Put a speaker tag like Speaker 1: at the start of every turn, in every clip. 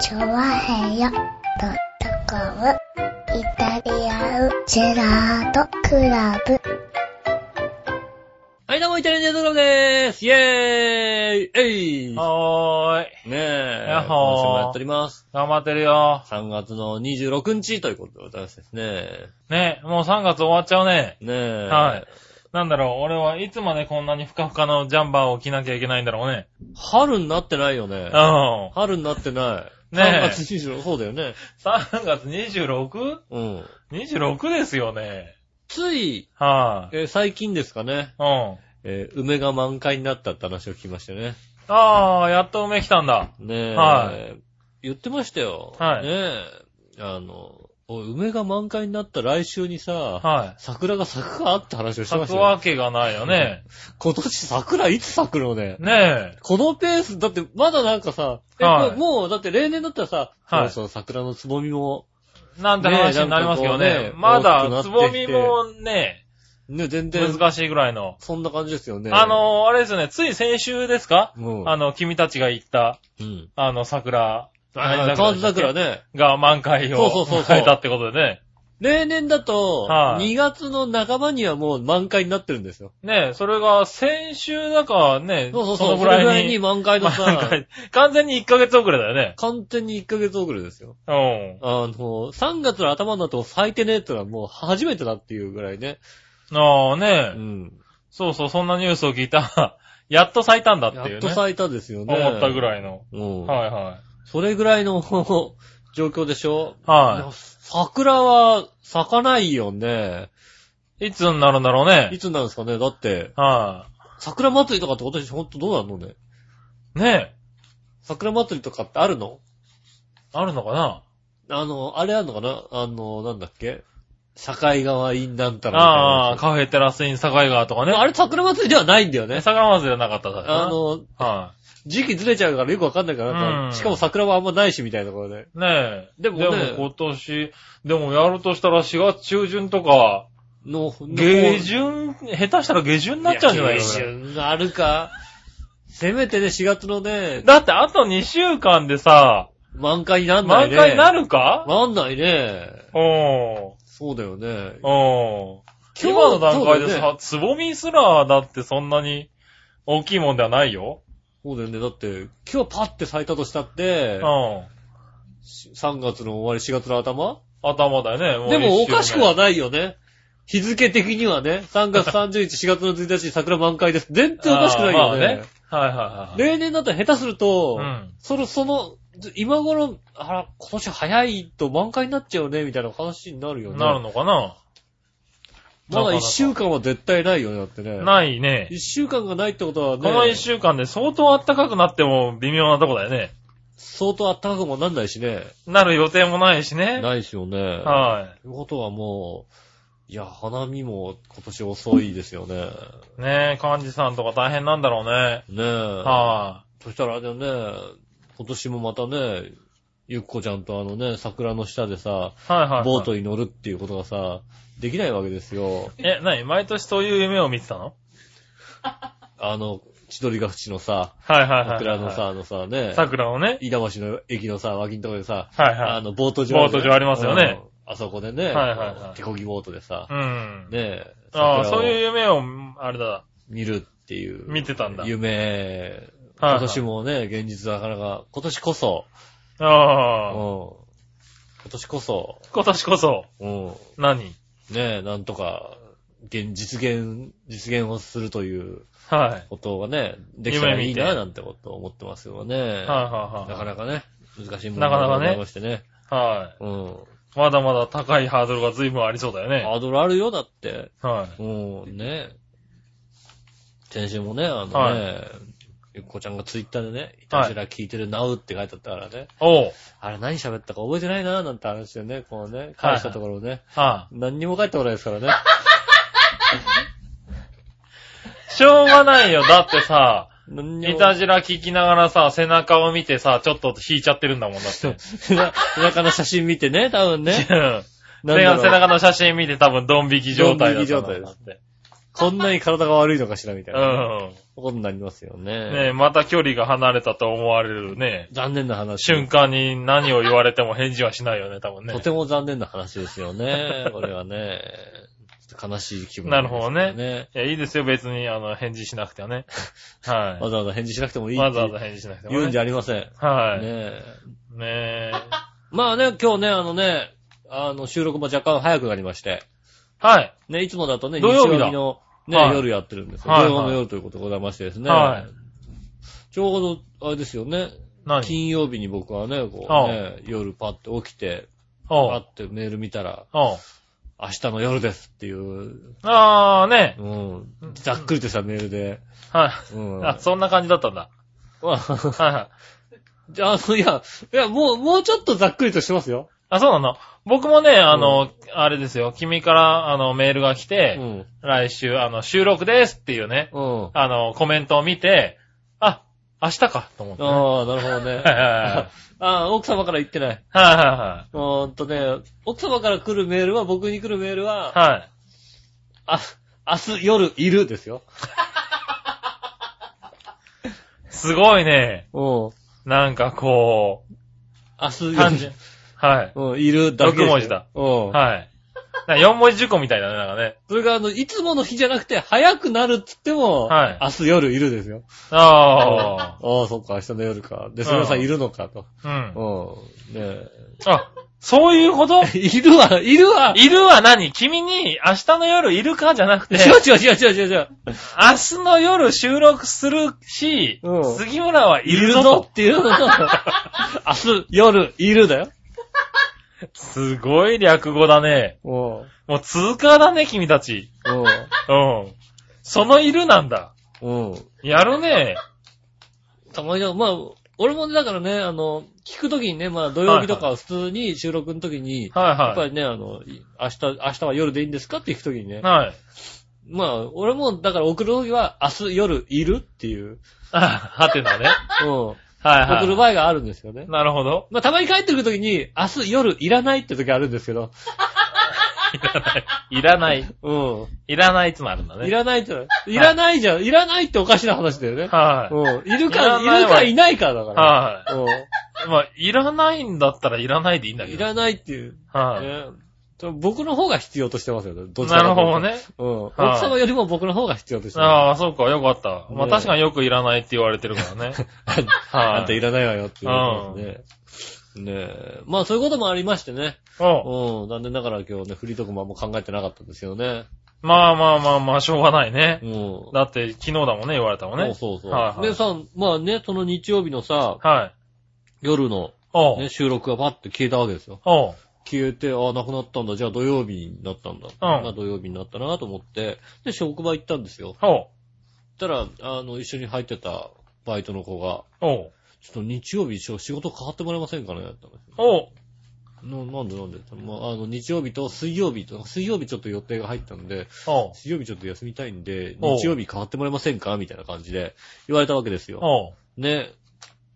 Speaker 1: チョワヘヨドットコムイタリアンジェラートクラブ。
Speaker 2: はい、どうも、イタリアンジェラートクラブでーすイェーイえいね
Speaker 3: はーい。
Speaker 2: え、
Speaker 3: やっほー
Speaker 2: 今週もやっております。
Speaker 3: 頑張ってるよ。
Speaker 2: 3月の26日ということでございますですね。
Speaker 3: ね、もう3月終わっちゃうね。
Speaker 2: ねえ。
Speaker 3: はい。なんだろう、俺はいつまでこんなにふかふかのジャンバーを着なきゃいけないんだろうね。
Speaker 2: 春になってないよね
Speaker 3: う。ん。
Speaker 2: 春になってない。
Speaker 3: ねえ
Speaker 2: 3月26、そうだよね。
Speaker 3: 3月 26?26
Speaker 2: うん。
Speaker 3: ですよね。
Speaker 2: つい、
Speaker 3: はい、
Speaker 2: えー最近ですかね、
Speaker 3: うん。
Speaker 2: えー梅が満開になったって話を聞きましたよね。
Speaker 3: あー、やっと梅来たんだ。
Speaker 2: ねえ。
Speaker 3: は
Speaker 2: 言ってましたよ。
Speaker 3: はい
Speaker 2: ねえ。あの、おい梅が満開になった来週にさ、
Speaker 3: はい。
Speaker 2: 桜が咲くかって話をしてま
Speaker 3: 咲
Speaker 2: し
Speaker 3: く
Speaker 2: たよ。
Speaker 3: わけがないよね。
Speaker 2: 今年桜いつ咲くのね。
Speaker 3: ねえ。
Speaker 2: このペース、だってまだなんかさ、え
Speaker 3: はい
Speaker 2: もうもうだって例年だったらさ、
Speaker 3: はい
Speaker 2: そうそう桜のつぼみも、
Speaker 3: なんて話になりますけどね。
Speaker 2: ねえなんかこうね大
Speaker 3: まだ、
Speaker 2: き
Speaker 3: つ
Speaker 2: くなっ
Speaker 3: ぼ
Speaker 2: てきて
Speaker 3: みもね、
Speaker 2: ね、全然、
Speaker 3: 難しいぐらいの。
Speaker 2: そんな感じですよね。
Speaker 3: あ、のー、あれですよね、つい先週ですか
Speaker 2: うん。
Speaker 3: あの、君たちが言った、
Speaker 2: うん。
Speaker 3: あの、桜。
Speaker 2: あ、河津桜ね。
Speaker 3: が満開を
Speaker 2: そうそうそうそう
Speaker 3: 迎えたってことでね。
Speaker 2: 例年だと、
Speaker 3: はい
Speaker 2: 2月の半ばにはもう満開になってるんですよ。
Speaker 3: ねえ、それが先週だからね、
Speaker 2: そうそうそう。
Speaker 3: のぐら
Speaker 2: それ
Speaker 3: いに、
Speaker 2: 満開の
Speaker 3: 満
Speaker 2: さ、
Speaker 3: 開完全に1ヶ月遅れだよね。
Speaker 2: 完全に1ヶ月遅れですよ。
Speaker 3: うん。
Speaker 2: あの、3月の頭になっても咲いてねえってのはもう初めてだっていうぐらいね。
Speaker 3: ああ
Speaker 2: う
Speaker 3: ねえ、
Speaker 2: ん。
Speaker 3: そうそう、そんなニュースを聞いた。 やっと咲いたんだって
Speaker 2: や
Speaker 3: い
Speaker 2: っ
Speaker 3: う
Speaker 2: と
Speaker 3: ね。
Speaker 2: 咲いたですよね。
Speaker 3: 思ったぐらいの。
Speaker 2: うん。
Speaker 3: はいは
Speaker 2: それぐらいの 状況でしょ
Speaker 3: い。は
Speaker 2: 桜は咲かないよね。
Speaker 3: い。いつになるんだろう
Speaker 2: い
Speaker 3: ね。
Speaker 2: つなんですかねだって、
Speaker 3: は
Speaker 2: 桜祭りとかって今年ほんとどうなんのね
Speaker 3: い。ねえ、
Speaker 2: 桜祭りとかってあるの
Speaker 3: あるのかな
Speaker 2: あの、あれあるのかなあの、なんだっけ境川インなんたらみたいな
Speaker 3: ああ、カフェテラスイン境川とか
Speaker 2: で
Speaker 3: ね。
Speaker 2: もあれ桜祭りではないんだよね。
Speaker 3: 桜祭りはなかっただ
Speaker 2: あの、
Speaker 3: は
Speaker 2: 時期ずれちゃうからよくわかんないからなんか、
Speaker 3: うん
Speaker 2: しかも桜はあんまないしみたいなところで。
Speaker 3: い。ねえ。
Speaker 2: でもね
Speaker 3: でも今年、でもやるとしたら4月中旬とか、
Speaker 2: の、
Speaker 3: 下旬、下手したら下旬になっちゃうんじゃない
Speaker 2: い
Speaker 3: の
Speaker 2: や下旬があるか。せめてね、4月のね、
Speaker 3: だってあと2週間でさ、
Speaker 2: 満開になんない
Speaker 3: 満
Speaker 2: ね。
Speaker 3: 開になるか
Speaker 2: なんないね。
Speaker 3: お
Speaker 2: そうだよね
Speaker 3: ー。。おー。
Speaker 2: 今日
Speaker 3: 今の段階で
Speaker 2: そうだよ
Speaker 3: さ、つぼみすらだってそんなに大きいもんではないよ。
Speaker 2: そうだよね。だって、今日パッて咲いたとしたっ
Speaker 3: う
Speaker 2: て
Speaker 3: ん、。
Speaker 2: 3月の終わり、4月の頭
Speaker 3: 頭だよね。
Speaker 2: でもおかしくは
Speaker 3: な
Speaker 2: ないよね。日付的にはね、3月31日、4月の1日、桜満開です。全然おかしくないよね。
Speaker 3: はいはいはい。
Speaker 2: 例年だったら下手すると、
Speaker 3: うん
Speaker 2: その、その、今頃、あら、今年早いと満開になっちゃうね、みたいな話になるよね。
Speaker 3: なるのかな
Speaker 2: まだ
Speaker 3: なかな
Speaker 2: 1
Speaker 3: か
Speaker 2: 週間は絶対ないよね、だってね。
Speaker 3: ないね。
Speaker 2: 1週間がないってことはね、
Speaker 3: この1週間で相当暖かくなっても微妙なとこだよね。
Speaker 2: 相当暖かくもなんないしね。
Speaker 3: なる予定もないしね。
Speaker 2: ないですよね。
Speaker 3: はい。
Speaker 2: ということはもう、いや、花見も今年遅いですよね。
Speaker 3: ねえ、幹事さんとか大変なんだろうね。
Speaker 2: ねえ。
Speaker 3: は
Speaker 2: そしたらあれだよね、今年もまたね、ゆっこちゃんとあのね、桜の下でさ、
Speaker 3: い、はいはいはい
Speaker 2: ボートに乗るっていうことがさ、できないわけですよ。
Speaker 3: え、なに毎年そういう夢を見てたの
Speaker 2: あの、千鳥ヶ淵のさ、
Speaker 3: はいはいはいはい。
Speaker 2: 桜のさ、。あのさ、ね、
Speaker 3: 桜をね。
Speaker 2: 板橋の駅のさ、脇のところでさ、
Speaker 3: はい
Speaker 2: あ
Speaker 3: はい。
Speaker 2: の、ボート場るじゃん
Speaker 3: ボート場ありますよね。
Speaker 2: うんあそこでね、
Speaker 3: はいはいはい
Speaker 2: 手こぎボートでさ
Speaker 3: う、ん。
Speaker 2: ねえ、
Speaker 3: ああ、
Speaker 2: 桜を
Speaker 3: そういう夢を、あれだ。
Speaker 2: 見るっていう。
Speaker 3: 見てたんだ
Speaker 2: 夢、
Speaker 3: はいはい
Speaker 2: 今年もね、現実なかなか、今年こそ、うん
Speaker 3: ああ、
Speaker 2: 今年こそ、
Speaker 3: 今年こそ、
Speaker 2: うん
Speaker 3: 何
Speaker 2: ねえ、なんとか、現、実現、実現をするという
Speaker 3: はい。
Speaker 2: ことがね、できたらいい
Speaker 3: 夢
Speaker 2: な、
Speaker 3: 見て
Speaker 2: なんてことを思ってますよね。
Speaker 3: はい
Speaker 2: な
Speaker 3: は
Speaker 2: かなかね、難しいも
Speaker 3: なかなか
Speaker 2: の
Speaker 3: ね
Speaker 2: でございましてね。
Speaker 3: いはい。
Speaker 2: う
Speaker 3: は
Speaker 2: ん。
Speaker 3: い。まだまだ高いハードルが随分ありそうだよね。
Speaker 2: ハードルあるよ、だって。
Speaker 3: は
Speaker 2: うん、ね先週もね、あのね、
Speaker 3: は
Speaker 2: ゆっこちゃんがツイッターでね、いたしら聞いてるなうって書いてあったからね、
Speaker 3: い。おう。
Speaker 2: あれ何喋ったか覚えてないな、なんて話でね、こうね、返したところね、
Speaker 3: は
Speaker 2: 何にも返ってこないですから ね。
Speaker 3: い。しょうがないよ。だってさ、
Speaker 2: 何にも
Speaker 3: いたじら聞きながらさ、背中を見てさ、ちょっと引いちゃってるんだも んだって。
Speaker 2: 背中の写真見てね、多分ね。
Speaker 3: うん
Speaker 2: なんだろう
Speaker 3: 背中の写真見て多分ドン引き状態だ
Speaker 2: ドン
Speaker 3: った。
Speaker 2: 引き状態ですこんなに体が悪いのかしらみたいうな、
Speaker 3: ん。
Speaker 2: ことになりますよね。
Speaker 3: ねえまた距離が離れたと思われるね。
Speaker 2: 残念な話。
Speaker 3: 瞬間に何を言われても返事はしないよね、多分ね
Speaker 2: と。ても残念な話ですよ ね。これはね。ちょっと悲しい気分、
Speaker 3: なるほどね
Speaker 2: ね。
Speaker 3: いや、いいですよ、別に、あの、返事しなくて はね。は
Speaker 2: わざわざ返事しなくてもい
Speaker 3: い。
Speaker 2: いって
Speaker 3: わざわざ返事しなくても、ね。
Speaker 2: 言うんじゃありません。ね
Speaker 3: はい。ね
Speaker 2: え。
Speaker 3: え。
Speaker 2: まあね、今日ね、あのね、あの、収録も若干早くなりまして。
Speaker 3: はい。
Speaker 2: ね、いつもだとね、
Speaker 3: 土曜日だ
Speaker 2: 日のね、
Speaker 3: はい
Speaker 2: 夜やってるんですよ。
Speaker 3: はい
Speaker 2: 土
Speaker 3: はい
Speaker 2: 曜の夜ということでございましてですね。
Speaker 3: はい
Speaker 2: ちょうど、あれですよね、
Speaker 3: 何
Speaker 2: 金曜日に僕はね、こう
Speaker 3: ああ
Speaker 2: ね、夜パッて起きて、
Speaker 3: お
Speaker 2: パッ
Speaker 3: う。
Speaker 2: てメール見たら、
Speaker 3: おう。
Speaker 2: 明日の夜ですっていう、
Speaker 3: あーね。
Speaker 2: うん、ざっくりとしたメールで、
Speaker 3: はい。
Speaker 2: うん。
Speaker 3: あ、そんな感じだったんだ。
Speaker 2: ま あ、
Speaker 3: はいはい。
Speaker 2: じゃあ、いや、いや、もう、もうちょっとざっくりとしてますよ。
Speaker 3: あ、そうなの僕もね、あの、あれですよ。君から、あの、メールが来
Speaker 2: う
Speaker 3: て、
Speaker 2: ん。
Speaker 3: 来週、あの、収録ですっていうね、
Speaker 2: うん。
Speaker 3: あの、コメントを見て、あ、明日か、と思ってね、
Speaker 2: ああ、なるほどね。
Speaker 3: はいはいはいはい
Speaker 2: ああ、奥様から言ってない。
Speaker 3: はいは
Speaker 2: うーんとね、奥様から来るメールは、僕に来るメール
Speaker 3: い
Speaker 2: は、
Speaker 3: はい。はい。
Speaker 2: あ、明日夜いるですよ。
Speaker 3: すごいね。
Speaker 2: うん。明
Speaker 3: なんかこ
Speaker 2: 日
Speaker 3: う、単純
Speaker 2: 夜。。
Speaker 3: はい。
Speaker 2: うん、いるだけですよ。
Speaker 3: 六文字だ
Speaker 2: うん。
Speaker 3: はい。なんか4文字熟語みたいだね、なんかね。
Speaker 2: それが、あの、いつもの日じゃなくて、早くなるっつっても、
Speaker 3: はい
Speaker 2: 明日夜いるですよ。ああ、
Speaker 3: あ
Speaker 2: そっか、明日の夜か。で、
Speaker 3: うん
Speaker 2: 皆さんいるのかと。
Speaker 3: あ。うん。
Speaker 2: うん。ね
Speaker 3: あ、そういうこと
Speaker 2: え いるわ、いるわ
Speaker 3: いるは何君に明日の夜いるかじゃなく
Speaker 2: 違
Speaker 3: て、明
Speaker 2: う違う違う違う違う違う。
Speaker 3: 日の夜収録するし
Speaker 2: うん、
Speaker 3: 杉村はい
Speaker 2: い
Speaker 3: る
Speaker 2: る
Speaker 3: ぞ
Speaker 2: ぞ
Speaker 3: と。
Speaker 2: って いうのと、明日夜いるだよ。
Speaker 3: すごい略語だね。
Speaker 2: おう
Speaker 3: もう通過だね、君たち。
Speaker 2: おう
Speaker 3: うん。そのいるなんだ。
Speaker 2: うん。
Speaker 3: やるね。
Speaker 2: たまに、まあ、俺もね、だからね、あの、聞くときにね、まあ、土曜日とか普通に収録のときに、やっ
Speaker 3: は
Speaker 2: ぱ
Speaker 3: い
Speaker 2: りね、あの、い明日、明日は夜でいいんですかって聞くときにね、
Speaker 3: はい。 はい。
Speaker 2: まあ、俺も、だから送るときは、明日夜いるって いう、
Speaker 3: あ、はてなね。
Speaker 2: うん、送
Speaker 3: はいはい。
Speaker 2: る場合があるんですよね。
Speaker 3: なるほど。
Speaker 2: まあ、たまに帰ってくるときに、明日夜いらないって時あるんですけど、
Speaker 3: いらない。
Speaker 2: う
Speaker 3: いらないつもあるんだ
Speaker 2: ん。
Speaker 3: ね。
Speaker 2: いらないって、いらないじゃん。いらないっておかしな話だよね。
Speaker 3: はい。
Speaker 2: うん。いる
Speaker 3: い
Speaker 2: か、
Speaker 3: ら
Speaker 2: い
Speaker 3: ない
Speaker 2: る
Speaker 3: わ
Speaker 2: かいないかだから。
Speaker 3: は
Speaker 2: う
Speaker 3: い。まあ、いらないんだったらいらないでいいんだ
Speaker 2: ん。
Speaker 3: け
Speaker 2: い
Speaker 3: ど。
Speaker 2: らないっていう。
Speaker 3: はい。
Speaker 2: ね僕の方が必要としてますよね。どちら
Speaker 3: な
Speaker 2: かとい
Speaker 3: る
Speaker 2: うと
Speaker 3: ほど。ね。
Speaker 2: うん。奥様よりも僕の方が必要としてま
Speaker 3: ああ、そうか、よかった。まあ
Speaker 2: ね
Speaker 3: 確かによくいらないって言われてるからね。
Speaker 2: す。 あんたいらないわよって言われてますね。ねえ。まあそういうこともありましてね。
Speaker 3: おう
Speaker 2: うん。残念ながら今日ね、フリートークマンも考えてなかったんですよね。
Speaker 3: まあまあまあまあ、しょうがないね
Speaker 2: う。ん。
Speaker 3: だって昨日だもんね、言われたもんね。
Speaker 2: そうそう
Speaker 3: はい
Speaker 2: そ
Speaker 3: は
Speaker 2: う。
Speaker 3: い
Speaker 2: でさ、まあね、その日曜日のさ、
Speaker 3: はい。
Speaker 2: 夜の
Speaker 3: お
Speaker 2: ね
Speaker 3: う。
Speaker 2: 収録がパッて消えたわけですよ。
Speaker 3: おう。
Speaker 2: 消えて、ああ、なくなったんだ。じゃあ土曜日になったんだ。まあ土曜日になったなと思って、で、職場行ったんですよ。
Speaker 3: おう。
Speaker 2: そしたら、あの、一緒に入ってたバイトの子が、
Speaker 3: おう。
Speaker 2: ちょっと日曜日一緒仕事変わってもらえませんかねって話
Speaker 3: おう。
Speaker 2: ななんでなんでってまあ、あの、日曜日と水曜日と、水曜日ちょっと予定が入ったんで、
Speaker 3: おう。
Speaker 2: 水曜日ちょっと休みたいんで、
Speaker 3: おう
Speaker 2: 日曜日変わってもらえませんかみたいな感じで言われたわけですよ。
Speaker 3: おう。
Speaker 2: ね。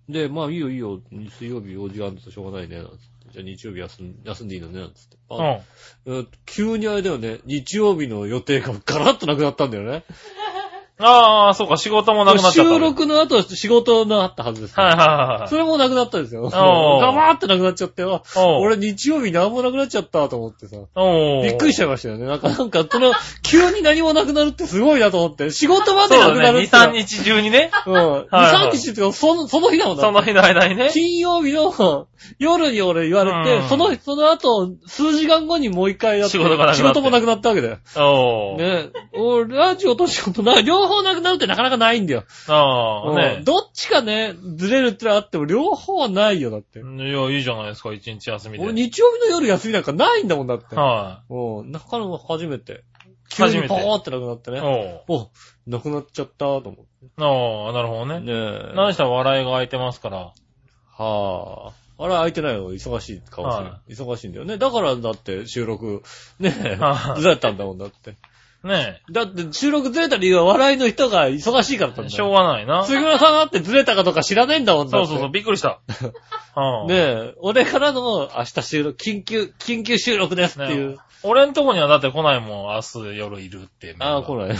Speaker 2: で、まあいいよいいよ、水曜日用事があるとしょうがないね、なんつって。じゃあ日曜日休ん休んでいいのね、なんつって。
Speaker 3: お
Speaker 2: あ
Speaker 3: う。
Speaker 2: えー急にあれだよね、日曜日の予定がガラッとなくなったんだよね。
Speaker 3: ああ、そうか、仕事もなくなっちゃった。
Speaker 2: 収録の後仕事があったはずですよ。
Speaker 3: はいはいはい
Speaker 2: そ
Speaker 3: はい。
Speaker 2: れもなくなったんですよ。
Speaker 3: おー
Speaker 2: ガバーってなくなっちゃって、あ
Speaker 3: おう。
Speaker 2: 俺日曜日何もなくなっちゃったと思ってさ。
Speaker 3: おう。
Speaker 2: びっくりしち
Speaker 3: ゃ
Speaker 2: ゃいましたよね。なんか、なんか、こ の、急に何もなくなるってすごいなと思って。仕事までな
Speaker 3: そう
Speaker 2: くな
Speaker 3: だね、
Speaker 2: る
Speaker 3: 2、
Speaker 2: ってのは。
Speaker 3: 3日中にね。
Speaker 2: うん。2、
Speaker 3: はい
Speaker 2: 3日っていうか、その、その日だもん
Speaker 3: そ
Speaker 2: な。
Speaker 3: の日の間にね。
Speaker 2: 金曜日の夜に俺言われ
Speaker 3: う
Speaker 2: て、
Speaker 3: ん
Speaker 2: その、その後、数時間後にもう一回やって、
Speaker 3: 仕事がなくなって
Speaker 2: 仕事もなくなったわけだよ。
Speaker 3: おう。
Speaker 2: ね。俺、ラジオと仕事な、両方なくなるってなかなかないんだよ。
Speaker 3: ああ、
Speaker 2: う
Speaker 3: ね
Speaker 2: ん。どっちかね、ずれるってのはあっても、両方はないよ、だって。
Speaker 3: いや、いいじゃないですか、一日休みで。
Speaker 2: 俺日曜日の夜休みなんかないんだもんだって。
Speaker 3: は
Speaker 2: もう、なかなか初めて。急
Speaker 3: 初
Speaker 2: に
Speaker 3: めて
Speaker 2: パーってなくなって
Speaker 3: い。
Speaker 2: ね。
Speaker 3: おう。
Speaker 2: お、なくなっちゃったと思って。
Speaker 3: ああ、なるほどね。
Speaker 2: ねえ。
Speaker 3: 何したら笑いが空いてますから。
Speaker 2: はあ。あれ空いてないの忙しい顔してる
Speaker 3: は。
Speaker 2: 忙しいんだよね。だからだって収録、ねえ
Speaker 3: は、い
Speaker 2: ずらったんだもんだって。
Speaker 3: ね
Speaker 2: だって収録ずれた理由は笑いの人が忙しいからだったん
Speaker 3: え。
Speaker 2: だ
Speaker 3: しょう
Speaker 2: よ。
Speaker 3: がないな。そ
Speaker 2: 杉村さんだってずれたかとか知らねえんだもんだっ
Speaker 3: う
Speaker 2: て
Speaker 3: そうそう、びっくり した。うん
Speaker 2: ねえ、俺からの明日収録、緊急、緊急収録ですっていう。
Speaker 3: ね俺んとこにはだって来ないもん、明日夜いるって。
Speaker 2: ああ、来ない。
Speaker 3: う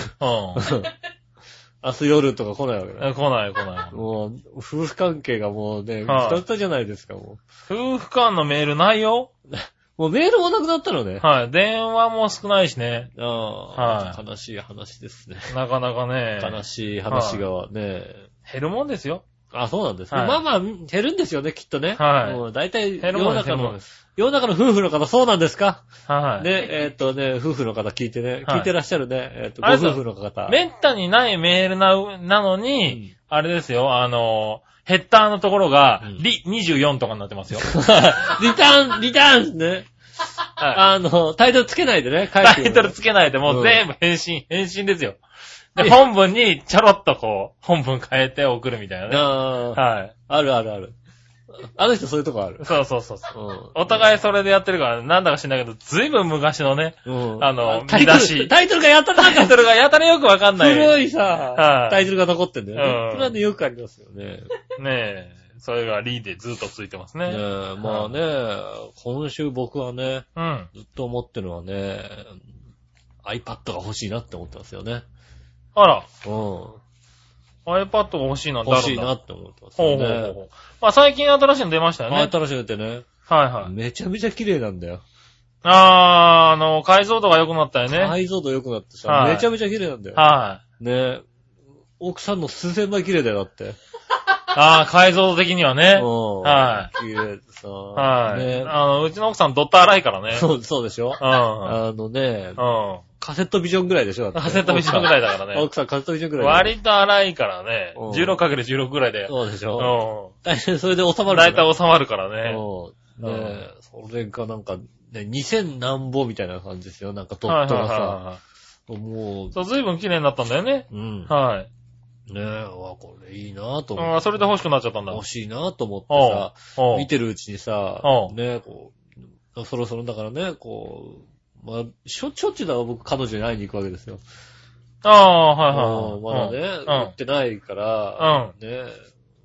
Speaker 2: 明日夜とか来ないわけだ。
Speaker 3: ん。来ない来ない。
Speaker 2: もう、夫婦関係がもうね、
Speaker 3: はい
Speaker 2: 二つじゃないですか、も
Speaker 3: 夫婦間のメールないよ。
Speaker 2: う。もうメールもなくなったのね。
Speaker 3: はい。電話も少ないしね。
Speaker 2: ああ、悲しい話ですね。
Speaker 3: なかなかね。
Speaker 2: 悲しい話がね
Speaker 3: 減るもんですよ。
Speaker 2: あ、そうなんですね。
Speaker 3: はい
Speaker 2: まあまあ、減るんですよね、きっとね。
Speaker 3: はい
Speaker 2: もう大体、世
Speaker 3: 減る
Speaker 2: の
Speaker 3: もんです。
Speaker 2: 中
Speaker 3: 減るもん
Speaker 2: の
Speaker 3: で、す。
Speaker 2: 世の中の夫婦の方、そうなんですか
Speaker 3: はい。
Speaker 2: ね、えーっとね、夫婦の方聞いてね、
Speaker 3: はい
Speaker 2: 聞いてらっしゃるね、えーっと、
Speaker 3: あれです
Speaker 2: ご夫婦の方。
Speaker 3: めったにないメールな、なのに、
Speaker 2: うん
Speaker 3: あれですよ、あの、ヘッダーのところが、
Speaker 2: うん
Speaker 3: リ24とかになってますよ。
Speaker 2: リターン、リターンね。
Speaker 3: は
Speaker 2: あの、タイトルつけないでね、書
Speaker 3: い。
Speaker 2: いて
Speaker 3: タイトルつけないでもう全部返信、返信ですよ。で、本文にちょろっとこう、本文変えて送るみたいなね。
Speaker 2: あー
Speaker 3: は
Speaker 2: あるあるある。あの人そういうとこある
Speaker 3: い。。そうそうそうそう。
Speaker 2: うん
Speaker 3: お互いそれでやってるから、なんだか知んないけど、ずいぶん昔のね、
Speaker 2: うん
Speaker 3: あの
Speaker 2: タイト
Speaker 3: 見出し
Speaker 2: ル、タイトルがやったら
Speaker 3: タ
Speaker 2: な
Speaker 3: イ
Speaker 2: んか
Speaker 3: トルがやたらよくわかんない。
Speaker 2: 古
Speaker 3: ね
Speaker 2: いさ
Speaker 3: は、い
Speaker 2: タイトルが残ってんだよ
Speaker 3: う
Speaker 2: ね。
Speaker 3: ん
Speaker 2: それはね、よくありますよね。
Speaker 3: え。それがリでずっとついてます
Speaker 2: ね
Speaker 3: ね。
Speaker 2: えまあね、今週僕はね、
Speaker 3: うん。
Speaker 2: ずっと思ってるのはね、iPad が欲しいなって思ってますよね。
Speaker 3: あら、
Speaker 2: う
Speaker 3: iPad が欲しいな、
Speaker 2: ん。欲しいな
Speaker 3: だろう
Speaker 2: って思ってます
Speaker 3: ほう
Speaker 2: よ
Speaker 3: ほうほう
Speaker 2: ね。
Speaker 3: ほう。まあ最近新しいの出ましたよね。
Speaker 2: 新しいのってね、
Speaker 3: はいはい。
Speaker 2: めちゃめちゃ綺麗なんだよ。
Speaker 3: あー、あの、解像度が良くなったよね。はい。
Speaker 2: 解像度良くなってさ、
Speaker 3: はい
Speaker 2: めちゃめちゃ綺麗なんだよ。ねえ。奥さんの数千倍綺麗だよ、だって。
Speaker 3: あー、解像度的にはね。は
Speaker 2: うん。綺麗でさ。
Speaker 3: はい。
Speaker 2: ね
Speaker 3: あの、うちの奥さんドット荒いからね。う。
Speaker 2: そう、そうでしょ
Speaker 3: うん。
Speaker 2: あのね、
Speaker 3: うん。
Speaker 2: カセットビジョンぐらいでしょだって
Speaker 3: カセットビジョンぐらいだからね。
Speaker 2: 奥さんカセットビジョンぐらい。
Speaker 3: 割と荒いからね。
Speaker 2: うん
Speaker 3: 16×16 ぐらいで。
Speaker 2: そうでし
Speaker 3: う
Speaker 2: ょ
Speaker 3: ん。
Speaker 2: 大変それで収まる。
Speaker 3: 大体収まるからね。
Speaker 2: うん。ねえ、それがなんか、ね、2000何本みたいな感じですよ。なんかド
Speaker 3: はいは
Speaker 2: ッ
Speaker 3: い
Speaker 2: ト
Speaker 3: は
Speaker 2: が
Speaker 3: い
Speaker 2: さ、
Speaker 3: は
Speaker 2: もう
Speaker 3: い。、そう、随分綺麗になったんだよね。
Speaker 2: うん。ね
Speaker 3: はい。
Speaker 2: え、うわ、これいいなと思
Speaker 3: あ
Speaker 2: っ
Speaker 3: ーそれで欲しくなっちゃったん
Speaker 2: て、
Speaker 3: だ。
Speaker 2: 欲しいなと思ってさ、
Speaker 3: おう
Speaker 2: 見てるうちにさ
Speaker 3: う、ん
Speaker 2: ね、こう、そろそろだからね、こう、まあ、しょ、しょっちゅうだから僕彼女に会いに行くわけですよ。
Speaker 3: あ
Speaker 2: う
Speaker 3: ー、
Speaker 2: んまだ
Speaker 3: はいはい。
Speaker 2: ね、
Speaker 3: うん
Speaker 2: 会ってないから、ね、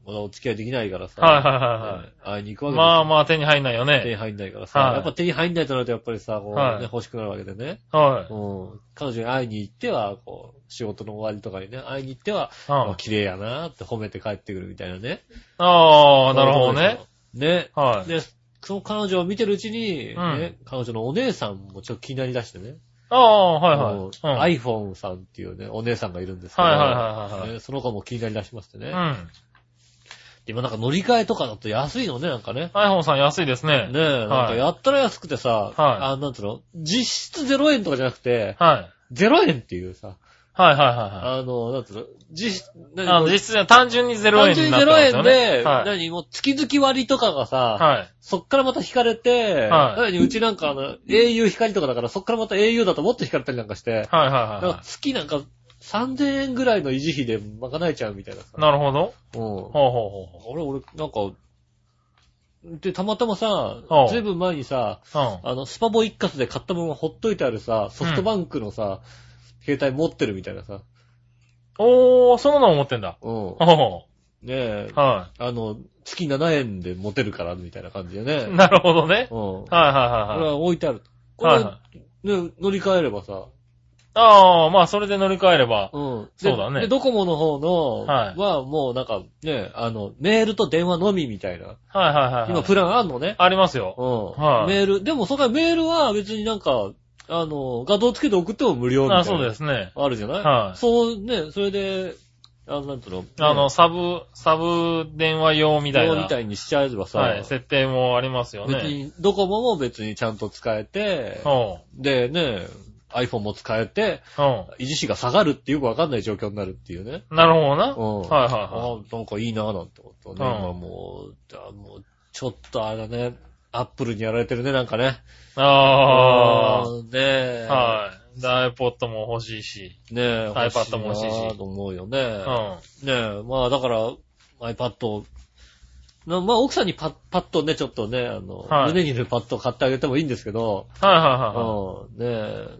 Speaker 2: まだお付き合いできないからさ、
Speaker 3: はいはいはいはい
Speaker 2: ね会いに行くわけですよ。
Speaker 3: うん。まあまあ手に入んないよ
Speaker 2: 手に
Speaker 3: ね。
Speaker 2: 入んないからさ、
Speaker 3: はい
Speaker 2: やっぱ手に入んないとなるとやっぱりさ、こうね、
Speaker 3: はい
Speaker 2: 欲しくなるわけでね。
Speaker 3: はい。
Speaker 2: うん。彼女に会いに行っては、こう、仕事の終わりとかにね、会いに行っては、
Speaker 3: うん
Speaker 2: あ綺麗やなって褒めて帰ってくるみたいなね。
Speaker 3: ああ、なるほどね。
Speaker 2: そういうこと
Speaker 3: は
Speaker 2: で
Speaker 3: い。
Speaker 2: すよ。ね。で、その彼女を見てるうちに、
Speaker 3: うん
Speaker 2: ね、彼女のお姉さんもちょっと気になりだしてね。
Speaker 3: ああ、はいはい。うん
Speaker 2: あの iPhone さんっていうね、お姉さんがいるんですけど、
Speaker 3: はいはいはいはいはい
Speaker 2: ねその子も気になりだしましてね。
Speaker 3: うん。
Speaker 2: 今なんか乗り換えとかだと安いのね、なんかね。
Speaker 3: iPhone さん安いですね。
Speaker 2: ねえ、なんかやったら安くてさ、あなんつうの、実質0円とかじゃなくて、
Speaker 3: はい。
Speaker 2: 0円っていうさ、
Speaker 3: はいはいはいはい。
Speaker 2: あの、なんつうの、実質、何
Speaker 3: あの、実質には単純に0
Speaker 2: 単
Speaker 3: 円
Speaker 2: 純
Speaker 3: に
Speaker 2: に
Speaker 3: なって
Speaker 2: 0
Speaker 3: ますよ
Speaker 2: 円で、
Speaker 3: ね。はい。
Speaker 2: 何もう月々割とかがさ、
Speaker 3: はい。
Speaker 2: そっからまた引かれて、
Speaker 3: は
Speaker 2: 何うちなんかあの、au 光とかだから、そっからまた au だともっと引かれたりなんかして、
Speaker 3: はいはい
Speaker 2: だ
Speaker 3: はい
Speaker 2: から
Speaker 3: は
Speaker 2: 月なんか3000円ぐらいの維持費で賄えちゃうみたいなさ。
Speaker 3: い。なるほど。
Speaker 2: うん
Speaker 3: ほうほうほう
Speaker 2: 俺、俺、なんか、で、たまたまさ
Speaker 3: お、う
Speaker 2: ずいぶん前にさ、
Speaker 3: ほう。
Speaker 2: あの、スパボ一括で買ったままほっといてあるさ、ソフトバンクのさ、携帯持ってるみたいなさ。
Speaker 3: うん。おー、そんなの思ってんだ。
Speaker 2: うん
Speaker 3: ほ。うほ
Speaker 2: ねえ
Speaker 3: う。、は
Speaker 2: あの、月7円で持てるから、みたいな感じで
Speaker 3: い。
Speaker 2: ね。
Speaker 3: なるほどね。
Speaker 2: うん。こ
Speaker 3: はい
Speaker 2: れ
Speaker 3: はいはいはい。
Speaker 2: は置いてある。こ
Speaker 3: はい
Speaker 2: れ、
Speaker 3: はい
Speaker 2: ね、乗り換えればさ、
Speaker 3: ああ、まあそれで乗り換えれば。
Speaker 2: うん。で
Speaker 3: そうだね
Speaker 2: で、ドコモの方の、
Speaker 3: はい
Speaker 2: はもうなんかね、あの、メールと電話のみみたいな。
Speaker 3: はいはいはい。
Speaker 2: 今、プランあんのね。
Speaker 3: ありますよ。
Speaker 2: うん、
Speaker 3: はい
Speaker 2: メール、でもそれはメールは別になんか、あの、画像つけて送っても無料みたいな。。
Speaker 3: あそうですすね。
Speaker 2: あるじゃない
Speaker 3: はい
Speaker 2: そうね、それで、あの、なんていうの
Speaker 3: あの、、サブ、サブ電話用み
Speaker 2: み
Speaker 3: た
Speaker 2: た
Speaker 3: い
Speaker 2: い
Speaker 3: な。
Speaker 2: な。みたいにしちゃえばさ、
Speaker 3: はい、設定もありますよ
Speaker 2: 別
Speaker 3: ね。
Speaker 2: に、ドコモも別にちゃんと使えて、
Speaker 3: ほう。
Speaker 2: でね、iPhone も使えて、
Speaker 3: ほ
Speaker 2: 維持費が下がるってよくわかんない状況になるっていうね。
Speaker 3: う。なるほどな。
Speaker 2: うん。
Speaker 3: はいはいはい。
Speaker 2: あなんかいいなぁなんてことね。
Speaker 3: うん
Speaker 2: 今もう、あもう、ちょっとあれだね、アップルにやられてるね、なんかね。
Speaker 3: あ
Speaker 2: うんねえ。
Speaker 3: あ。はい。で、iPod も欲しいし。
Speaker 2: ねえ、
Speaker 3: iPad も欲しいし
Speaker 2: なと思うよね。
Speaker 3: うん。
Speaker 2: ね
Speaker 3: は
Speaker 2: え、まあだから、iPad を、なまあ奥さんにパッ、パッとね、ちょっとね、あの、
Speaker 3: はい
Speaker 2: 胸にいるパッドを買ってあげてもいいんですけど、
Speaker 3: いはいはいは
Speaker 2: うん、ねえ、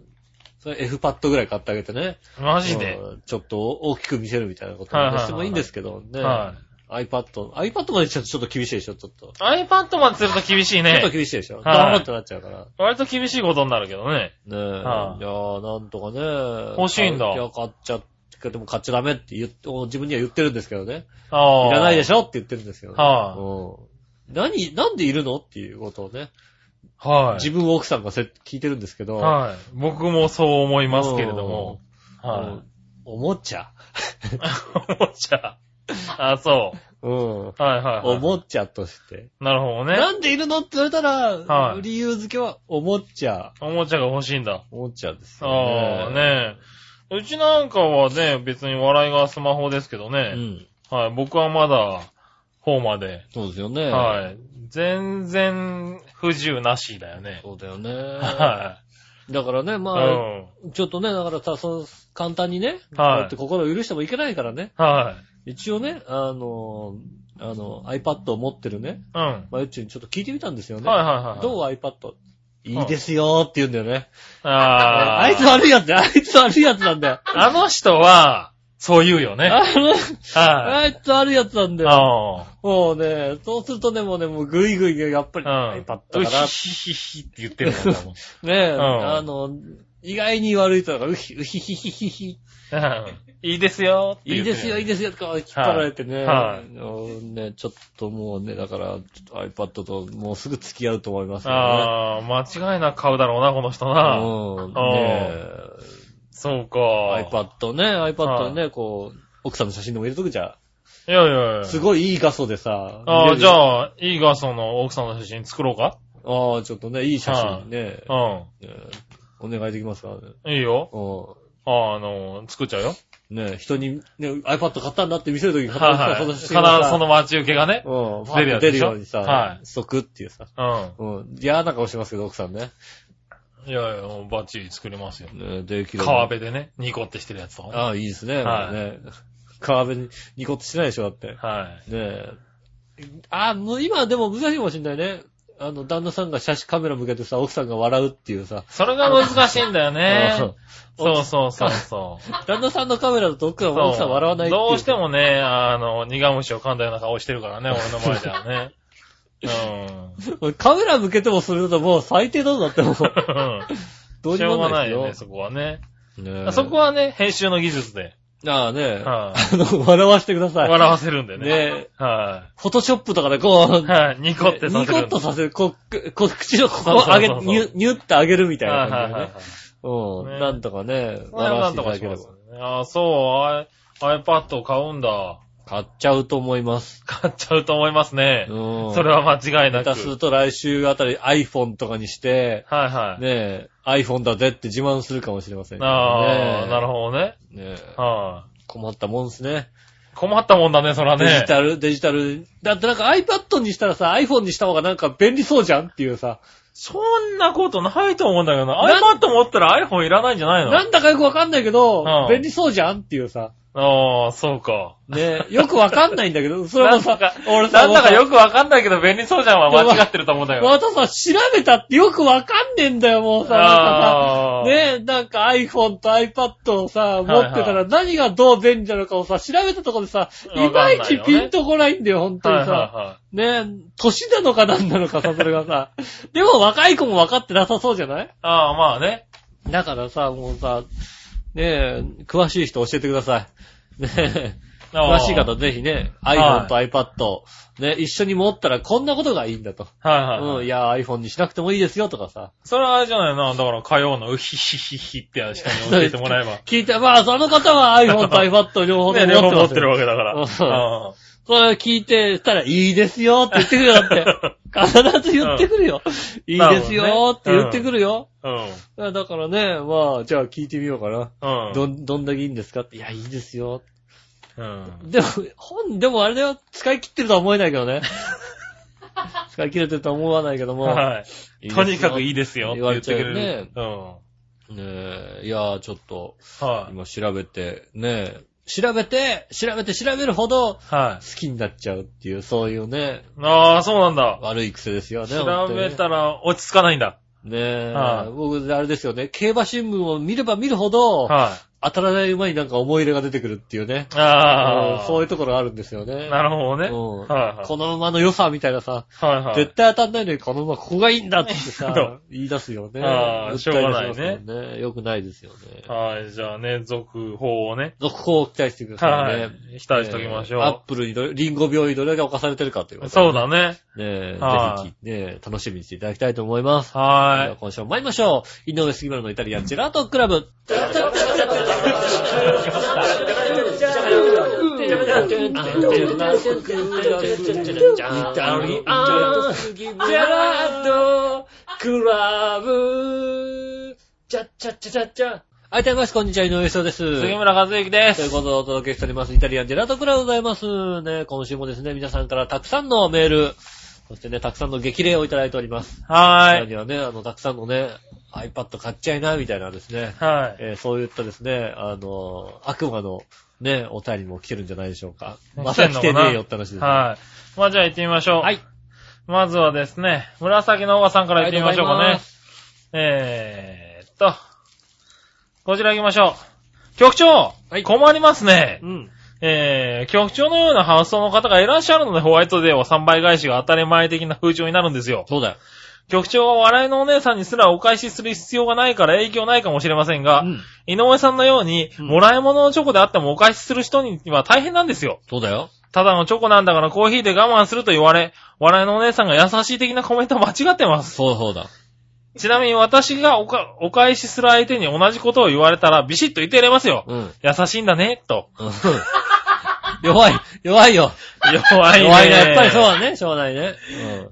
Speaker 2: それ F パッドぐらい買ってあげてね。
Speaker 3: マジで。
Speaker 2: うんちょっと大きく見せるみたいなことをしてもいいんですけどね。
Speaker 3: は
Speaker 2: iPad、iPad までちょっとちょっと厳しいでしょ、ちょっと。
Speaker 3: iPad まですると厳しい
Speaker 2: ちょっと
Speaker 3: ね。
Speaker 2: 厳しいでしょ。
Speaker 3: はい
Speaker 2: ダーンってなっちゃうから。
Speaker 3: 割と厳しいことになるけどね。
Speaker 2: ねえ。
Speaker 3: は
Speaker 2: い
Speaker 3: い
Speaker 2: やー、なんとかね。
Speaker 3: 欲しいんだ
Speaker 2: 買ういや、買っちゃって、でも買っちゃダメって言って、自分には言ってるんですけどね。
Speaker 3: ああ。
Speaker 2: いらないで
Speaker 3: し
Speaker 2: しょって言ってるんですけどね。
Speaker 3: は
Speaker 2: うん何、なんでいるのっていうことをね。
Speaker 3: ょ。はい。
Speaker 2: 自分奥さんがせ聞いてるんですけど。
Speaker 3: はい。僕もそう思いますけれども。
Speaker 2: うん。
Speaker 3: は
Speaker 2: おもちゃ。
Speaker 3: い。 おもちゃ。あ、そ
Speaker 2: うん。
Speaker 3: う。はいはい、
Speaker 2: お
Speaker 3: は
Speaker 2: もちゃとして。
Speaker 3: い。なるほどね。
Speaker 2: なんでいるのって言われたら、
Speaker 3: はい
Speaker 2: 理由付けは、おもちゃ。
Speaker 3: おもちゃが欲しいんだ。
Speaker 2: おもちゃですよ
Speaker 3: ああ、ねえ。うちなんかはね、別に笑いがスマホですけど
Speaker 2: う
Speaker 3: ね。
Speaker 2: ん。
Speaker 3: はい。僕はまだ、方まで。
Speaker 2: そうですよね。
Speaker 3: はい。全然不自由なしだよね。
Speaker 2: そうだよね。
Speaker 3: は
Speaker 2: だからね、ま
Speaker 3: い。う
Speaker 2: あ、
Speaker 3: ん。
Speaker 2: ちょっとね、だからさ、その、簡単にね、
Speaker 3: はい
Speaker 2: こうやって心を許してもいけないからね。
Speaker 3: はい。
Speaker 2: 一応ね、あの、あの、iPad を持ってるね、
Speaker 3: うん。はい
Speaker 2: まゆっちにちょっと聞いてみたんですよね。
Speaker 3: はいはい。
Speaker 2: どう
Speaker 3: う
Speaker 2: iPad? いいですよーって言うんだよね。
Speaker 3: あ
Speaker 2: あいつ
Speaker 3: あ。
Speaker 2: 悪いやつだよあいつ悪いやつなんだよ。
Speaker 3: あの人は、そう言うよね。
Speaker 2: あの
Speaker 3: はい。
Speaker 2: あいつ悪いやつなんだよ。
Speaker 3: ああ。
Speaker 2: もうね、そうするとね、もうね、もうぐいぐい、やっぱり、
Speaker 3: うん。
Speaker 2: iPad だから
Speaker 3: う、ひひひひって言ってるもんだもん。
Speaker 2: ね、
Speaker 3: ん
Speaker 2: あの、意外に悪い人だから、うひ、うひひひひひ、
Speaker 3: うんいいですよ。
Speaker 2: いいですよ、いい
Speaker 3: い
Speaker 2: ですよ、とか引っ張られてね。
Speaker 3: はいはい
Speaker 2: あのね、ちょっともうね、だから、ちょっと iPad ともうすぐ付き合うと思いますよね。
Speaker 3: ああ、間違いなく買うだろうな、この人な。
Speaker 2: うん。
Speaker 3: あ
Speaker 2: ね
Speaker 3: そうか。
Speaker 2: iPad ね、iPad ね、こう、奥さんの写真でも入れとくじゃ
Speaker 3: いやいやいや。
Speaker 2: ん。すごいいい画素でさ。
Speaker 3: ああ、じ
Speaker 2: あ。
Speaker 3: ゃあ、いいが、その、奥さんの写真作ろうか
Speaker 2: ああ、ちょっとね、いい写真ね、
Speaker 3: う
Speaker 2: ねお願いできますからね。
Speaker 3: ん。いいよ。
Speaker 2: う
Speaker 3: あの、作っちゃうよ。
Speaker 2: ん。ね人に、ね、iPad 買ったんだって見せるとき買った
Speaker 3: はい
Speaker 2: んだ
Speaker 3: は
Speaker 2: っ
Speaker 3: い。
Speaker 2: たら、
Speaker 3: 必ずその待ち受けがね。
Speaker 2: の写真がさ、うん、
Speaker 3: 出るやつで
Speaker 2: 出
Speaker 3: し
Speaker 2: る
Speaker 3: ょ
Speaker 2: ようにさ、
Speaker 3: はい
Speaker 2: しとくっていうさ。
Speaker 3: うん。
Speaker 2: うん。嫌な顔してますけど、奥さんね。
Speaker 3: いやいや、もうバッチリ作れますよ。
Speaker 2: ねできる。
Speaker 3: 川辺でね、ニコってしてるやつとかね。
Speaker 2: ああ、いいですね。
Speaker 3: はい
Speaker 2: ね川辺にニコッとしてないでしょ、だって。ね
Speaker 3: はい。
Speaker 2: え。ああ、もう今でも難しいかもしんないね。あの、旦那さんが写真カメラ向けてさ、奥さんが笑うっていうさ。。
Speaker 3: それが難しいんだよね
Speaker 2: うん
Speaker 3: そうそうそうそう。
Speaker 2: 旦那さんのカメラだと奥さんは奥さん笑わないっていう。
Speaker 3: どうしてもね、あの、苦虫を噛んだような顔してるからね、俺の前ではね。
Speaker 2: も。カメラ向けてもするともう最低なんだっても う。ど
Speaker 3: う。
Speaker 2: うんに
Speaker 3: しょう
Speaker 2: も
Speaker 3: が
Speaker 2: な
Speaker 3: ない
Speaker 2: です
Speaker 3: い
Speaker 2: よ
Speaker 3: よね、そこはね。
Speaker 2: ねえ
Speaker 3: そこはね、編集の技術で、
Speaker 2: ああね、
Speaker 3: は
Speaker 2: あ
Speaker 3: い、
Speaker 2: の、 笑わせてくだ さい。
Speaker 3: 笑わせるんで
Speaker 2: ね
Speaker 3: ね。
Speaker 2: え
Speaker 3: は
Speaker 2: フォトショップとかでこう
Speaker 3: い。、はい。ニコってさせるん
Speaker 2: ニ
Speaker 3: だ。
Speaker 2: コッとさせる。こう、くこう口のここ
Speaker 3: そうそうそう
Speaker 2: 上げ、ニュニュって上げるみたい
Speaker 3: は
Speaker 2: ない感
Speaker 3: はい
Speaker 2: じで
Speaker 3: はい
Speaker 2: ね
Speaker 3: はい。。
Speaker 2: うん。
Speaker 3: ね
Speaker 2: なんとかね、笑
Speaker 3: な
Speaker 2: わ
Speaker 3: ん
Speaker 2: せ
Speaker 3: と
Speaker 2: ていた
Speaker 3: か
Speaker 2: だ
Speaker 3: し
Speaker 2: ければ
Speaker 3: ます。ね。ああ、そう、I- iPad を買うんだ。
Speaker 2: 買っちゃうと思います。
Speaker 3: 買っちゃうと思いますね。
Speaker 2: うん。
Speaker 3: それは間違いなく。
Speaker 2: 下手すると来週あたり iPhone とかにして、
Speaker 3: はいはい。
Speaker 2: ねえ、iPhone だぜって自慢するかもしれませんけどね。
Speaker 3: ああ、なるほどね。
Speaker 2: ど。ねえ
Speaker 3: は
Speaker 2: 困ったもんですね。
Speaker 3: い。困ったもんだね、そら
Speaker 2: デジ
Speaker 3: ね。
Speaker 2: タル、デジタル。だってなんか iPad にしたらさ、iPhone にした方がなんか便利そうじゃんっていうさ、
Speaker 3: そんなことないと思うんだけどな。
Speaker 2: なん
Speaker 3: iPad 持ったら iPhone いらないんじゃないの
Speaker 2: なんだかよくわかんないけど
Speaker 3: うん、
Speaker 2: 便利そうじゃんっていうさ、
Speaker 3: ああ、そうか。
Speaker 2: ねえ、よくわかんないんだけ ど、それもさ
Speaker 3: なんだか、
Speaker 2: 俺さ、
Speaker 3: なんだかよくわかんないけど便利そうじゃんは間違ってると思うんだよ。
Speaker 2: またさ、調べたってよくわかんねえんだよ、もうさ。
Speaker 3: あー
Speaker 2: なんかさねえ、なんか iPhone と iPad をさ、持ってた
Speaker 3: はいは
Speaker 2: ら何がどう便利なのかをさ、調べたところでさ、い
Speaker 3: わかんな
Speaker 2: ま
Speaker 3: い
Speaker 2: い
Speaker 3: よね
Speaker 2: ちピンとこないんだよ、本当
Speaker 3: はいは
Speaker 2: に
Speaker 3: い
Speaker 2: さ。
Speaker 3: は
Speaker 2: ねえ、年なのか何なのかさ、それがさ。 でも若い子もわかってなさそうじゃない
Speaker 3: い。ああ、まあね。
Speaker 2: だからさ、もうさ、ねえ、詳しい人教えてください。ねえ。
Speaker 3: あ
Speaker 2: 詳
Speaker 3: あ
Speaker 2: しい方ぜひね、iPhone と iPad、ね、一緒に持ったらこんなことがいいんだと。
Speaker 3: はいは
Speaker 2: う
Speaker 3: い。
Speaker 2: ん、いや、iPhone にしなくてもいいですよとかさ。
Speaker 3: それはあれじゃないのだから、火曜のうひひひひって人に教えてもらえば。
Speaker 2: 聞いて、まあ、その方は iPhone と iPad 両方とも持
Speaker 3: ね、
Speaker 2: って
Speaker 3: 両
Speaker 2: ます
Speaker 3: 方
Speaker 2: よ
Speaker 3: 持ってるわけだから。
Speaker 2: うん
Speaker 3: うん
Speaker 2: それ聞いてたら、いいですよって言ってくるよって。必ず言ってくるよ。いいですよって言ってくるよ。
Speaker 3: うん。
Speaker 2: だからね、まあ、じゃあ聞いてみようかな。
Speaker 3: うん。
Speaker 2: どん、どんだけいいんですかって。いや、いいですよ。
Speaker 3: うん。
Speaker 2: でも、本、でもあれだよ、使い切ってるとは思えないけど ね。使い切れてるとは思わないけども。
Speaker 3: はい。とにかくいい
Speaker 2: い
Speaker 3: ですよって言ってくれ
Speaker 2: 言われ
Speaker 3: る。う
Speaker 2: で
Speaker 3: ん。
Speaker 2: すよ。ねえ、いやー、ちょっと、
Speaker 3: はい。
Speaker 2: 今調べて、ねえ、調べて、調べて調べるほど、
Speaker 3: は
Speaker 2: 好きになっちゃうっていう、そういうね、
Speaker 3: い。ああ、そうなんだ。
Speaker 2: 悪い癖ですよね。
Speaker 3: 調べ
Speaker 2: ら。
Speaker 3: たら落ち着かないんだ。
Speaker 2: ねえ、
Speaker 3: はい
Speaker 2: 僕、あれですよね、競馬新聞を見れば見るほど、
Speaker 3: は
Speaker 2: 当たらない馬になんか思い入れが出てくるっていうね。
Speaker 3: い。あ
Speaker 2: う
Speaker 3: あ。
Speaker 2: んそういう
Speaker 3: う。
Speaker 2: ところあるんですよね。
Speaker 3: なるほどね。
Speaker 2: うん
Speaker 3: はいはい。
Speaker 2: この馬の良さみたいなさ、
Speaker 3: はいはい。
Speaker 2: 絶対当たんないのにこの馬ここがいいんだってさ
Speaker 3: そ、
Speaker 2: 言い出すよね。
Speaker 3: ああ
Speaker 2: ぶったり出します
Speaker 3: しょう
Speaker 2: もんね。良くないですよね。
Speaker 3: はい、じゃあね、続報をね。
Speaker 2: 続報を期待してくださ
Speaker 3: はい
Speaker 2: ね。
Speaker 3: い。期待しておきましょう。
Speaker 2: えーアップルにどれ、リンゴ病にどれだけ侵されてるかということ
Speaker 3: そ
Speaker 2: ね。
Speaker 3: うだね。
Speaker 2: ねえ、
Speaker 3: はい
Speaker 2: ぜひ、ねえ、楽しみにしていただきたいと思います。では
Speaker 3: は
Speaker 2: 今週も参りましょう。井上杉村のイタリアンジェラートクラブ。はい、どうもみなさんこんにちは、井上杉です。
Speaker 3: い。杉村和之で
Speaker 2: という
Speaker 3: す。
Speaker 2: ことでお届けしております、イタリアンジェラートクラブでございます。ね、今週もですね、皆さんからたくさんのメール、そしてね、たくさんの激励をいただいております。
Speaker 3: は
Speaker 2: さら
Speaker 3: い。
Speaker 2: にはね、あの、たくさんのね、iPad 買っちゃいな、みたいなですね、
Speaker 3: はい。
Speaker 2: えーそういったですね、あの、悪魔のね、お便りも来てるんじゃないでしょうか。ま
Speaker 3: 来て
Speaker 2: た
Speaker 3: ん
Speaker 2: 来
Speaker 3: の
Speaker 2: て
Speaker 3: かな
Speaker 2: ねえよって話ですね。
Speaker 3: はい。まあじゃあ行ってみましょう。
Speaker 2: はい。
Speaker 3: まずはですね、紫のおばさんから行ってみましょうか
Speaker 2: ありが
Speaker 3: ね
Speaker 2: と。
Speaker 3: えーっと、こちら行きましょう。局長、
Speaker 2: はい
Speaker 3: 困りますね。
Speaker 2: うん。
Speaker 3: えー、局長のような発想の方がいらっしゃるので、ホワイトデーは3倍返しが当たり前的な風潮になるんですよ。
Speaker 2: そうだよ。
Speaker 3: 局長は笑いのお姉さんにすらお返しする必要がないから影響ないかもしれませんが、
Speaker 2: うん。
Speaker 3: 井上さんのように、
Speaker 2: うん
Speaker 3: もらい物のチョコであってもお返しする人には大変なんですよ。
Speaker 2: そうだよ。
Speaker 3: ただのチョコなんだからコーヒーで我慢すると言われ、笑いのお姉さんが優しい的なコメント間違ってます。
Speaker 2: そうだそうだ。
Speaker 3: ちなみに私がおかお返しする相手に同じことを言われたらビシッと言ってやれますよ。
Speaker 2: うん。 うん。
Speaker 3: 優しいんだね、と。
Speaker 2: 弱い、弱いよ。
Speaker 3: 弱いね。
Speaker 2: 弱いね。やっぱりそうだね、しょうがないね。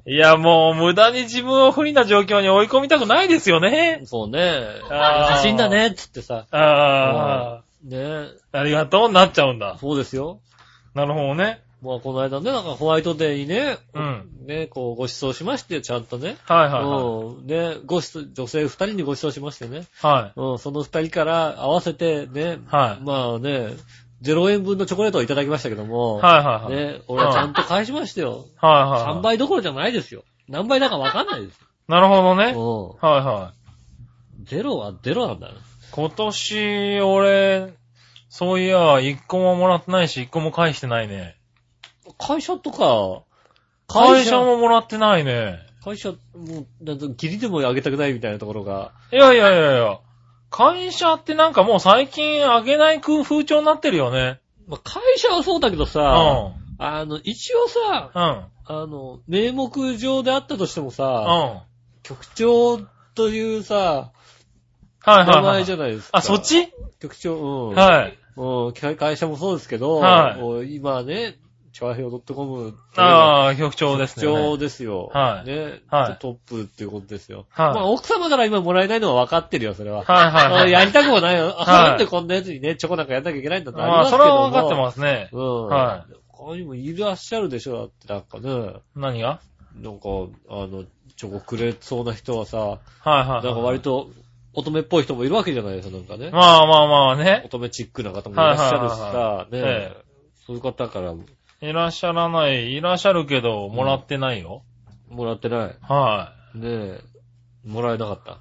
Speaker 3: いや、もう無駄に自分を不利な状況に追い込みたくないですよ
Speaker 2: う
Speaker 3: ね
Speaker 2: ん。。そうね。
Speaker 3: あー
Speaker 2: 写真だね、つってさ。
Speaker 3: あ
Speaker 2: ねえ。
Speaker 3: あ、ありがとうになっちゃうんだ。
Speaker 2: そうですよ。
Speaker 3: なるほどね。
Speaker 2: まあ、この間ね、なんかホワイトデーにね、
Speaker 3: うん
Speaker 2: ね、こう、ご馳走しまして、ちゃんとね。
Speaker 3: はいはいは
Speaker 2: うん。ね、ごしつ、女性二人にご馳走しましてね。
Speaker 3: い。はい。
Speaker 2: うん、その二人から合わせてね、
Speaker 3: はい
Speaker 2: まあね、0円分のチョコレートをいただきましたけども、
Speaker 3: はいはいはい。
Speaker 2: ね、俺はちゃんと返しましたよ。
Speaker 3: はいはいは
Speaker 2: 3
Speaker 3: い。
Speaker 2: 倍どころじゃないですよ。何倍だかわかんないです
Speaker 3: なるほどね。
Speaker 2: よ。
Speaker 3: はいはい。
Speaker 2: うん。ゼロはゼロなんだな。
Speaker 3: 今年、俺、そういや、一個ももらってないし、一個も返してないね。
Speaker 2: 会社とか、
Speaker 3: 会社ももらってないね。
Speaker 2: 会社、もう、なんか、ギリでもあげたくないみたいなところが、
Speaker 3: いやいやいやいや。会社ってなんかもう最近あげない風潮になってるよね。
Speaker 2: まあ、会社はそうだけど
Speaker 3: う
Speaker 2: さ、
Speaker 3: ん。
Speaker 2: あの、一応さ、
Speaker 3: うん。
Speaker 2: あの、名目上であったとしても
Speaker 3: うん。
Speaker 2: さ、
Speaker 3: は
Speaker 2: 局長というさ、
Speaker 3: いはい
Speaker 2: 名
Speaker 3: は
Speaker 2: 前じ
Speaker 3: い。
Speaker 2: ゃないですか。
Speaker 3: あ、そっち
Speaker 2: 局長、うん。
Speaker 3: はい。
Speaker 2: うん、会会社もそうですけど、
Speaker 3: はい
Speaker 2: もう今ね、調和表 .com、
Speaker 3: ああ、局長です
Speaker 2: 局
Speaker 3: ね。
Speaker 2: 長ですよ。
Speaker 3: はい
Speaker 2: ね、
Speaker 3: はい
Speaker 2: トップっていうことですよ。
Speaker 3: はい
Speaker 2: まあ、奥様から今もらえないのは分かってるよ、それは。
Speaker 3: はいはいはい。
Speaker 2: やりたくもないよ。あ
Speaker 3: はい
Speaker 2: なんでこんなやつにね、チョコなんかやんなきゃいけないんだってあり
Speaker 3: ま
Speaker 2: ま
Speaker 3: あ、
Speaker 2: すけ
Speaker 3: そ
Speaker 2: ど
Speaker 3: れ
Speaker 2: も。
Speaker 3: は分かってますね。
Speaker 2: うん。
Speaker 3: は
Speaker 2: 他にもいらっしゃるでしょ、だってなんかね。
Speaker 3: 何が
Speaker 2: なんか、あの、チョコくれそうな人はさ、
Speaker 3: はいは。
Speaker 2: ないんか割と乙女っぽい人もいるわけじゃないですか、なんかね。
Speaker 3: まあまあまあね。
Speaker 2: 乙女チックな方もいらっしゃるしさ、
Speaker 3: い
Speaker 2: ね
Speaker 3: はいはいはい
Speaker 2: えそういう方から
Speaker 3: いらっしゃらない、いらっしゃるけど、もらってないよ。
Speaker 2: もらってない。
Speaker 3: は
Speaker 2: ねえ、もらえなかった。
Speaker 3: い。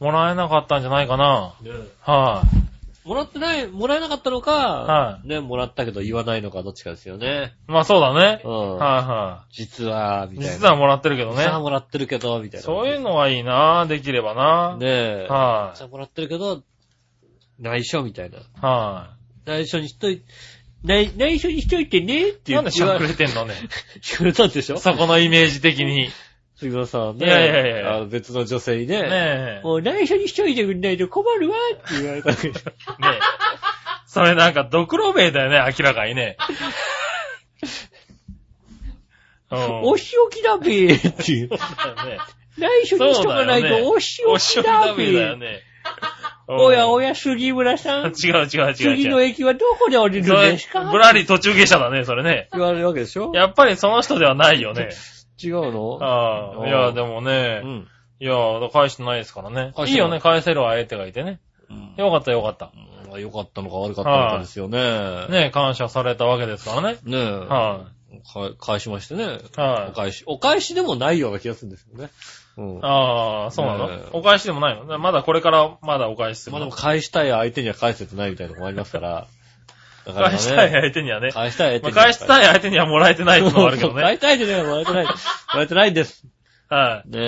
Speaker 3: もらえなかったんじゃないかな。は
Speaker 2: もらってない、もらえなかったのか、
Speaker 3: は
Speaker 2: ね、もらったけど言わないのかどっちかですよね。
Speaker 3: い。まあそうだね
Speaker 2: う。ん。
Speaker 3: はいは
Speaker 2: 実は、み
Speaker 3: い。
Speaker 2: たいな。
Speaker 3: 実はもらってるけど
Speaker 2: 実
Speaker 3: ね。
Speaker 2: はもらってるけど、みたいな。
Speaker 3: そういうのはいいな、できればな。
Speaker 2: ねえ。
Speaker 3: は
Speaker 2: 実はもらってるけど、内緒みたいな。
Speaker 3: い。は
Speaker 2: 内緒にしとい、内、内緒にしといてねって
Speaker 3: い。
Speaker 2: 言
Speaker 3: なん
Speaker 2: わ
Speaker 3: でしゃく
Speaker 2: れ
Speaker 3: れてんのね。
Speaker 2: 言われたんでしょ
Speaker 3: そこのイメージ的に。
Speaker 2: 杉村さんはね。
Speaker 3: いやいやいやいや
Speaker 2: あの別の女性にね。
Speaker 3: ねえ。
Speaker 2: もう内緒にしといてくんないと困るわって言われたけど。
Speaker 3: ねえ。それなんか、ドクロ名だよね、明らかにね。うん
Speaker 2: お仕置きだべーっていう。
Speaker 3: そうだよね
Speaker 2: 内緒にしとかないとお仕置きだべ
Speaker 3: お仕置きだよ
Speaker 2: ー。
Speaker 3: ね。
Speaker 2: おやお
Speaker 3: や。
Speaker 2: や、杉村さ
Speaker 3: 違
Speaker 2: ん。
Speaker 3: う違う違う違う。
Speaker 2: 次の駅はどこで降 りるん
Speaker 3: それ
Speaker 2: ですか
Speaker 3: ぶらり途中下車だね、それね。
Speaker 2: 言われるわけでしょ
Speaker 3: やっぱりその人ではないよね。
Speaker 2: 違うの
Speaker 3: ああ、いや、でも
Speaker 2: う
Speaker 3: ね、
Speaker 2: ん。
Speaker 3: いや、返してないですからね。
Speaker 2: 返してない
Speaker 3: いいよね、返せる相手がいてね。
Speaker 2: うん
Speaker 3: よかったよかった。
Speaker 2: まあ良かったのか悪かったのかですよね。
Speaker 3: ね、感謝されたわけですからね。
Speaker 2: ねえ。
Speaker 3: は
Speaker 2: か返しましてね。お
Speaker 3: はい。
Speaker 2: 返し、お返しでもないような気がするんですよね。うん。ま
Speaker 3: ああ、そうな
Speaker 2: ねえ
Speaker 3: のお返しでもないのまだこれからまだお返しする
Speaker 2: あで
Speaker 3: の。
Speaker 2: も返したい相手には返せてないみたいなとこもありますから。だからね
Speaker 3: 返したい相手にはね。
Speaker 2: 返したい
Speaker 3: ま
Speaker 2: 相手
Speaker 3: あ返した
Speaker 2: い
Speaker 3: い相手にはもらえてないのもあるけどね。
Speaker 2: 返したい相手にはもらえてない。もらえてないんです。
Speaker 3: は
Speaker 2: ね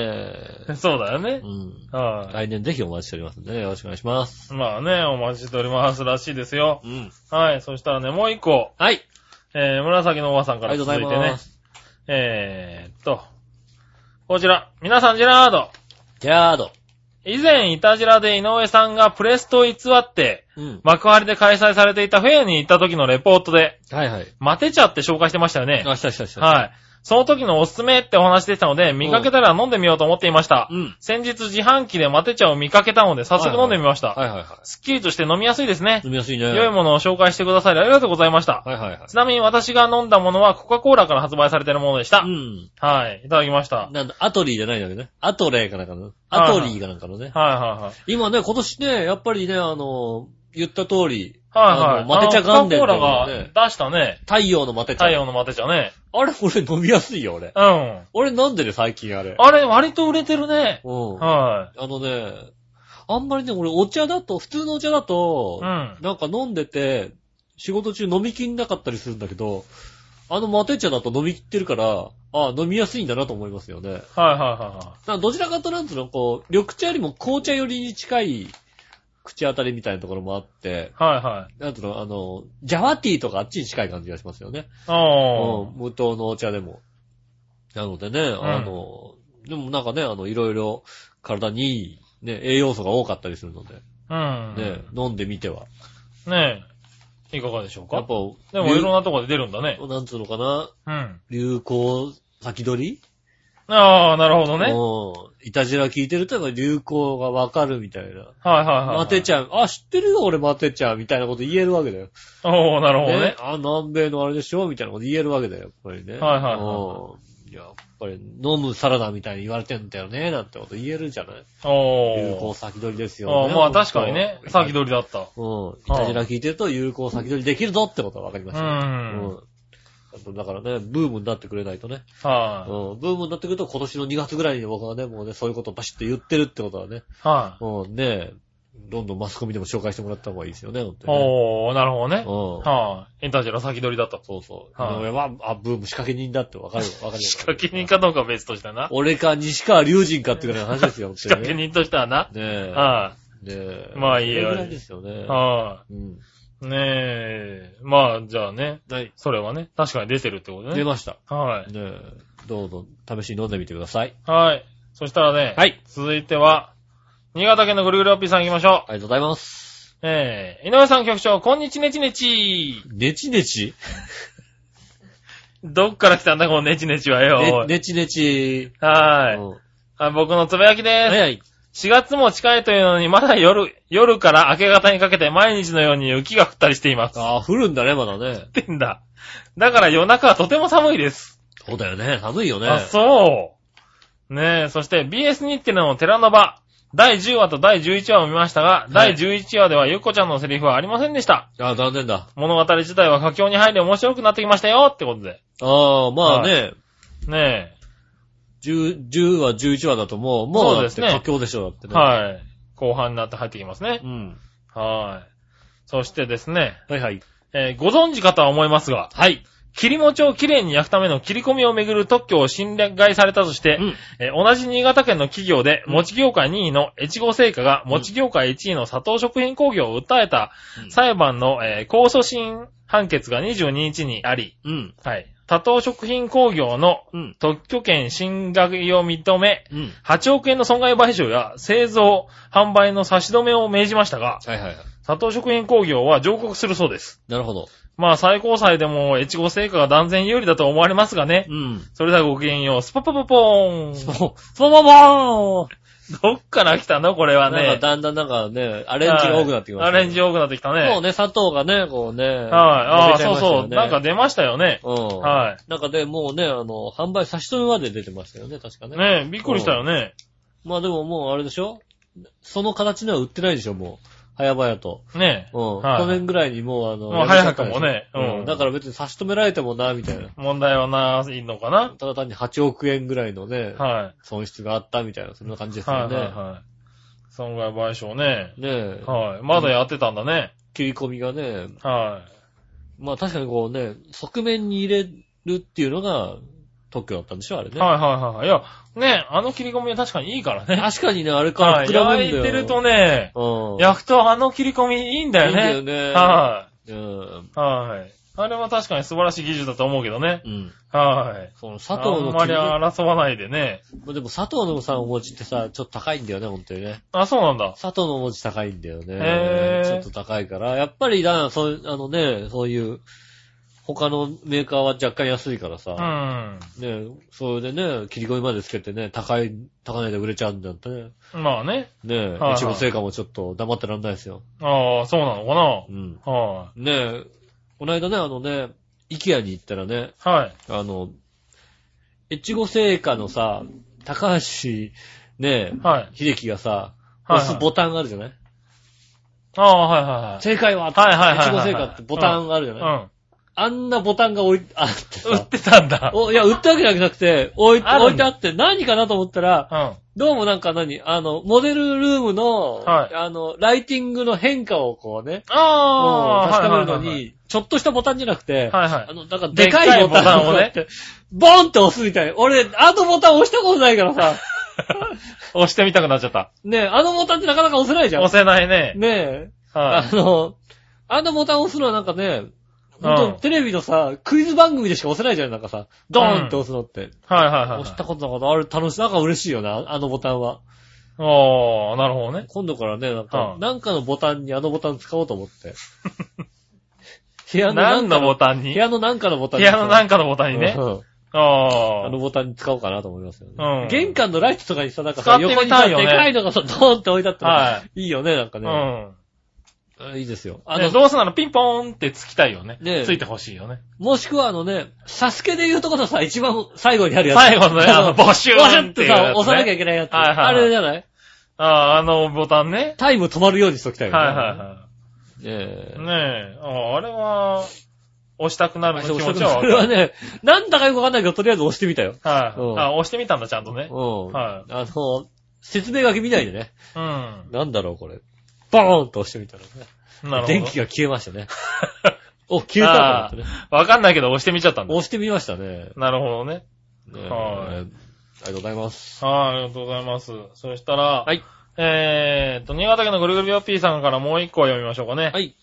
Speaker 2: え。
Speaker 3: い。 そうだよね
Speaker 2: う。ん。
Speaker 3: は
Speaker 2: 来年ぜひお待ちしておりますんでね、よろしくお願いします。
Speaker 3: い。まあね、お待ちしておりますらしいですよ。
Speaker 2: うん。
Speaker 3: はい。そしたらね、もう一個、
Speaker 2: はい。
Speaker 3: えー、紫のおばさんか
Speaker 2: あ
Speaker 3: ら
Speaker 2: りが
Speaker 3: 続
Speaker 2: と
Speaker 3: いうて
Speaker 2: ござい
Speaker 3: ね
Speaker 2: ま。す。
Speaker 3: えーっと、こちら。皆さん、ジェラード。
Speaker 2: ギャード。
Speaker 3: 以前、イタジラで井上さんがプレストを偽って、
Speaker 2: うん。
Speaker 3: 幕張で開催されていたフェアに行った時のレポートで、
Speaker 2: はいはい。
Speaker 3: マテ茶って紹介してましたよね。
Speaker 2: あ、したしたした。
Speaker 3: はい。その時のおすすめってお話でしたので、見かけたら飲んでみようと思っていました。
Speaker 2: うん。
Speaker 3: 先日自販機でマテ茶を見かけたので、早速飲んでみました。
Speaker 2: はいはいは
Speaker 3: すっきりとして飲みやすいですね
Speaker 2: い。。飲みやすいね。
Speaker 3: 良いものを紹介してくださりありがとうございました。
Speaker 2: はいはいはい。
Speaker 3: ちなみに私が飲んだものはコカ・コーラから発売されているものでした。
Speaker 2: うん。
Speaker 3: はい。いただきました。はい
Speaker 2: なんだ、アトリーじゃないんだけどね。アトレーかなんかの。アトリーかなんかのね。
Speaker 3: はいはい。
Speaker 2: 今ね、今年ね、やっぱりね、あの、言った通り、
Speaker 3: はいは
Speaker 2: あ
Speaker 3: い。
Speaker 2: のマテ茶
Speaker 3: あの
Speaker 2: 元年と
Speaker 3: コカ・コーラ
Speaker 2: か
Speaker 3: が
Speaker 2: ね、
Speaker 3: 出したね。
Speaker 2: 太陽のマテ茶。
Speaker 3: 太陽のマテ茶ね。
Speaker 2: あれ、俺飲みやすいよ、俺。
Speaker 3: うん。
Speaker 2: 俺飲んでる、最近あれ。
Speaker 3: あれ、割と売れてるね。
Speaker 2: うん。あ
Speaker 3: は
Speaker 2: のね、あんまりね、俺お茶だと、普通のお茶だと
Speaker 3: い。う、ん。
Speaker 2: なんか飲んでて、仕事中飲みきんなかったりするんだけど、あのマテ茶だと飲みきってるから、あ飲みやすいんだなと思いますよね。
Speaker 3: はいはいはいは
Speaker 2: だからどちらかとなんつうの、こう、緑茶よりも紅茶よりに近い口当たりみたいなところもあって、
Speaker 3: い。はいはい。
Speaker 2: なんつうの、あの、ジャワティーとかあっちに近い感じがしますよね。う
Speaker 3: おー。
Speaker 2: ん、無糖のお茶でも。なのでね、あの、でもなんかね、あの、いろいろ体にいい、ね、栄養素が多かったりするので、
Speaker 3: うん。
Speaker 2: ね、飲んでみては。
Speaker 3: ねえ。いかがでしょう
Speaker 2: や
Speaker 3: か
Speaker 2: っぱ、
Speaker 3: でもいろんなとこで出るんだね。
Speaker 2: 流なんつうのかな、
Speaker 3: うん。
Speaker 2: 流行先取り
Speaker 3: ああ、なるほどね。はい
Speaker 2: うん。いたじら聞いてるとやっぱ流行がわかるみたいな。
Speaker 3: はいはいはい。
Speaker 2: マテち
Speaker 3: ゃ
Speaker 2: ゃん、あ、知ってるよ、俺マテちゃん、みたいなこと言えるわけだよ。
Speaker 3: おー、なるほどね
Speaker 2: ね。あ、南米のあれでしょみたいなこと言えるわけだよ、やっぱりね。
Speaker 3: はいはいはい
Speaker 2: うんやっぱり、飲むサラダみたいに言われてんだよね、なんてこと言えるじゃない有
Speaker 3: お
Speaker 2: 効
Speaker 3: ー。
Speaker 2: 先取りですよ
Speaker 3: あ
Speaker 2: ね。
Speaker 3: ーまあ確かにね、先
Speaker 2: り。
Speaker 3: 取りだった。
Speaker 2: うん。いたじら聞いてると有効先取りできるぞってことが分かりま
Speaker 3: う
Speaker 2: したね。
Speaker 3: ん。
Speaker 2: うん。だからね、ブームになってくれないとね。う
Speaker 3: は
Speaker 2: ん。ブームになってくると今年の2月ぐらいに僕はね、もうね、そういうことをバシッと言ってるってことはね。
Speaker 3: い。は
Speaker 2: うん、ねどんどんマスコミでも紹介してもらった方がいいですよね、本
Speaker 3: い。
Speaker 2: 当にね。
Speaker 3: おー、なるほどね。
Speaker 2: うん。
Speaker 3: はい。エンタジェラ先取りだったと。
Speaker 2: そうそう。
Speaker 3: はい
Speaker 2: 井上は、あ、ブーム仕掛け人だってわか るわかる。
Speaker 3: 仕掛け人。かどうかは別としてはな。
Speaker 2: 俺か西川隆人かっていうぐらいの話ですよ、本
Speaker 3: 仕
Speaker 2: 当に
Speaker 3: 掛
Speaker 2: ね
Speaker 3: け人としてはな。
Speaker 2: ねえ。
Speaker 3: は
Speaker 2: ねえ。
Speaker 3: まあいいよ
Speaker 2: それぐらいですよね
Speaker 3: い。。は
Speaker 2: うん。
Speaker 3: い。ねえ。まあ、じゃあね。
Speaker 2: はい。
Speaker 3: それはね。確かに出てるってこと
Speaker 2: 出
Speaker 3: ね。
Speaker 2: ました。
Speaker 3: は
Speaker 2: ねえ。どうぞ、試しに飲んでみてください。
Speaker 3: い。はい。そしたらね。
Speaker 2: はい。
Speaker 3: 続いては、新潟県のぐるぐるおっぴーさん行きましょう。
Speaker 2: ありがとうございます。
Speaker 3: えー、井上さん局長、こんにちねちねち。
Speaker 2: ねちねち
Speaker 3: どっから来たんだ、このねちねちはよ。お
Speaker 2: ね
Speaker 3: い
Speaker 2: ねちねち。
Speaker 3: はーい
Speaker 2: うん
Speaker 3: あ。僕のつぶやきです。
Speaker 2: はいはい。
Speaker 3: 4月も近いというのに、まだ夜、夜から明け方にかけて毎日のように雪が降 ったりしています。降
Speaker 2: ああ、降るんだね、まだね
Speaker 3: っ。てんだ。だから夜中はとても寒いです。
Speaker 2: そうだよね。寒いよね。
Speaker 3: あ、そう。ねえ、そして BS 日テレの寺の場、第10話と第11話を見ましたが、
Speaker 2: い
Speaker 3: 第11話ではゆっこちゃんのセリフはありませんでした。
Speaker 2: ああ、残念だ。
Speaker 3: 物語自体は佳境に入り面白くなってきましたよってことで。
Speaker 2: ああ、まあね。
Speaker 3: ね
Speaker 2: 10、10話、11話だともう、もう
Speaker 3: そう
Speaker 2: だ
Speaker 3: で
Speaker 2: っ
Speaker 3: す
Speaker 2: て
Speaker 3: ね
Speaker 2: 佳境でしょ、だって
Speaker 3: え、
Speaker 2: ね。
Speaker 3: はい。後半になって入ってきますね
Speaker 2: う。ん。
Speaker 3: はい。そしてですね、
Speaker 2: はいはい。
Speaker 3: えーご存知かとは思いますが、
Speaker 2: はい。
Speaker 3: 切り餅をきれいに焼くための切り込みをめぐる特許を侵略買いされたとして、
Speaker 2: うん
Speaker 3: えー同じ新潟県の企業で、餅業界2位の越後製菓が、餅業界1位の佐藤食品工業を訴えた
Speaker 2: うん
Speaker 3: 裁判の、えー控訴審判決が22日にあり、
Speaker 2: うん。
Speaker 3: はい、佐藤食品工業の
Speaker 2: うん。
Speaker 3: 特許権侵略を認め、
Speaker 2: うん。
Speaker 3: 8億円の損害賠償や製造、販売の差し止めを命じました
Speaker 2: は
Speaker 3: が、
Speaker 2: いはいはい。
Speaker 3: 佐藤食品工業は上告するそうです。
Speaker 2: なるほど。
Speaker 3: まあ最高裁でも越後成果が断然有利だと思われますがね。
Speaker 2: うん。
Speaker 3: それではごきげんよう、スパパパポーン。
Speaker 2: そう、そのまま
Speaker 3: どっから来たのこれ
Speaker 2: な
Speaker 3: は
Speaker 2: んか
Speaker 3: ね。
Speaker 2: だんだんなんかね、アレンジが多くなってきました、
Speaker 3: はいアレンジ多くなってきたね。
Speaker 2: そうね、砂糖がね、こうね。はい。
Speaker 3: はい。ああ、そうそう。なんか
Speaker 2: ね、
Speaker 3: 出ましたよね。
Speaker 2: うん。
Speaker 3: は
Speaker 2: なんかで、もうね、あの、販売差し止めまで出てましたよね、確かね。
Speaker 3: ねえ、びっくりしたよね。
Speaker 2: まあでももうあれでしょその形には売ってないでしょ、も早々と。
Speaker 3: ねえ。
Speaker 2: うん。
Speaker 3: はい
Speaker 2: 去年ぐらいにもうあの、
Speaker 3: まあ
Speaker 2: やめちゃった
Speaker 3: 早くもね
Speaker 2: でしょ
Speaker 3: うん
Speaker 2: だから別に差し止められてもな、みたいな。
Speaker 3: 問題はな、いいのかな
Speaker 2: ただ単に8億円ぐらいのね、
Speaker 3: は
Speaker 2: 損失があったみたいな、そんな感じ
Speaker 3: い。
Speaker 2: です
Speaker 3: は
Speaker 2: よ
Speaker 3: い、
Speaker 2: ね。
Speaker 3: はい、はい。損害賠償ね。
Speaker 2: ねえ、
Speaker 3: はい。まだやってたんだね。
Speaker 2: 切り込みがね、
Speaker 3: は
Speaker 2: まあ確かにこうね、側面に入れるっていうのが特許だったんでしょ、あれ
Speaker 3: い。
Speaker 2: ね。
Speaker 3: はい、はい、はい。いや、ね、あの切り込みは確かにいいからね。
Speaker 2: 確かにね、あれから
Speaker 3: はい。
Speaker 2: 膨らむんだ
Speaker 3: 焼い
Speaker 2: よ。
Speaker 3: てるとね、
Speaker 2: うん。
Speaker 3: 焼くとあの切り込みいいんだ
Speaker 2: いいんだよ
Speaker 3: よね。
Speaker 2: ね。
Speaker 3: は
Speaker 2: うん。
Speaker 3: い。はい。あれは確かに素晴らしい技術だと思うけどね。
Speaker 2: うん。
Speaker 3: はい。
Speaker 2: その佐藤の
Speaker 3: あんま
Speaker 2: 切
Speaker 3: り
Speaker 2: り込
Speaker 3: 争わないでね。
Speaker 2: み、でも佐藤のさ、お餅ってさ、ちょっと高いんだよね、ほんとにね。
Speaker 3: あ、そうなんだ。
Speaker 2: 佐藤のお餅高いんだよね
Speaker 3: へ。ー
Speaker 2: ちょっと高いから。やっぱりな、そう、あのね、そういう、他のメーカーは若干安いから
Speaker 3: う
Speaker 2: さ、
Speaker 3: ん。
Speaker 2: ね、それでね、切り込みまでつけてね、高い、高値で売れちゃうんだってね。
Speaker 3: まあね。
Speaker 2: ね
Speaker 3: はい
Speaker 2: え、いちご製菓もちょっと黙ってらんないですよ。
Speaker 3: ああ、そうなのか
Speaker 2: うん。
Speaker 3: な。は
Speaker 2: ねえ、この間ね、あのね、イケアに行ったらね、
Speaker 3: い。はい。
Speaker 2: あの、越後製菓のさ、高橋、ねえ、
Speaker 3: はい。
Speaker 2: 秀樹がさ、
Speaker 3: はいはい
Speaker 2: 押すボタンがあるじゃない
Speaker 3: ああ、はいはいはい。
Speaker 2: 正解は
Speaker 3: はいはいはい
Speaker 2: 越後
Speaker 3: はい
Speaker 2: 製菓ってボタンがあるじゃない
Speaker 3: うん。
Speaker 2: あんなボタンが置い、あってさ
Speaker 3: 売っ。てたんだ。
Speaker 2: お、いや、売ったわけじゃなくて、置い、
Speaker 3: ある
Speaker 2: 置い
Speaker 3: んだ
Speaker 2: てあって、何かなと思ったら、
Speaker 3: うん。はい
Speaker 2: どうもなんか何あの、モデルルームの、
Speaker 3: はい
Speaker 2: あの、ライティングの変化をこうね、
Speaker 3: ああ、
Speaker 2: 確かめるの
Speaker 3: はい
Speaker 2: に、ちょっとしたボタンじゃなくて、
Speaker 3: はいはい
Speaker 2: あの、なんか
Speaker 3: で
Speaker 2: で
Speaker 3: っか
Speaker 2: か
Speaker 3: い
Speaker 2: いボタンを
Speaker 3: ボタンをね
Speaker 2: ね、ボンって押すみたい。俺、あのボタン押したことないからさ、
Speaker 3: 押してみたくなっちゃった。
Speaker 2: ねえあのボタンってなかなか 押せないじゃん。
Speaker 3: 押せないね。
Speaker 2: ねえ、
Speaker 3: は
Speaker 2: あ
Speaker 3: い。
Speaker 2: の、あのボタン押すのはなんかね、ほん
Speaker 3: うん
Speaker 2: とテレビのさ、クイズ番組でしか押せないじゃん、なんかさ、ドーンって押すのって。
Speaker 3: はいはいはい。
Speaker 2: 押したことなかった。あれ楽しい。なんか嬉しいよな、あのボタンは。
Speaker 3: ああ、なるほどね。
Speaker 2: 今度からね、なんか
Speaker 3: う、ん
Speaker 2: なんかのボタンにあのボタン使おうと思 って。部屋のなん
Speaker 3: 何
Speaker 2: か
Speaker 3: の
Speaker 2: の
Speaker 3: ボタン
Speaker 2: 部
Speaker 3: に
Speaker 2: 屋のなんかのボタン
Speaker 3: 部屋のなん
Speaker 2: か
Speaker 3: かのボタンにね
Speaker 2: う。ん
Speaker 3: あ
Speaker 2: あのボタン使おうかなと思いますよね。
Speaker 3: うん
Speaker 2: 玄関のライトとかにさ、なんか
Speaker 3: 使
Speaker 2: さ、
Speaker 3: ってみ
Speaker 2: 横に
Speaker 3: た
Speaker 2: さ、
Speaker 3: いよね
Speaker 2: でかいのがさ、ドーンって置いてあったら、、
Speaker 3: はい
Speaker 2: いよね、なんか
Speaker 3: あ。う
Speaker 2: ね。
Speaker 3: ん。
Speaker 2: あいいですよ。あ
Speaker 3: あ
Speaker 2: の、
Speaker 3: の、どうせならピンポーンってつきたいよね。
Speaker 2: ねえ
Speaker 3: ついてほしいよね。
Speaker 2: もしくはあのね、サスケで言うとこのさ、一番最後にあるやつ。
Speaker 3: 最後のね、あの、募集
Speaker 2: ボシュ
Speaker 3: っ
Speaker 2: って
Speaker 3: い
Speaker 2: て
Speaker 3: うや
Speaker 2: さ
Speaker 3: つ、ね
Speaker 2: 押さなきゃいけないやつ。
Speaker 3: はいはいはい
Speaker 2: あれじゃない
Speaker 3: ああ、あのボタンね。
Speaker 2: タイム止まるようにしときた
Speaker 3: はいい
Speaker 2: よね。
Speaker 3: は
Speaker 2: え
Speaker 3: いはい。ねえ、あああれは、押したくなる
Speaker 2: え。
Speaker 3: 気
Speaker 2: そ
Speaker 3: 持
Speaker 2: う
Speaker 3: ち
Speaker 2: そうそ
Speaker 3: はわか
Speaker 2: れは
Speaker 3: る。
Speaker 2: ね、なんだかよくわかんないけど、とりあえず押してみたよ。
Speaker 3: はい。
Speaker 2: うん
Speaker 3: あ、押してみたんだ、ちゃんとね。
Speaker 2: うん。
Speaker 3: はい
Speaker 2: あの、説明書き見ないでね。
Speaker 3: うん。
Speaker 2: なんだろう、これ。ボーンと押してみたらね。
Speaker 3: なるほど。
Speaker 2: 電気が消えましたね。 お、消えたと思ってね。
Speaker 3: わかんないけど押してみちゃったんだ。
Speaker 2: 押してみましたね。
Speaker 3: なるほどね。
Speaker 2: ねえ
Speaker 3: はい
Speaker 2: ありがとうございます。
Speaker 3: はい、ありがとうございます。そしたら、
Speaker 2: はい。
Speaker 3: えーっと、新潟県のぐるぐるよっぴーさんからもう一個読みましょうかね。
Speaker 2: はい。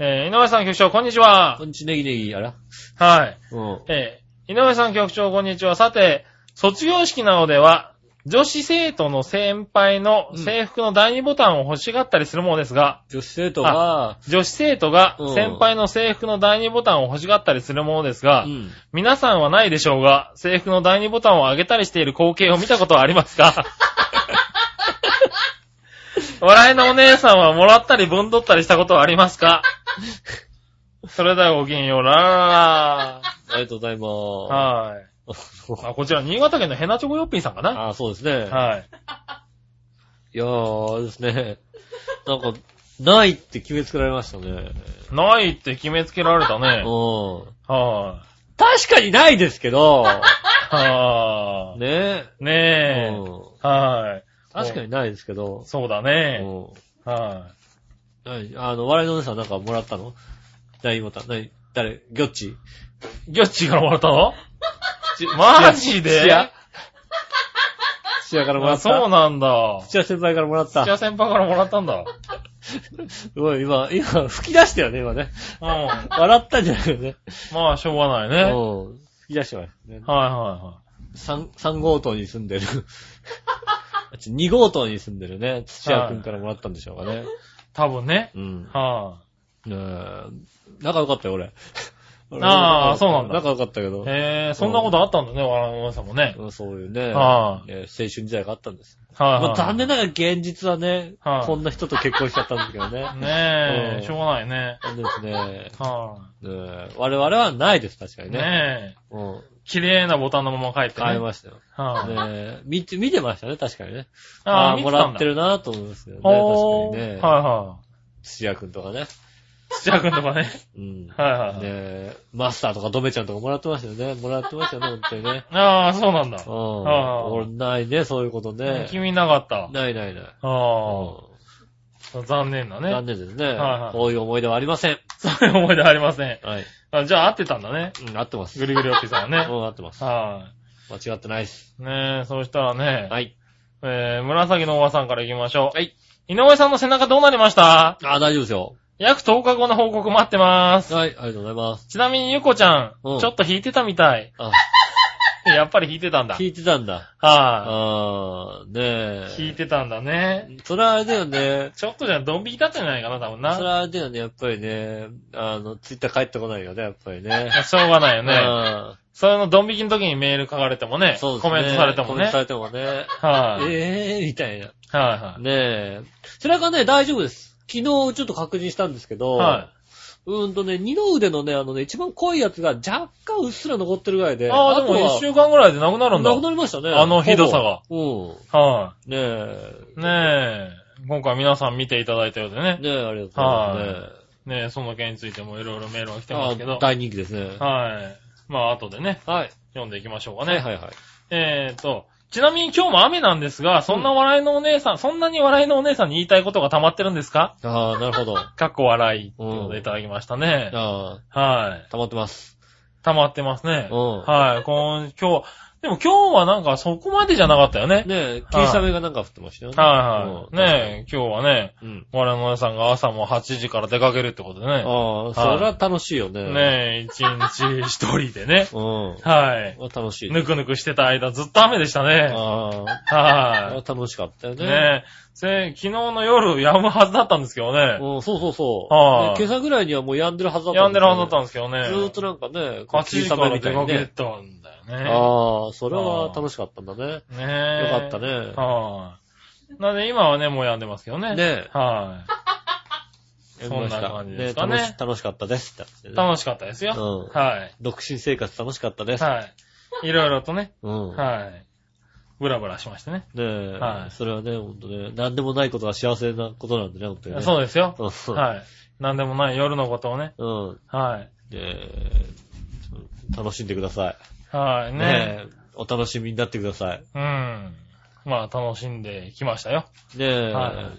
Speaker 3: えー、井上さん局長、こんにちは
Speaker 2: こ。んにちネギネギ、あら
Speaker 3: はい。
Speaker 2: うん。
Speaker 3: えー井上さん局長、こんにちは。さて、卒業式などでは、女子生徒の先輩の制服の第二ボタンを欲しがったりするものですが、
Speaker 2: 女子生徒が、
Speaker 3: 女子生徒が
Speaker 2: うん
Speaker 3: 先輩の制服の第二ボタンを欲しがったりするものですが、
Speaker 2: うん。
Speaker 3: 皆さんはないでしょうが、制服の第二ボタンを上げたりしている光景を見たことはありま すか笑いのお姉さんはもらったりぶんどったりしたことはありますかそれではごきげんよう、ら
Speaker 2: ありがとうござい
Speaker 3: ーらー。
Speaker 2: ま
Speaker 3: はい。
Speaker 2: す。
Speaker 3: あ、こちら、新潟県のヘナチョコヨッピーさんかな
Speaker 2: ああ、そうですね。
Speaker 3: はい。
Speaker 2: いやー、あれですね。なんか、ないって決めつけられましたね。
Speaker 3: ないって決めつけられた
Speaker 2: う
Speaker 3: ね。
Speaker 2: ん。
Speaker 3: は
Speaker 2: 確かにないですけど、
Speaker 3: い。は
Speaker 2: ね
Speaker 3: い。ね
Speaker 2: う
Speaker 3: え。
Speaker 2: ん。
Speaker 3: はい。
Speaker 2: 確かにないですけど、
Speaker 3: そうだ
Speaker 2: う
Speaker 3: ね。
Speaker 2: ん。
Speaker 3: は
Speaker 2: 何あの、笑いのお姉さんなんかもらったの何ボタン何誰ギョッチ
Speaker 3: い。ギョッチーからもらっ たのマジで
Speaker 2: シアシアからもら
Speaker 3: あ
Speaker 2: った。
Speaker 3: そうなんだ。
Speaker 2: 土屋先輩からもらっ
Speaker 3: 土屋
Speaker 2: た。
Speaker 3: 先輩からもらった んだ。
Speaker 2: すごい、今、今、吹き出したよね、今ね。
Speaker 3: うん。ま
Speaker 2: 笑ったんじゃないよね。
Speaker 3: あ、しょうがない
Speaker 2: う
Speaker 3: ね。はい
Speaker 2: ん。吹き出してましたね。
Speaker 3: は
Speaker 2: 三、三号棟に住んでる。あっち二号棟に住んでるね、土屋くんからもらったんでしょうかね。
Speaker 3: いはい。多分ね。
Speaker 2: うん。
Speaker 3: は
Speaker 2: ねえ仲良かったよ、俺。
Speaker 3: あーそうなんだ
Speaker 2: 仲良かったけど
Speaker 3: い。。へえ、そんなことあったんだね、わらのさんもね。
Speaker 2: うんそういうね、
Speaker 3: はい
Speaker 2: ね青春時代があったんです。
Speaker 3: はい
Speaker 2: ま
Speaker 3: は
Speaker 2: あ
Speaker 3: い。
Speaker 2: 残念ながら現実はね、
Speaker 3: はい
Speaker 2: こんな人と結婚しちゃったんですけどね。
Speaker 3: ね
Speaker 2: う
Speaker 3: え、
Speaker 2: ん
Speaker 3: しょうがないね。
Speaker 2: そうですね。
Speaker 3: は
Speaker 2: ねえ我々はないです、確か
Speaker 3: い。
Speaker 2: にね。
Speaker 3: ねえ、
Speaker 2: うん。
Speaker 3: 綺麗なボタンのまま書いてね。
Speaker 2: 買いましたよ。
Speaker 3: はい。
Speaker 2: ねえ見て、見てましたね、確かにね。
Speaker 3: ああ、
Speaker 2: もらって
Speaker 3: る。
Speaker 2: るなぁと思うんですよね。確
Speaker 3: お
Speaker 2: か
Speaker 3: ー。
Speaker 2: にね。
Speaker 3: はいは
Speaker 2: 土屋くんとかね。
Speaker 3: 土屋くんとかね。
Speaker 2: うん。 ね
Speaker 3: はいはいはい。
Speaker 2: え、マスターとかドメちゃんとかもらってましたよね。もらってましたよね、本当にね。
Speaker 3: ああ、そうなんだ
Speaker 2: う。ん。
Speaker 3: あ
Speaker 2: 俺、ないね、そういうことね。
Speaker 3: 君なかった。
Speaker 2: ないないない。
Speaker 3: ああ、残念だ
Speaker 2: うん残
Speaker 3: ね。
Speaker 2: 念ですね、
Speaker 3: はいはい
Speaker 2: こういう思い出はありません。
Speaker 3: そういう思い出ありません。
Speaker 2: はい。
Speaker 3: あじゃあ合ってたんだね。
Speaker 2: うん、合ってます。
Speaker 3: ぐりぐりおっぴ さんは
Speaker 2: う
Speaker 3: ね。
Speaker 2: ん、合ってます。
Speaker 3: は
Speaker 2: 間違ってないです。
Speaker 3: い。ねえ、そうしたらね、
Speaker 2: はい。
Speaker 3: えー、紫のおばさんから行きましょう。
Speaker 2: はい。
Speaker 3: 井上さんの背中どうなりました
Speaker 2: あ、大丈夫ですよ。
Speaker 3: 約10日後の報告待ってます。
Speaker 2: はい、ありがとうございます。
Speaker 3: ちなみにゆこちゃん、
Speaker 2: うん
Speaker 3: ちょっと引いてたみたい。
Speaker 2: あ、
Speaker 3: やっぱり引いてたんだ。
Speaker 2: 聞いてたんだ。あ
Speaker 3: は
Speaker 2: ー、ねえ。
Speaker 3: い。引いてたんだね。
Speaker 2: それはあれだよね。
Speaker 3: ちょっとじゃドン引きだったんじゃないかな、多分な。
Speaker 2: それはあれだよね、やっぱりね。あの、ツイッター帰ってこないよね、やっぱりね
Speaker 3: い。やしょうがないよね。
Speaker 2: ね
Speaker 3: それのドン引きの時にメール書かれてもね、
Speaker 2: そうですね。
Speaker 3: コメントされて
Speaker 2: コ
Speaker 3: も
Speaker 2: メン
Speaker 3: ね。
Speaker 2: トされてもね。
Speaker 3: はい。
Speaker 2: ええー、みたいな。
Speaker 3: はいはい。
Speaker 2: ねえ。それがね、大丈夫です。昨日ちょっと確認したんですけど、
Speaker 3: は
Speaker 2: うーんとね、二の腕のね、あのね、一番濃いやつが若干うっすら残ってるぐらいで、
Speaker 3: ああ、で
Speaker 2: と
Speaker 3: も
Speaker 2: は
Speaker 3: 一週間ぐらいでなくなるんだ。
Speaker 2: なくなりましたね。
Speaker 3: あのひどさが
Speaker 2: ほぼ。
Speaker 3: は
Speaker 2: うん。ねえ。
Speaker 3: い。ねえ、今回皆さん見ていただいたようでね。
Speaker 2: ねえ、ありがとうございますね。
Speaker 3: ねえ、その件についてもいろいろメールが来てますけ
Speaker 2: あ
Speaker 3: ど。
Speaker 2: あ
Speaker 3: はい。
Speaker 2: 大人気ですね。
Speaker 3: まあ、後でね、
Speaker 2: はい。
Speaker 3: 読んでいきましょうか
Speaker 2: はい
Speaker 3: ね。
Speaker 2: はいはい。
Speaker 3: えーと、ちなみに今日も雨なんですが、そんな笑いのお姉さん、そんなに笑いのお姉さんに言いたいことが溜まってるんですか
Speaker 2: ああ、なるほど。あ
Speaker 3: かっこ笑いっていうことでいただきましたね。
Speaker 2: あ、
Speaker 3: はい。
Speaker 2: 溜まってます。
Speaker 3: 溜まってますね。
Speaker 2: うん
Speaker 3: はい。今日、でも今日はなんかそこまでじゃなかったよね。
Speaker 2: ねえ、霧雨がなんか降ってましたよね。
Speaker 3: はいはい。
Speaker 2: うん
Speaker 3: ねえ、今日はね、
Speaker 2: うん。
Speaker 3: 我々の皆さんが朝も8時から出かけるってことでね。
Speaker 2: ああ、それは楽しいよね。。
Speaker 3: ねえ、一日一人でね
Speaker 2: うん。
Speaker 3: はい。
Speaker 2: 楽しい。
Speaker 3: ぬくぬくしてた間ずっと雨でしたね。
Speaker 2: あああ
Speaker 3: は
Speaker 2: 楽しかったよ
Speaker 3: い。
Speaker 2: ね。
Speaker 3: ねえ、せ昨日の夜止むはずだったんですけどね。
Speaker 2: うん、そうそうそう。
Speaker 3: はい
Speaker 2: で今朝ぐらいにはもう病んでるはずだった。
Speaker 3: 止んでるはずだったんですけどね。
Speaker 2: ずーっとなんかね、
Speaker 3: 8時から出
Speaker 2: 霧雨み
Speaker 3: か
Speaker 2: たい
Speaker 3: け
Speaker 2: にね。
Speaker 3: たんだよ
Speaker 2: ああ、それは楽しかったんだね。
Speaker 3: ね。ね
Speaker 2: よか
Speaker 3: え。
Speaker 2: った。ね。
Speaker 3: はい。なんで今はね、もう病んでますけどね。
Speaker 2: ね
Speaker 3: は
Speaker 2: え。
Speaker 3: そんな感じですかね
Speaker 2: ね楽し楽しかったですって
Speaker 3: い。
Speaker 2: や
Speaker 3: 楽しかったです
Speaker 2: つね。
Speaker 3: よ。
Speaker 2: うん。
Speaker 3: は
Speaker 2: 独身生活楽しかったで
Speaker 3: い。
Speaker 2: す。
Speaker 3: はい。いろいろとね、
Speaker 2: うん。
Speaker 3: はい。ブラブラしましてね。
Speaker 2: ねえ、
Speaker 3: はい
Speaker 2: それはね、ほんとね、何でもないことが幸せなことなんでね、ほんとにね。
Speaker 3: そうですよ。
Speaker 2: そうそう。
Speaker 3: はい。なんでもない夜のことをね。
Speaker 2: うん。
Speaker 3: は
Speaker 2: ねえ楽しんでくださ
Speaker 3: い。はい。
Speaker 2: い。
Speaker 3: ね
Speaker 2: ねえ、お楽しみになってください。
Speaker 3: え。うん。まあ、楽しんできましたよ。
Speaker 2: ねえ。
Speaker 3: は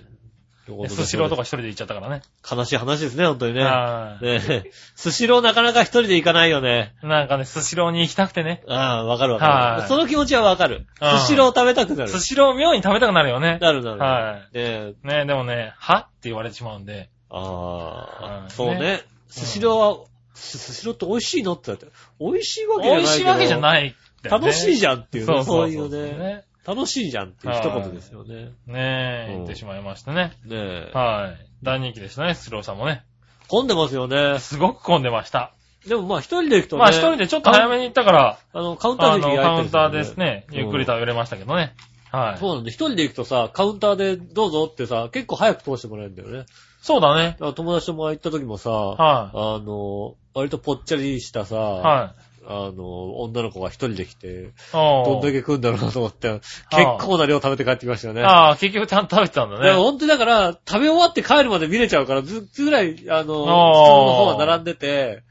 Speaker 2: ということで
Speaker 3: スシローとか一人で行っちゃったからね。
Speaker 2: 悲しい話ですね、本当にね。
Speaker 3: はい。
Speaker 2: ねえ。スシローなかなか一人で行かないよね。
Speaker 3: なんかね、スシローに行きたくてね。
Speaker 2: ああ、わかるわ
Speaker 3: は
Speaker 2: か
Speaker 3: い
Speaker 2: る。その気持ちはわかる。
Speaker 3: うん
Speaker 2: スシロー食べたくなる
Speaker 3: ス。シロー妙に食べたくなるよね。
Speaker 2: なるなる。
Speaker 3: は
Speaker 2: ねえ、
Speaker 3: い。ねえ、でもね、はって言われてしまうんで。
Speaker 2: あ
Speaker 3: は
Speaker 2: あ、
Speaker 3: い
Speaker 2: そうね。スシローは、ススシローって美味しいのって言って、美味しいわけじゃない。
Speaker 3: 美味しいわけじゃ
Speaker 2: い。
Speaker 3: ないんだよね。
Speaker 2: 楽しいじ
Speaker 3: ゃん
Speaker 2: ゃんっていう
Speaker 3: そ
Speaker 2: ね、
Speaker 3: うそ
Speaker 2: そうう
Speaker 3: そ
Speaker 2: いううね。
Speaker 3: ね。
Speaker 2: 楽しいじゃんっていう一言ですよね。
Speaker 3: ねえ
Speaker 2: う、ん
Speaker 3: 言ってしまいましたね。
Speaker 2: ねえ。
Speaker 3: はい。大人気でしたね、スシローさんもね。
Speaker 2: 混んでますよね。
Speaker 3: すごく混んでました。
Speaker 2: でもまあ一人で行くとね。
Speaker 3: まあ一人でちょっと早めに行ったから、
Speaker 2: あの、カウンター
Speaker 3: あ
Speaker 2: 席が
Speaker 3: の、カ
Speaker 2: 空い
Speaker 3: ウン
Speaker 2: てる
Speaker 3: ター
Speaker 2: んよ
Speaker 3: ですね、ゆっくり食べれましたけどね。はい。
Speaker 2: そうなんで、一人で行くとさ、カウンターでどうぞってさ、結構早く通してもらえるんだよね。
Speaker 3: そうだ
Speaker 2: だ。
Speaker 3: ね
Speaker 2: から友達とも行った時もさ、
Speaker 3: は
Speaker 2: あの、割とぽっちゃりしたさ、
Speaker 3: い。は
Speaker 2: あの、女の子が一人で来て、
Speaker 3: い。おー
Speaker 2: どんだけ食うんだろうなと思って、結構な量食べて帰ってきましたよね。
Speaker 3: ああ、結局ちゃんと食べてたんだ
Speaker 2: だから
Speaker 3: ね。
Speaker 2: 本当にだから、食べ終わって帰るまで見れちゃうから、ずっとぐらい、あの、人の方が並んでて、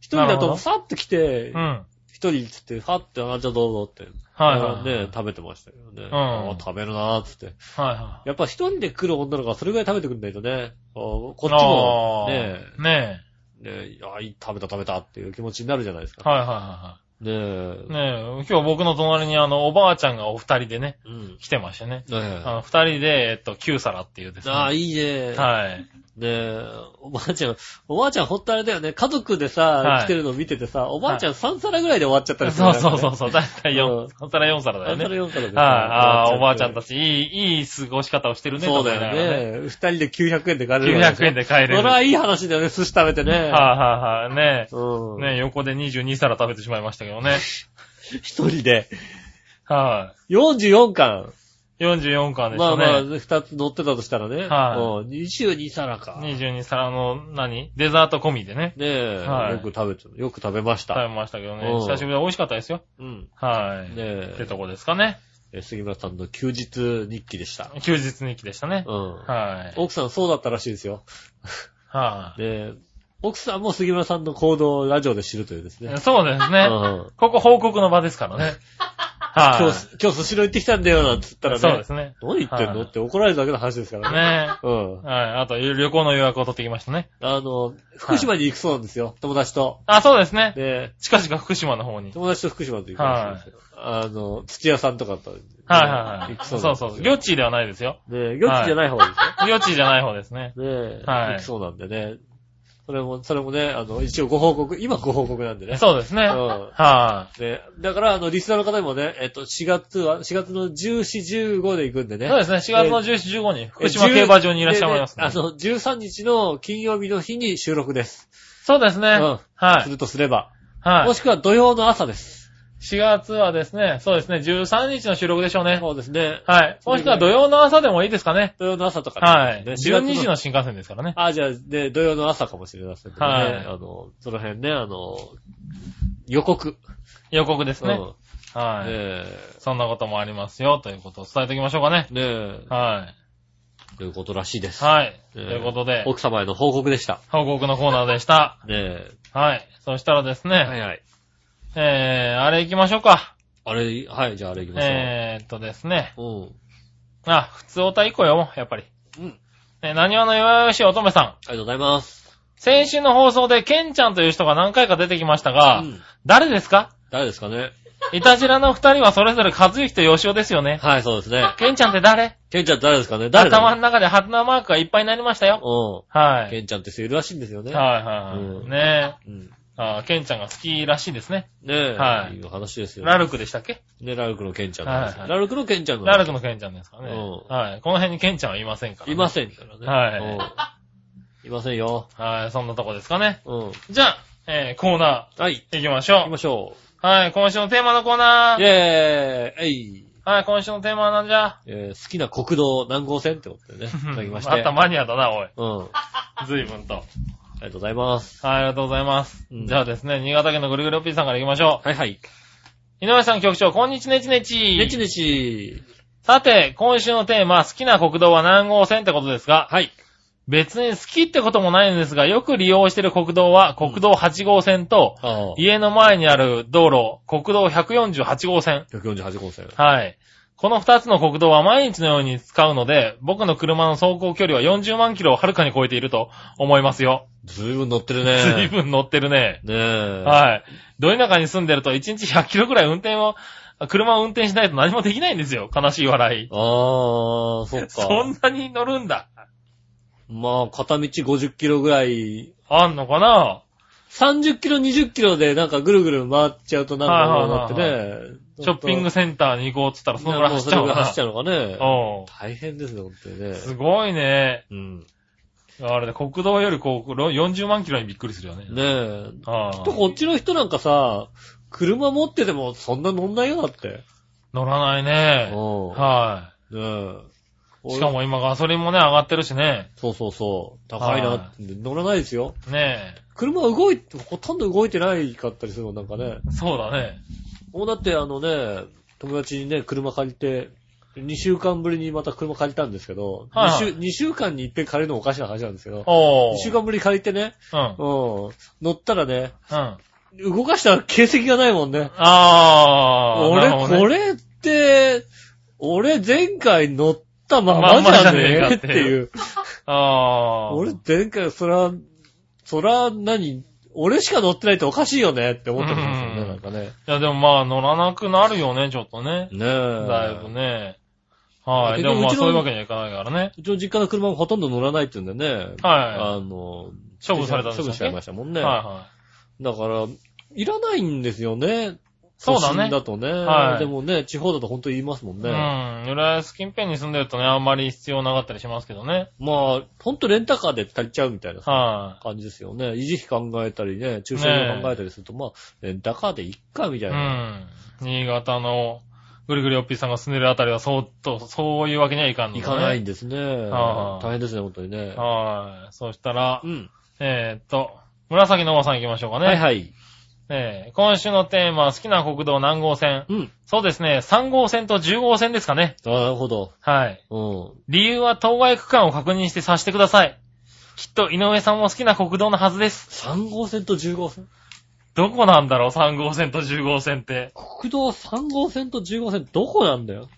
Speaker 2: 一人だ
Speaker 3: なるほど
Speaker 2: とさっと来て
Speaker 3: う、ん。
Speaker 2: 一人っつって、さって、あ、じゃあどうぞって。
Speaker 3: はいはい。
Speaker 2: ね、食べてましたよね。
Speaker 3: ん
Speaker 2: あ食べるなーっつって。
Speaker 3: はいは
Speaker 2: やっぱ一人で来る女の子はそれぐらい食べてくんないとね、あこっ
Speaker 3: い。
Speaker 2: ちも
Speaker 3: あー
Speaker 2: ね
Speaker 3: ね
Speaker 2: え、ねえ、あいい食べた食べたっていう気持ちになるじゃないです
Speaker 3: え。
Speaker 2: か。
Speaker 3: はいはいは
Speaker 2: ねえ
Speaker 3: い。。はい。ねえ、今日僕の隣にあの、おばあちゃんがお二人でね、
Speaker 2: うん。
Speaker 3: 来てましたね。
Speaker 2: ねえ。
Speaker 3: あの二人で、えっと、9皿っていうですね。
Speaker 2: ああ、いいね。
Speaker 3: はい。
Speaker 2: ねえ、おばあちゃん、おばあちゃんほんとあれだよね、家族でさ、
Speaker 3: はい
Speaker 2: 来てるの見ててさ、おばあちゃん3皿ぐらいで終わっちゃったりする
Speaker 3: そ
Speaker 2: よ
Speaker 3: う
Speaker 2: ね。。
Speaker 3: そうそうう そう。だいたい4、
Speaker 2: うん
Speaker 3: 3皿4皿だ
Speaker 2: 3
Speaker 3: よね。
Speaker 2: 皿
Speaker 3: はい。
Speaker 2: 4皿でさ。
Speaker 3: ああ、おばあちゃん
Speaker 2: だ
Speaker 3: たち、いい、いい過ごし方をしてるね。
Speaker 2: そうだ
Speaker 3: と思いながらね。
Speaker 2: よね。二人で900円で帰れる。
Speaker 3: 900円で帰れ
Speaker 2: そ
Speaker 3: る。
Speaker 2: れ
Speaker 3: はい
Speaker 2: はいい話だよね、寿司食べてね。
Speaker 3: はいはい。ね
Speaker 2: うん。
Speaker 3: え。ねえ、横で22皿食べてしまいましたけ どね。
Speaker 2: 一人で。
Speaker 3: は
Speaker 2: 44巻。
Speaker 3: い。44巻でし
Speaker 2: ま
Speaker 3: た
Speaker 2: あまあ、
Speaker 3: ね。
Speaker 2: 二つ乗ってたとしたらね。
Speaker 3: は
Speaker 2: うん22皿か。ね
Speaker 3: 22皿の、何デザート込みでね。
Speaker 2: え、
Speaker 3: はい
Speaker 2: よく食べて、よく食べました。
Speaker 3: 食べましたけどね
Speaker 2: う。ん
Speaker 3: 久しぶりで美味しかったですよ。
Speaker 2: うん。
Speaker 3: は
Speaker 2: ね
Speaker 3: い。
Speaker 2: え
Speaker 3: ってとこですかね。
Speaker 2: えー杉村さんの休日日記でした。
Speaker 3: 休日日記でしたね。
Speaker 2: うん。
Speaker 3: はい。
Speaker 2: 奥さんそうだったらしいですよ。
Speaker 3: は
Speaker 2: で、奥さんも杉村さんの行動をラジオで知るというですね
Speaker 3: い。。そうです
Speaker 2: う
Speaker 3: ね。
Speaker 2: ん。
Speaker 3: ここ報告の場で すからね。はい。
Speaker 2: 今日、今日スシロー行ってきたんだよ、なんつったらね。
Speaker 3: そうですね。
Speaker 2: 何言ってんの
Speaker 3: はい
Speaker 2: って怒られるだけの話ですからね。
Speaker 3: ね
Speaker 2: うん。
Speaker 3: はい。あと、旅行の予約を取ってきましたね。
Speaker 2: あの、福島に行くそうなんですよ、友達と。
Speaker 3: あ、そうですね。
Speaker 2: で、
Speaker 3: 近々福島の方に。
Speaker 2: 友達と福島と行くらしいんですよ。あの、土屋さんとかと。
Speaker 3: はいはい
Speaker 2: 行
Speaker 3: は
Speaker 2: く
Speaker 3: い。
Speaker 2: そ
Speaker 3: そうう
Speaker 2: な
Speaker 3: そ
Speaker 2: ん
Speaker 3: う
Speaker 2: ですよ
Speaker 3: そう。魚地ではないですよ。
Speaker 2: で、魚地じゃない方ですよ。
Speaker 3: 魚地じゃない方ですね。
Speaker 2: ねえ、
Speaker 3: はい
Speaker 2: 行くそうなんでね。それも、それもね、あの、一応ご報告、今ご報告なんでね。
Speaker 3: そうですね。
Speaker 2: うん
Speaker 3: は
Speaker 2: ね、だから、あの、リスナーの方にもね、えっと、4月は、4月の14、15で行くんで
Speaker 3: い。
Speaker 2: ね。
Speaker 3: そうですね。4月の14、15に福島競馬場にいらっしゃいます
Speaker 2: ね。あ
Speaker 3: ね。
Speaker 2: の、13日の金曜日の日に収録です。
Speaker 3: そうですね。
Speaker 2: うん
Speaker 3: は
Speaker 2: す
Speaker 3: い。
Speaker 2: るとすれば。
Speaker 3: は
Speaker 2: も
Speaker 3: い。
Speaker 2: しくは土曜の朝です。
Speaker 3: 4月はですね、そうですね、13日の収録でしょうね。
Speaker 2: そうですね。
Speaker 3: はい。もしくは土曜の朝でもいいですかね。
Speaker 2: 土曜の朝とか
Speaker 3: はい。
Speaker 2: ね。
Speaker 3: 12
Speaker 2: 4月
Speaker 3: 時の新幹線ですからね。
Speaker 2: あ、じゃあ、ね、土曜の朝かもしれませんけどね。
Speaker 3: はい
Speaker 2: あの、その辺ね、あの、予告。
Speaker 3: 予告ですね。
Speaker 2: うん
Speaker 3: はい。
Speaker 2: ね
Speaker 3: そんなこともありますよ、ということを伝えておきましょうかね
Speaker 2: え。。ねえ。
Speaker 3: は
Speaker 2: ということらしいで
Speaker 3: い。
Speaker 2: す。
Speaker 3: はい。
Speaker 2: え
Speaker 3: と
Speaker 2: ー
Speaker 3: いうことで、
Speaker 2: 奥様への報告でした。
Speaker 3: 報告のコーナーでした。
Speaker 2: ね
Speaker 3: はい。そしたらですね、
Speaker 2: え。はいはい。
Speaker 3: えー、あれ行きましょうか。
Speaker 2: あれ、はい、じゃああれ行きましょう。
Speaker 3: えーっとですね。
Speaker 2: うん。
Speaker 3: あ、普通おた一個よ、やっぱり。
Speaker 2: うん。
Speaker 3: えー、何話の弱々しい乙女さん。
Speaker 2: ありがとうございます。
Speaker 3: 先週の放送で、ケンちゃんという人が何回か出てきましたが、
Speaker 2: うん
Speaker 3: 誰ですか
Speaker 2: 誰ですかね
Speaker 3: いたじらの二人はそれぞれ和幸と吉尾ですよね。
Speaker 2: はい、そうですね。
Speaker 3: ケンちゃんって誰
Speaker 2: ケンちゃん誰ですかね誰だ
Speaker 3: 頭の中でハテナマークがいっぱいになりましたよ。
Speaker 2: う
Speaker 3: は
Speaker 2: ん。ケ
Speaker 3: い。
Speaker 2: ンちゃんって人いるらしいんですよね。
Speaker 3: はいはい。
Speaker 2: うん
Speaker 3: ねえ。
Speaker 2: うん。
Speaker 3: あーケンちゃんが好きらしいですね。
Speaker 2: ねえ。
Speaker 3: はい
Speaker 2: い話ですよね。
Speaker 3: ラルクでしたっけ
Speaker 2: ね、ラルクのケンちゃんなんですよ
Speaker 3: はい
Speaker 2: ラルクのケンちゃんの。
Speaker 3: ラルクのケンちゃんですからね。
Speaker 2: うん
Speaker 3: はい。この辺にケンちゃんはいませんから、ね。
Speaker 2: いませんからね。い。いませんよ。
Speaker 3: はい。そんなとこですかね。
Speaker 2: うん。
Speaker 3: じゃあ、えー、コーナ
Speaker 2: はい。
Speaker 3: ー行きましょ
Speaker 2: 行きま
Speaker 3: う。
Speaker 2: しょ
Speaker 3: はい。今週のテーマのコーナ
Speaker 2: う。イ
Speaker 3: ー。
Speaker 2: ェーイえい
Speaker 3: はい。今週のテーマはなんじゃ
Speaker 2: えー好きな国道何号線ってことでね、いただきまして。
Speaker 3: あったマニアだな、おい。
Speaker 2: うん。あ
Speaker 3: 随分と。はい、
Speaker 2: りがとうございます。
Speaker 3: ありがとうございます。
Speaker 2: うん
Speaker 3: じゃあですね、新潟県のぐるぐるおっぴーさんから行きましょ
Speaker 2: はいはい。
Speaker 3: う。井上さん局長、こんにちねちねち。
Speaker 2: ねちねち。
Speaker 3: さて、今週のテーマ、好きな国道は何号線ってことですが、
Speaker 2: はい。
Speaker 3: 別に好きってこともないんですが、よく利用してる国道は国道8号線と、
Speaker 2: ああ。
Speaker 3: 家の前にある道路、国道148号線。
Speaker 2: 148号線。
Speaker 3: はい。この2つの国道は毎日のように使うので、僕の車の走行距離は40万キロをはるかに超えていると思いますよ。
Speaker 2: ずいぶん乗ってる
Speaker 3: 随
Speaker 2: ね。
Speaker 3: 分乗ってるね。
Speaker 2: ねえ。
Speaker 3: はい。ど田舎に住んでると1日100キロくらい運転を、車を運転しないと何もできないんですよ。悲しい笑い。
Speaker 2: ああ、そっか。
Speaker 3: そんなに乗るんだ。
Speaker 2: まあ、片道50キロぐらい、
Speaker 3: あんのかな
Speaker 2: 30キロ、20キロでなんかぐるぐる回っちゃうとなんかもうなって
Speaker 3: はいは
Speaker 2: ね。
Speaker 3: ショッピングセンターに行こうって言ったらそ
Speaker 2: そ
Speaker 3: の
Speaker 2: の
Speaker 3: ぐ
Speaker 2: ぐ
Speaker 3: ら
Speaker 2: ら
Speaker 3: い
Speaker 2: い
Speaker 3: 走
Speaker 2: 走っ
Speaker 3: っち
Speaker 2: ち
Speaker 3: ゃ
Speaker 2: ゃ
Speaker 3: う
Speaker 2: う
Speaker 3: の
Speaker 2: の
Speaker 3: か
Speaker 2: か
Speaker 3: な。
Speaker 2: ね。
Speaker 3: おう
Speaker 2: 大変ですね、本当にね。
Speaker 3: すごいね。
Speaker 2: うん。ね
Speaker 3: あれだ、国道よりこう、ろ40万キロにびっくりするよね。
Speaker 2: え。
Speaker 3: ああ
Speaker 2: とこっちの人なんかさ、車持っててもそんな乗んないよだって。
Speaker 3: 乗らないうね。
Speaker 2: ん。
Speaker 3: は
Speaker 2: ねえ。
Speaker 3: い。しか
Speaker 2: 俺。
Speaker 3: も今ガソリンもね、上がってるしね。
Speaker 2: そうそうそう。高いなって。乗らないですよ。
Speaker 3: ね
Speaker 2: 車動いて、ほとんど動いてないかったりするの、なんかね。
Speaker 3: え。そうだね。
Speaker 2: もうだってあのね、友達にね、車借りて、2週間ぶりにまた車借りたんですけど、
Speaker 3: はいはい
Speaker 2: 2, 週2週間に一遍借りるのおかしな話なんですけど、
Speaker 3: おう。
Speaker 2: 2週間ぶりに借りてね、
Speaker 3: うん
Speaker 2: う。ん、乗ったらね、
Speaker 3: うん。
Speaker 2: 動かした形跡がないもんね。
Speaker 3: ああ。
Speaker 2: 俺、
Speaker 3: なるほどね
Speaker 2: これって、俺前回乗ったま
Speaker 3: ま
Speaker 2: ま
Speaker 3: ん
Speaker 2: じ
Speaker 3: まじ
Speaker 2: ゃ
Speaker 3: ゃねえか
Speaker 2: ねえ
Speaker 3: っ
Speaker 2: ってて
Speaker 3: いう
Speaker 2: いう。
Speaker 3: ああ。
Speaker 2: 俺前回、そら、そら何、俺しか乗ってないとおかしいよねって思ってたんですよ
Speaker 3: うん
Speaker 2: ね、なんかね。
Speaker 3: いや、でもまあ、乗らなくなるよね、ちょっとね。
Speaker 2: ねえ。
Speaker 3: だいぶね。はい。
Speaker 2: 結局
Speaker 3: でもまあ、
Speaker 2: うちの
Speaker 3: そういうわけにはいかないからね。
Speaker 2: うちの実家の車もほとんど乗らないって言うんでね。
Speaker 3: は
Speaker 2: あの、
Speaker 3: い。処分されたんで
Speaker 2: 処分し
Speaker 3: す
Speaker 2: ちゃい
Speaker 3: よ
Speaker 2: ましたもん
Speaker 3: ね。
Speaker 2: ね。
Speaker 3: はいは
Speaker 2: だから、いらないんですよね。
Speaker 3: そうだね
Speaker 2: 都心だとね。
Speaker 3: はい
Speaker 2: でもね、地方だと本当に言いますもん
Speaker 3: い。
Speaker 2: ね。
Speaker 3: うん。浦安近辺に住んでるとね、あんまり必要なかったりしますけどね。
Speaker 2: まあ、ほんとレンタカーで足りちゃうみたいな
Speaker 3: は
Speaker 2: 感じですよね。維持費考えたりね、駐車場考えたりすると、まあ、レンタカーでいっか、み
Speaker 3: い。
Speaker 2: た
Speaker 3: う
Speaker 2: いな。
Speaker 3: ん。新潟のぐりぐりおっぴーさんが住んでるあたりは、そうと、そういうわけにはいかんのね
Speaker 2: 行かないんですね。
Speaker 3: あ
Speaker 2: 大
Speaker 3: あ
Speaker 2: 変ですね、本当にね。
Speaker 3: はい。そしたら
Speaker 2: う、ん。
Speaker 3: えーっと、紫のおばさん行きましょうかね。
Speaker 2: はいはい。
Speaker 3: えー今週のテーマは好きな国道何号線
Speaker 2: うん。
Speaker 3: そうですね、3号線と10号線ですかね。
Speaker 2: あなるほど。
Speaker 3: はい。
Speaker 2: うん。
Speaker 3: 理由は当該区間を確認して察してください。きっと井上さんも好きな国道のはずです。
Speaker 2: 3号線と10号線
Speaker 3: どこなんだろう ?3 号線と10号線って。
Speaker 2: 国道3号線と10号線どこなんだよ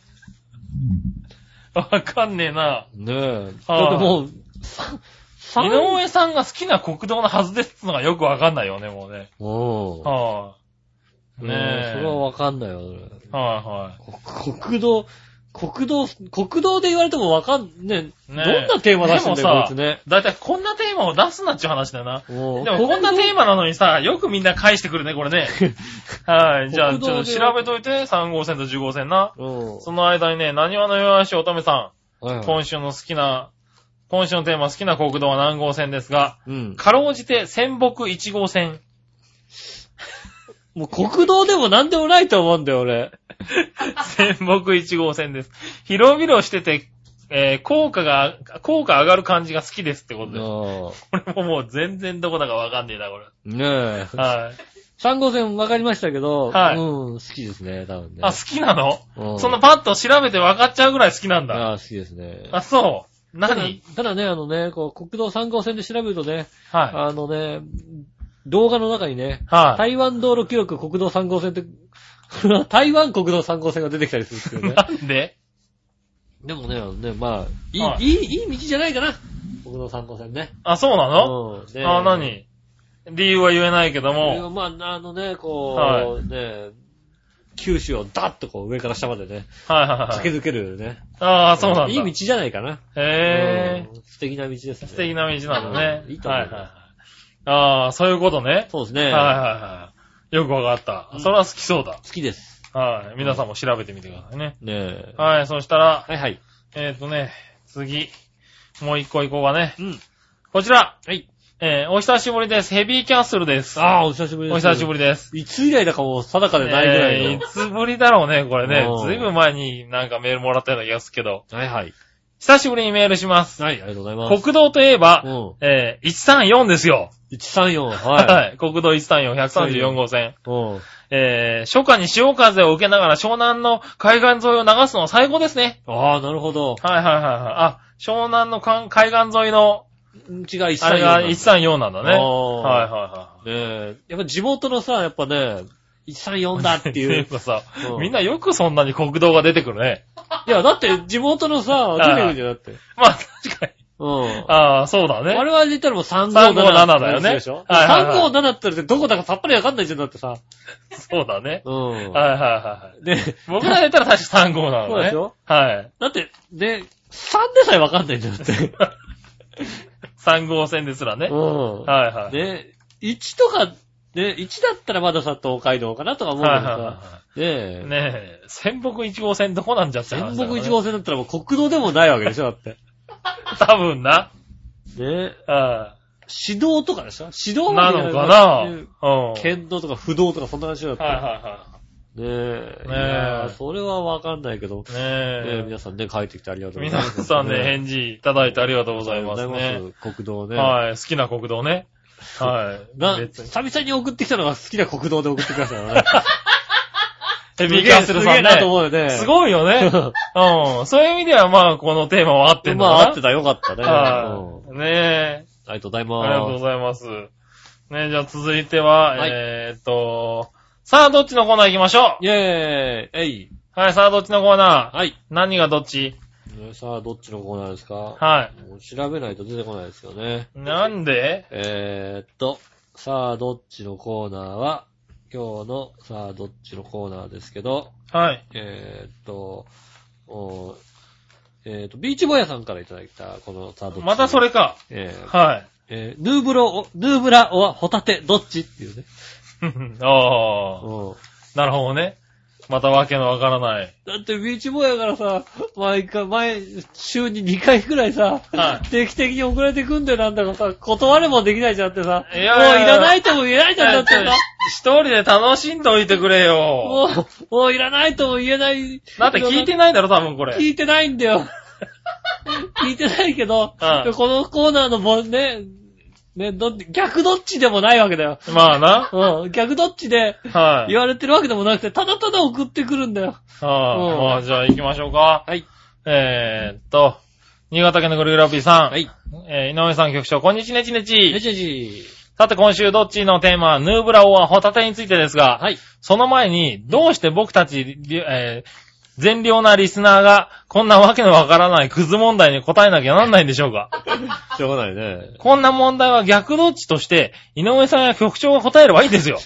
Speaker 3: わかんねえな。
Speaker 2: ねえ。だ
Speaker 3: は
Speaker 2: って
Speaker 3: い
Speaker 2: もう、さ、さ
Speaker 3: 井上さんが好きな国道のはずですってのがよくわかんないよね、もうね。
Speaker 2: うん。
Speaker 3: は
Speaker 2: う
Speaker 3: い、
Speaker 2: ん
Speaker 3: ねえ。
Speaker 2: それはわかんないよ。
Speaker 3: はいはい。
Speaker 2: 国道、国道、国道で言われてもわかん、ねえ、
Speaker 3: ね
Speaker 2: ど
Speaker 3: え
Speaker 2: んなテーマ出してんだ
Speaker 3: で
Speaker 2: よ、
Speaker 3: も
Speaker 2: こいつ
Speaker 3: さ
Speaker 2: ね。
Speaker 3: だいたいこんなテーマを出すなっちゅう話だよな。
Speaker 2: で
Speaker 3: でもこんなテーマなのにさ、よくみんな返してくるね、こ れね。はい。じゃあ、ち
Speaker 2: 国道で
Speaker 3: ょっと調べといて、3号線と10号線な。
Speaker 2: うん。
Speaker 3: その間にね、何話のよやし乙女さ
Speaker 2: はい
Speaker 3: ん、
Speaker 2: はい
Speaker 3: 今週の好きな、今週のテーマ好きな国道は何号線ですが、
Speaker 2: うん。
Speaker 3: かろうじて仙北1号線。
Speaker 2: もう国道でも何でもないと思うんだよ、俺。
Speaker 3: 仙北1号線です。広々してて、えー効果が、効果上がる感じが好きですってことです。
Speaker 2: あ
Speaker 3: これももう全然どこだかわかんねえな、これ。
Speaker 2: あねえ。
Speaker 3: はい。
Speaker 2: 3号線分かりましたけど、
Speaker 3: はい
Speaker 2: うん、好きですね、多分ね。
Speaker 3: あ、好きなの
Speaker 2: うん
Speaker 3: そのパッと調べて分かっちゃうぐらい好きなんだ。
Speaker 2: ああ、好きですね。
Speaker 3: あ、そう。
Speaker 2: ただ
Speaker 3: 何
Speaker 2: ただね、あのね、こう、国道3号線で調べるとね、
Speaker 3: はい。
Speaker 2: あのね、動画の中にね、
Speaker 3: は
Speaker 2: 台湾道路記録国道3号線って、 台湾国道3号線が出てきたりするんですけ
Speaker 3: い。
Speaker 2: どね。
Speaker 3: なんで
Speaker 2: でもね、あのね、まあ、いい、、
Speaker 3: はい
Speaker 2: い、
Speaker 3: い
Speaker 2: いい道じゃないかな。国道3号線ね。
Speaker 3: あ、そうな
Speaker 2: う
Speaker 3: の
Speaker 2: んで
Speaker 3: あ、何理由は言えないけど
Speaker 2: これ
Speaker 3: も。
Speaker 2: はまあ、あのね、こう、
Speaker 3: は
Speaker 2: ね、九州をダッとこう上から下までね、
Speaker 3: はいはいはい。
Speaker 2: 駆け抜けるね。
Speaker 3: ああ、そうなんだ。
Speaker 2: いい道じゃないかな。
Speaker 3: へえ、
Speaker 2: うん素敵な道ですね。
Speaker 3: 素敵な道なんだね。
Speaker 2: うんいいと思う
Speaker 3: はいはいはい。ああ、そういうことね。
Speaker 2: そうですね。
Speaker 3: はいはいはい。よくわかった。それは好きそうだ。
Speaker 2: 好きです。
Speaker 3: はい。皆さんも調べてみてくださいね。
Speaker 2: ねえ。
Speaker 3: はい、そしたら、
Speaker 2: はいはい。
Speaker 3: えっ、とね、次。もう一個行こうかね。
Speaker 2: うん。
Speaker 3: こちら。
Speaker 2: はい。
Speaker 3: えーお久しぶりです。ヘビーキャッスルです。
Speaker 2: ああ、お久しぶり
Speaker 3: お
Speaker 2: です。
Speaker 3: 久しぶ
Speaker 2: り。
Speaker 3: りです。
Speaker 2: いつ以来だかもう定かでないぐらいの。
Speaker 3: えーいつぶりだろうね、これね
Speaker 2: う。ん
Speaker 3: ずいぶん前になんかメールもらったような気がするけど。
Speaker 2: はいはい。
Speaker 3: 久しぶりにメールします。
Speaker 2: はい、ありがとうございます。
Speaker 3: 国道といえば、
Speaker 2: う
Speaker 3: えー134ですよ。
Speaker 2: ん。134、は
Speaker 3: はい。国道134、134号
Speaker 2: い。
Speaker 3: 線。
Speaker 2: うん。
Speaker 3: えー初夏に潮風を受けながら湘南の海岸沿いを流すのは最高ですね。
Speaker 2: ああ、なるほど。
Speaker 3: はいはいはいはい。あ、湘南のかん海岸沿いの、
Speaker 2: うん違う、134。
Speaker 3: あれが134なんだね。はい
Speaker 2: あー
Speaker 3: はいはい。
Speaker 2: ねえ。やっぱ地元のさ、やっぱね、134だってい
Speaker 3: ていうう。 かさ
Speaker 2: う、ん
Speaker 3: みんなよくそんなに国道が出てくるね。
Speaker 2: いや、だって地元のさ、
Speaker 3: い
Speaker 2: 出てくるじゃん、だって。
Speaker 3: まあ確かに。
Speaker 2: うん。
Speaker 3: ああ、そうだね。
Speaker 2: 我々で言ったらもう357。
Speaker 3: 357だよね
Speaker 2: でしょ
Speaker 3: はいはいはい
Speaker 2: ?357 って言ってどこだかさっぱりわかんないじゃん、だってさ。
Speaker 3: そうだね。
Speaker 2: うん。
Speaker 3: はいはいはい。
Speaker 2: ね
Speaker 3: 僕らで言ったら確か3号なのね。
Speaker 2: そうでしょ
Speaker 3: はい。
Speaker 2: だって、ね、3でさえわかんないじゃん、だって。
Speaker 3: 3号線ですらね。
Speaker 2: うん。
Speaker 3: はいはい。
Speaker 2: ね、1とか、ね、1だったらまださ、東海道かなとか思うけ
Speaker 3: は
Speaker 2: ど
Speaker 3: いはいは
Speaker 2: さ、ね
Speaker 3: い
Speaker 2: え
Speaker 3: はい。、ねえ、仙北1号線どこなんじゃって
Speaker 2: 仙
Speaker 3: 話
Speaker 2: 北
Speaker 3: だよね
Speaker 2: 1号線だったらもう国道でもないわけでしょ、だって。
Speaker 3: 多分な。
Speaker 2: ね、
Speaker 3: うん
Speaker 2: 市道とかでしょ市道
Speaker 3: な
Speaker 2: まで
Speaker 3: のか
Speaker 2: やれば
Speaker 3: なう
Speaker 2: ね
Speaker 3: ん。はい
Speaker 2: 県道とか不道とかそんな話だっ
Speaker 3: はい
Speaker 2: た。
Speaker 3: は
Speaker 2: ねえ。
Speaker 3: ねえ
Speaker 2: いやーそれはわかんないけど、
Speaker 3: い。
Speaker 2: ねえ
Speaker 3: ねえ。
Speaker 2: 皆さんね、帰ってきてありがとうござい
Speaker 3: 皆
Speaker 2: ます。
Speaker 3: さんね、返事いただいてありがとうございます
Speaker 2: ありがと
Speaker 3: ね
Speaker 2: う。ございます。国道ね。
Speaker 3: はい。好きな国道 ね。はい。
Speaker 2: な、
Speaker 3: 別に
Speaker 2: 久々に送ってきたのが好きな国道で送ってきましたから ね。
Speaker 3: ヘビーキャッスルさん
Speaker 2: すげえなと
Speaker 3: ね。
Speaker 2: 思うよね。
Speaker 3: すごい よね。うん。そういう意味では、まあ、このテーマは合ってん
Speaker 2: ま
Speaker 3: だな。
Speaker 2: あ、合ってたよかったね。うん
Speaker 3: はい。ねえ。
Speaker 2: ありがとうござい
Speaker 3: ありがと
Speaker 2: ま
Speaker 3: うご
Speaker 2: す。
Speaker 3: ざいます。ねえ、じゃあ続いては、
Speaker 2: はい
Speaker 3: えーっと、さあ、どっちのコーナー行きましょ
Speaker 2: イェーイえいう
Speaker 3: はい、さあ、どっちのコーナー
Speaker 2: はい。
Speaker 3: 何がどっち
Speaker 2: さあ、どっちのコーナーですか
Speaker 3: は
Speaker 2: もう調べないと出てこないですよね。
Speaker 3: い。なんで
Speaker 2: えー、っと、さあ、どっちのコーナーは、今日のさあ、どっちのコーナーですけど、
Speaker 3: はい。
Speaker 2: えー、っと、おえー、っと、ビーチボヤさんからいただいた、このさあ、どっち。
Speaker 3: またそ。れか。
Speaker 2: えー
Speaker 3: は
Speaker 2: えーヌーブロ、ヌーブラ、おは、ホタテ、どっちっていうね。
Speaker 3: い。ああ、
Speaker 2: うん。
Speaker 3: なるほどね。またわけのわからない。
Speaker 2: だってビーチボーイやからさ、毎回、毎週に2回くらいさ、
Speaker 3: はい
Speaker 2: 定期的に送られてくんだよなんだかさ、断れもできないじゃんってさ、
Speaker 3: いやいやいや
Speaker 2: もういらないとも言えないじゃんだってさ、
Speaker 3: 一人で楽しんどいてくれよ。
Speaker 2: もう、もういらないとも言えない。
Speaker 3: だって聞いてないだろ、多分これ。
Speaker 2: 聞いてないん だよ。聞いてないけど、
Speaker 3: はい
Speaker 2: このコーナーのぼね、ね、どっち、逆どっちでもないわけだよ。
Speaker 3: まあな。
Speaker 2: うん、逆どっちで
Speaker 3: はい。
Speaker 2: 言われてるわけでもなくて、ただただ送ってくるんだよ。
Speaker 3: は
Speaker 2: うん
Speaker 3: い。まあ、じゃあ行きましょうか。
Speaker 2: はい。
Speaker 3: えーっと、新潟県のぐるぐるおっぴーさん。
Speaker 2: はい。
Speaker 3: えー井上さん局長、こんにちねちね
Speaker 2: ね
Speaker 3: ち。
Speaker 2: じねじ。
Speaker 3: さて今週どっちのテーマは、ヌーブラオアホタテについてですが、
Speaker 2: はい。
Speaker 3: その前に、どうして僕たち、りえー善良なリスナーが、こんなわけのわからないクズ問題に答えなきゃなんないんでしょ うか
Speaker 2: しょうがないね。
Speaker 3: こんな問題は逆どっちとして、井上さんや局長が答えればいいんですよ。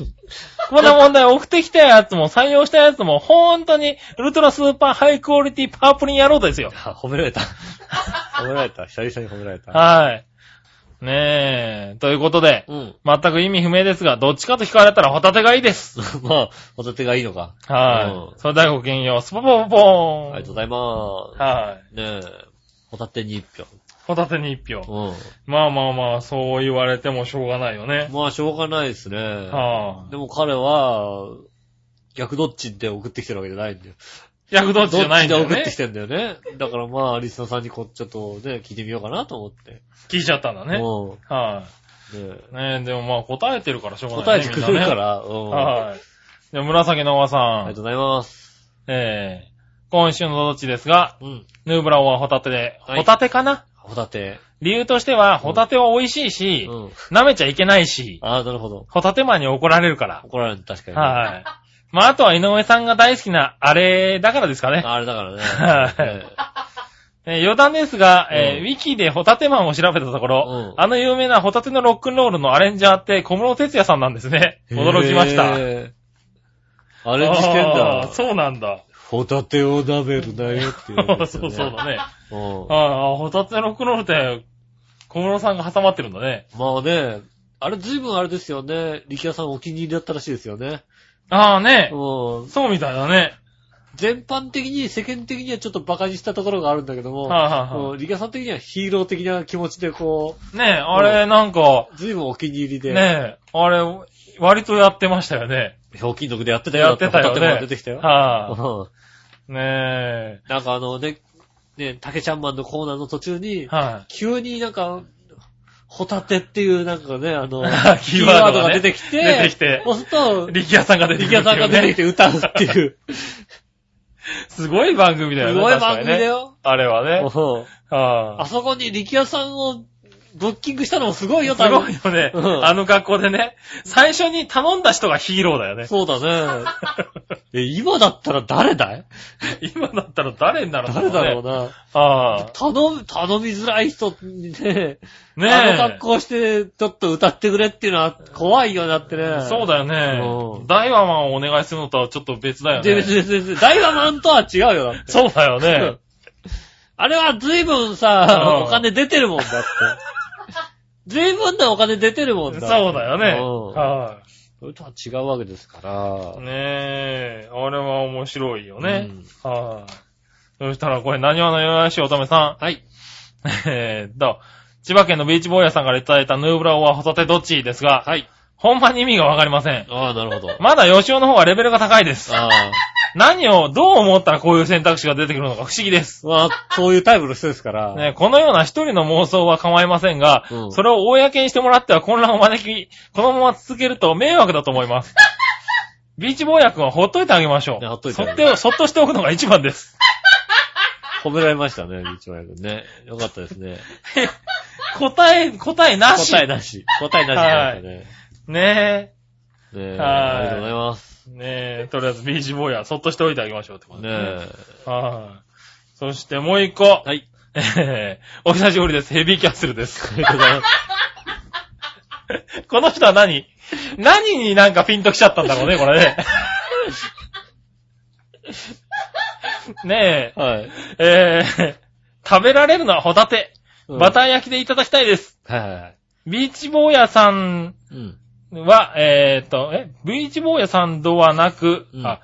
Speaker 3: こんな問題送ってきたやつも採用したやつも、本当にウルトラスーパーハイクオリティパープリン野郎ですよ。
Speaker 2: あ、褒められ た。褒められた。久々に褒められた。
Speaker 3: はい。ねえ。ということで、
Speaker 2: うん。
Speaker 3: 全く意味不明ですが、どっちかと聞かれたらホタテがいいです。
Speaker 2: まあ、ホタテがいいのか。
Speaker 3: は
Speaker 2: うん
Speaker 3: い。それではごきげんよう。スポポポポー
Speaker 2: あり
Speaker 3: ン。
Speaker 2: がとうございま
Speaker 3: はい。
Speaker 2: す。ねえ。ホタテに一票。
Speaker 3: ホタテに一票。
Speaker 2: う
Speaker 3: まあまあまあ、そう言われてもしょうがないよね
Speaker 2: ん。。まあ、しょうがないですね。
Speaker 3: はあ。
Speaker 2: でも彼は、逆どっちで送ってきてるわけじゃないんだよ。
Speaker 3: 逆どっちじゃないんだよ
Speaker 2: どっちで送って
Speaker 3: ね
Speaker 2: き。てんだよね。だからまあ、リスナーさんにこうちょっとね、聞いてみようかなと思って。
Speaker 3: 聞いちゃったんだね。
Speaker 2: う
Speaker 3: は
Speaker 2: ん。ねえ
Speaker 3: い。ねえ、でもまあ答えてるからしょうがな
Speaker 2: 答
Speaker 3: い
Speaker 2: え
Speaker 3: ね。
Speaker 2: てくれる
Speaker 3: みん
Speaker 2: か
Speaker 3: なね。
Speaker 2: ら、うん。
Speaker 3: はい。じゃあ、紫のおば
Speaker 2: ありが
Speaker 3: さん
Speaker 2: と。うございます。
Speaker 3: ええ。今週のどっちですが、
Speaker 2: うん。
Speaker 3: ヌーブラオはホタテで。
Speaker 2: はい
Speaker 3: ホタテかな
Speaker 2: ホタテ。
Speaker 3: 理由としては、ホタテは美味しいし、
Speaker 2: うん。
Speaker 3: 舐めちゃいけないし、
Speaker 2: ああ、なるほど。
Speaker 3: ホタテマンに怒られるから。
Speaker 2: 怒られる、確かにね。
Speaker 3: はい。まあ、あとは井上さんが大好きな、あれだからですかね。
Speaker 2: あれだからね。
Speaker 3: はい
Speaker 2: ね
Speaker 3: えー余談ですが、えー
Speaker 2: うん
Speaker 3: ウィキでホタテマンを調べたところ、
Speaker 2: うん
Speaker 3: あの有名なホタテのロックンロールのアレンジャーって小室哲也さんなんですね。驚きました。
Speaker 2: へーアレンジしてん
Speaker 3: あ
Speaker 2: だ
Speaker 3: ー。そうなんだ。
Speaker 2: ホタテを食べるなよっていう、ね。
Speaker 3: そうそうだね。
Speaker 2: うん
Speaker 3: あーホタテのロックンロールって小室さんが挟まってるんだね。
Speaker 2: まあね、あれ随分あれですよね。力也さんお気に入りだったらしいですよね。
Speaker 3: ああね、
Speaker 2: うん。
Speaker 3: そうみたいだね。
Speaker 2: 全般的に、世間的にはちょっと馬鹿にしたところがあるんだけども、
Speaker 3: はいはいはい
Speaker 2: うん力也さん的にはヒーロー的な気持ちでこ
Speaker 3: ねえ、あれなんか、
Speaker 2: う、随分お気に入りで、
Speaker 3: ねえ、あれ割とやってましたよね。
Speaker 2: ひょうきん族でやってたよ。
Speaker 3: やってたよ
Speaker 2: ホタテも出
Speaker 3: ね。
Speaker 2: てきたよ。
Speaker 3: は
Speaker 2: うん
Speaker 3: い。ね
Speaker 2: なんかあのね、ね、竹ちゃんマンのコーナーの途中に
Speaker 3: え、、はい。、
Speaker 2: 急になんか、ホタテっていうなんかね、あの
Speaker 3: キーワードがね
Speaker 2: キ出てきて、
Speaker 3: 出てきて
Speaker 2: 押すと、力
Speaker 3: 力也さんが出てく
Speaker 2: 也
Speaker 3: るって
Speaker 2: さん
Speaker 3: い
Speaker 2: が
Speaker 3: うね。
Speaker 2: 出てきて歌うって いう。
Speaker 3: すごい番組だよね。
Speaker 2: すごい
Speaker 3: 確か
Speaker 2: 番
Speaker 3: に
Speaker 2: 組
Speaker 3: ね
Speaker 2: だ。よ。
Speaker 3: あれはね。
Speaker 2: うん
Speaker 3: は
Speaker 2: あ
Speaker 3: い
Speaker 2: そこに力也さんをブッキングしたのもすごいよ、
Speaker 3: すご
Speaker 2: 多
Speaker 3: い
Speaker 2: 分
Speaker 3: よね。
Speaker 2: うん
Speaker 3: あの格好でね。最初に頼んだ人がヒーローだよね。
Speaker 2: そう だね。え、今だったら誰だい
Speaker 3: 今だったら誰になるんだろう
Speaker 2: 誰
Speaker 3: ね。
Speaker 2: だろうな。
Speaker 3: あ
Speaker 2: 頼む、頼みづらい人にね、
Speaker 3: あ。ねえ。
Speaker 2: あの格好して、ちょっと歌ってくれっていうのは怖いよなってね。
Speaker 3: そうだよ
Speaker 2: う
Speaker 3: ね。
Speaker 2: ん
Speaker 3: ダイワマンをお願いするのとはちょっと別だよ
Speaker 2: で、別
Speaker 3: ね。
Speaker 2: に別にダイワマンとは違うよ。
Speaker 3: そうだよ ね。
Speaker 2: あれは随分
Speaker 3: う
Speaker 2: さ
Speaker 3: ん、
Speaker 2: お金出てるもんだって。随分なお金出てるもん
Speaker 3: そう
Speaker 2: だ。
Speaker 3: だよね。
Speaker 2: うん
Speaker 3: は
Speaker 2: それとは違うわけですから
Speaker 3: い。。ねえ。あれは面白いよね
Speaker 2: うん。
Speaker 3: はい。そしたらこれ、何話のよやしおためさん。
Speaker 2: はい。
Speaker 3: えーっと、千葉県のビーチボーイヤーさんからいただいたヌーブラオはホタテどっちですが、
Speaker 2: はい。
Speaker 3: ほんまに意味がわかりません。
Speaker 2: ああ、なるほど。
Speaker 3: まだ吉尾の方がレベルが高いです。
Speaker 2: ああ。
Speaker 3: 何をどう思ったらこういう選択肢が出てくるのか不思議です。
Speaker 2: まあ、そういうタイプの人ですから。
Speaker 3: ね、このような一人の妄想は構いませんが、
Speaker 2: うん
Speaker 3: それを公にしてもらっては混乱を招き、このまま続けると迷惑だと思 います。ビーチボーイヤー君はほっといてあげましょう。
Speaker 2: ねほっといて
Speaker 3: そって、そっとしておくのが一番です。
Speaker 2: 褒められましたね、一番君ね。よかったですね。
Speaker 3: 答え、答えなし。
Speaker 2: 答えなし。答えなしだったね。
Speaker 3: ね
Speaker 2: ねえ、あり
Speaker 3: はい
Speaker 2: がとうございます。
Speaker 3: え。ねえ、とりあえずビーチボーイヤー、そっとしておいてあげましょうってこと
Speaker 2: ね
Speaker 3: ね
Speaker 2: え。
Speaker 3: はい。そしてもう一個。
Speaker 2: はい。
Speaker 3: えー、 お久しぶりです。ヘビーキャッスルです。
Speaker 2: ありがとうございます。
Speaker 3: この人は何何になんかピンときちゃったんだろうね、これね。 ね
Speaker 2: はい。
Speaker 3: え、えー、食べられるのはホタテ。
Speaker 2: うん
Speaker 3: バター焼きでいただきたいです。
Speaker 2: はいはいはい。
Speaker 3: ビーチ坊やさん
Speaker 2: うん。
Speaker 3: は、えーっと、え、ビーチ坊やさんではなく、
Speaker 2: うん
Speaker 3: あ、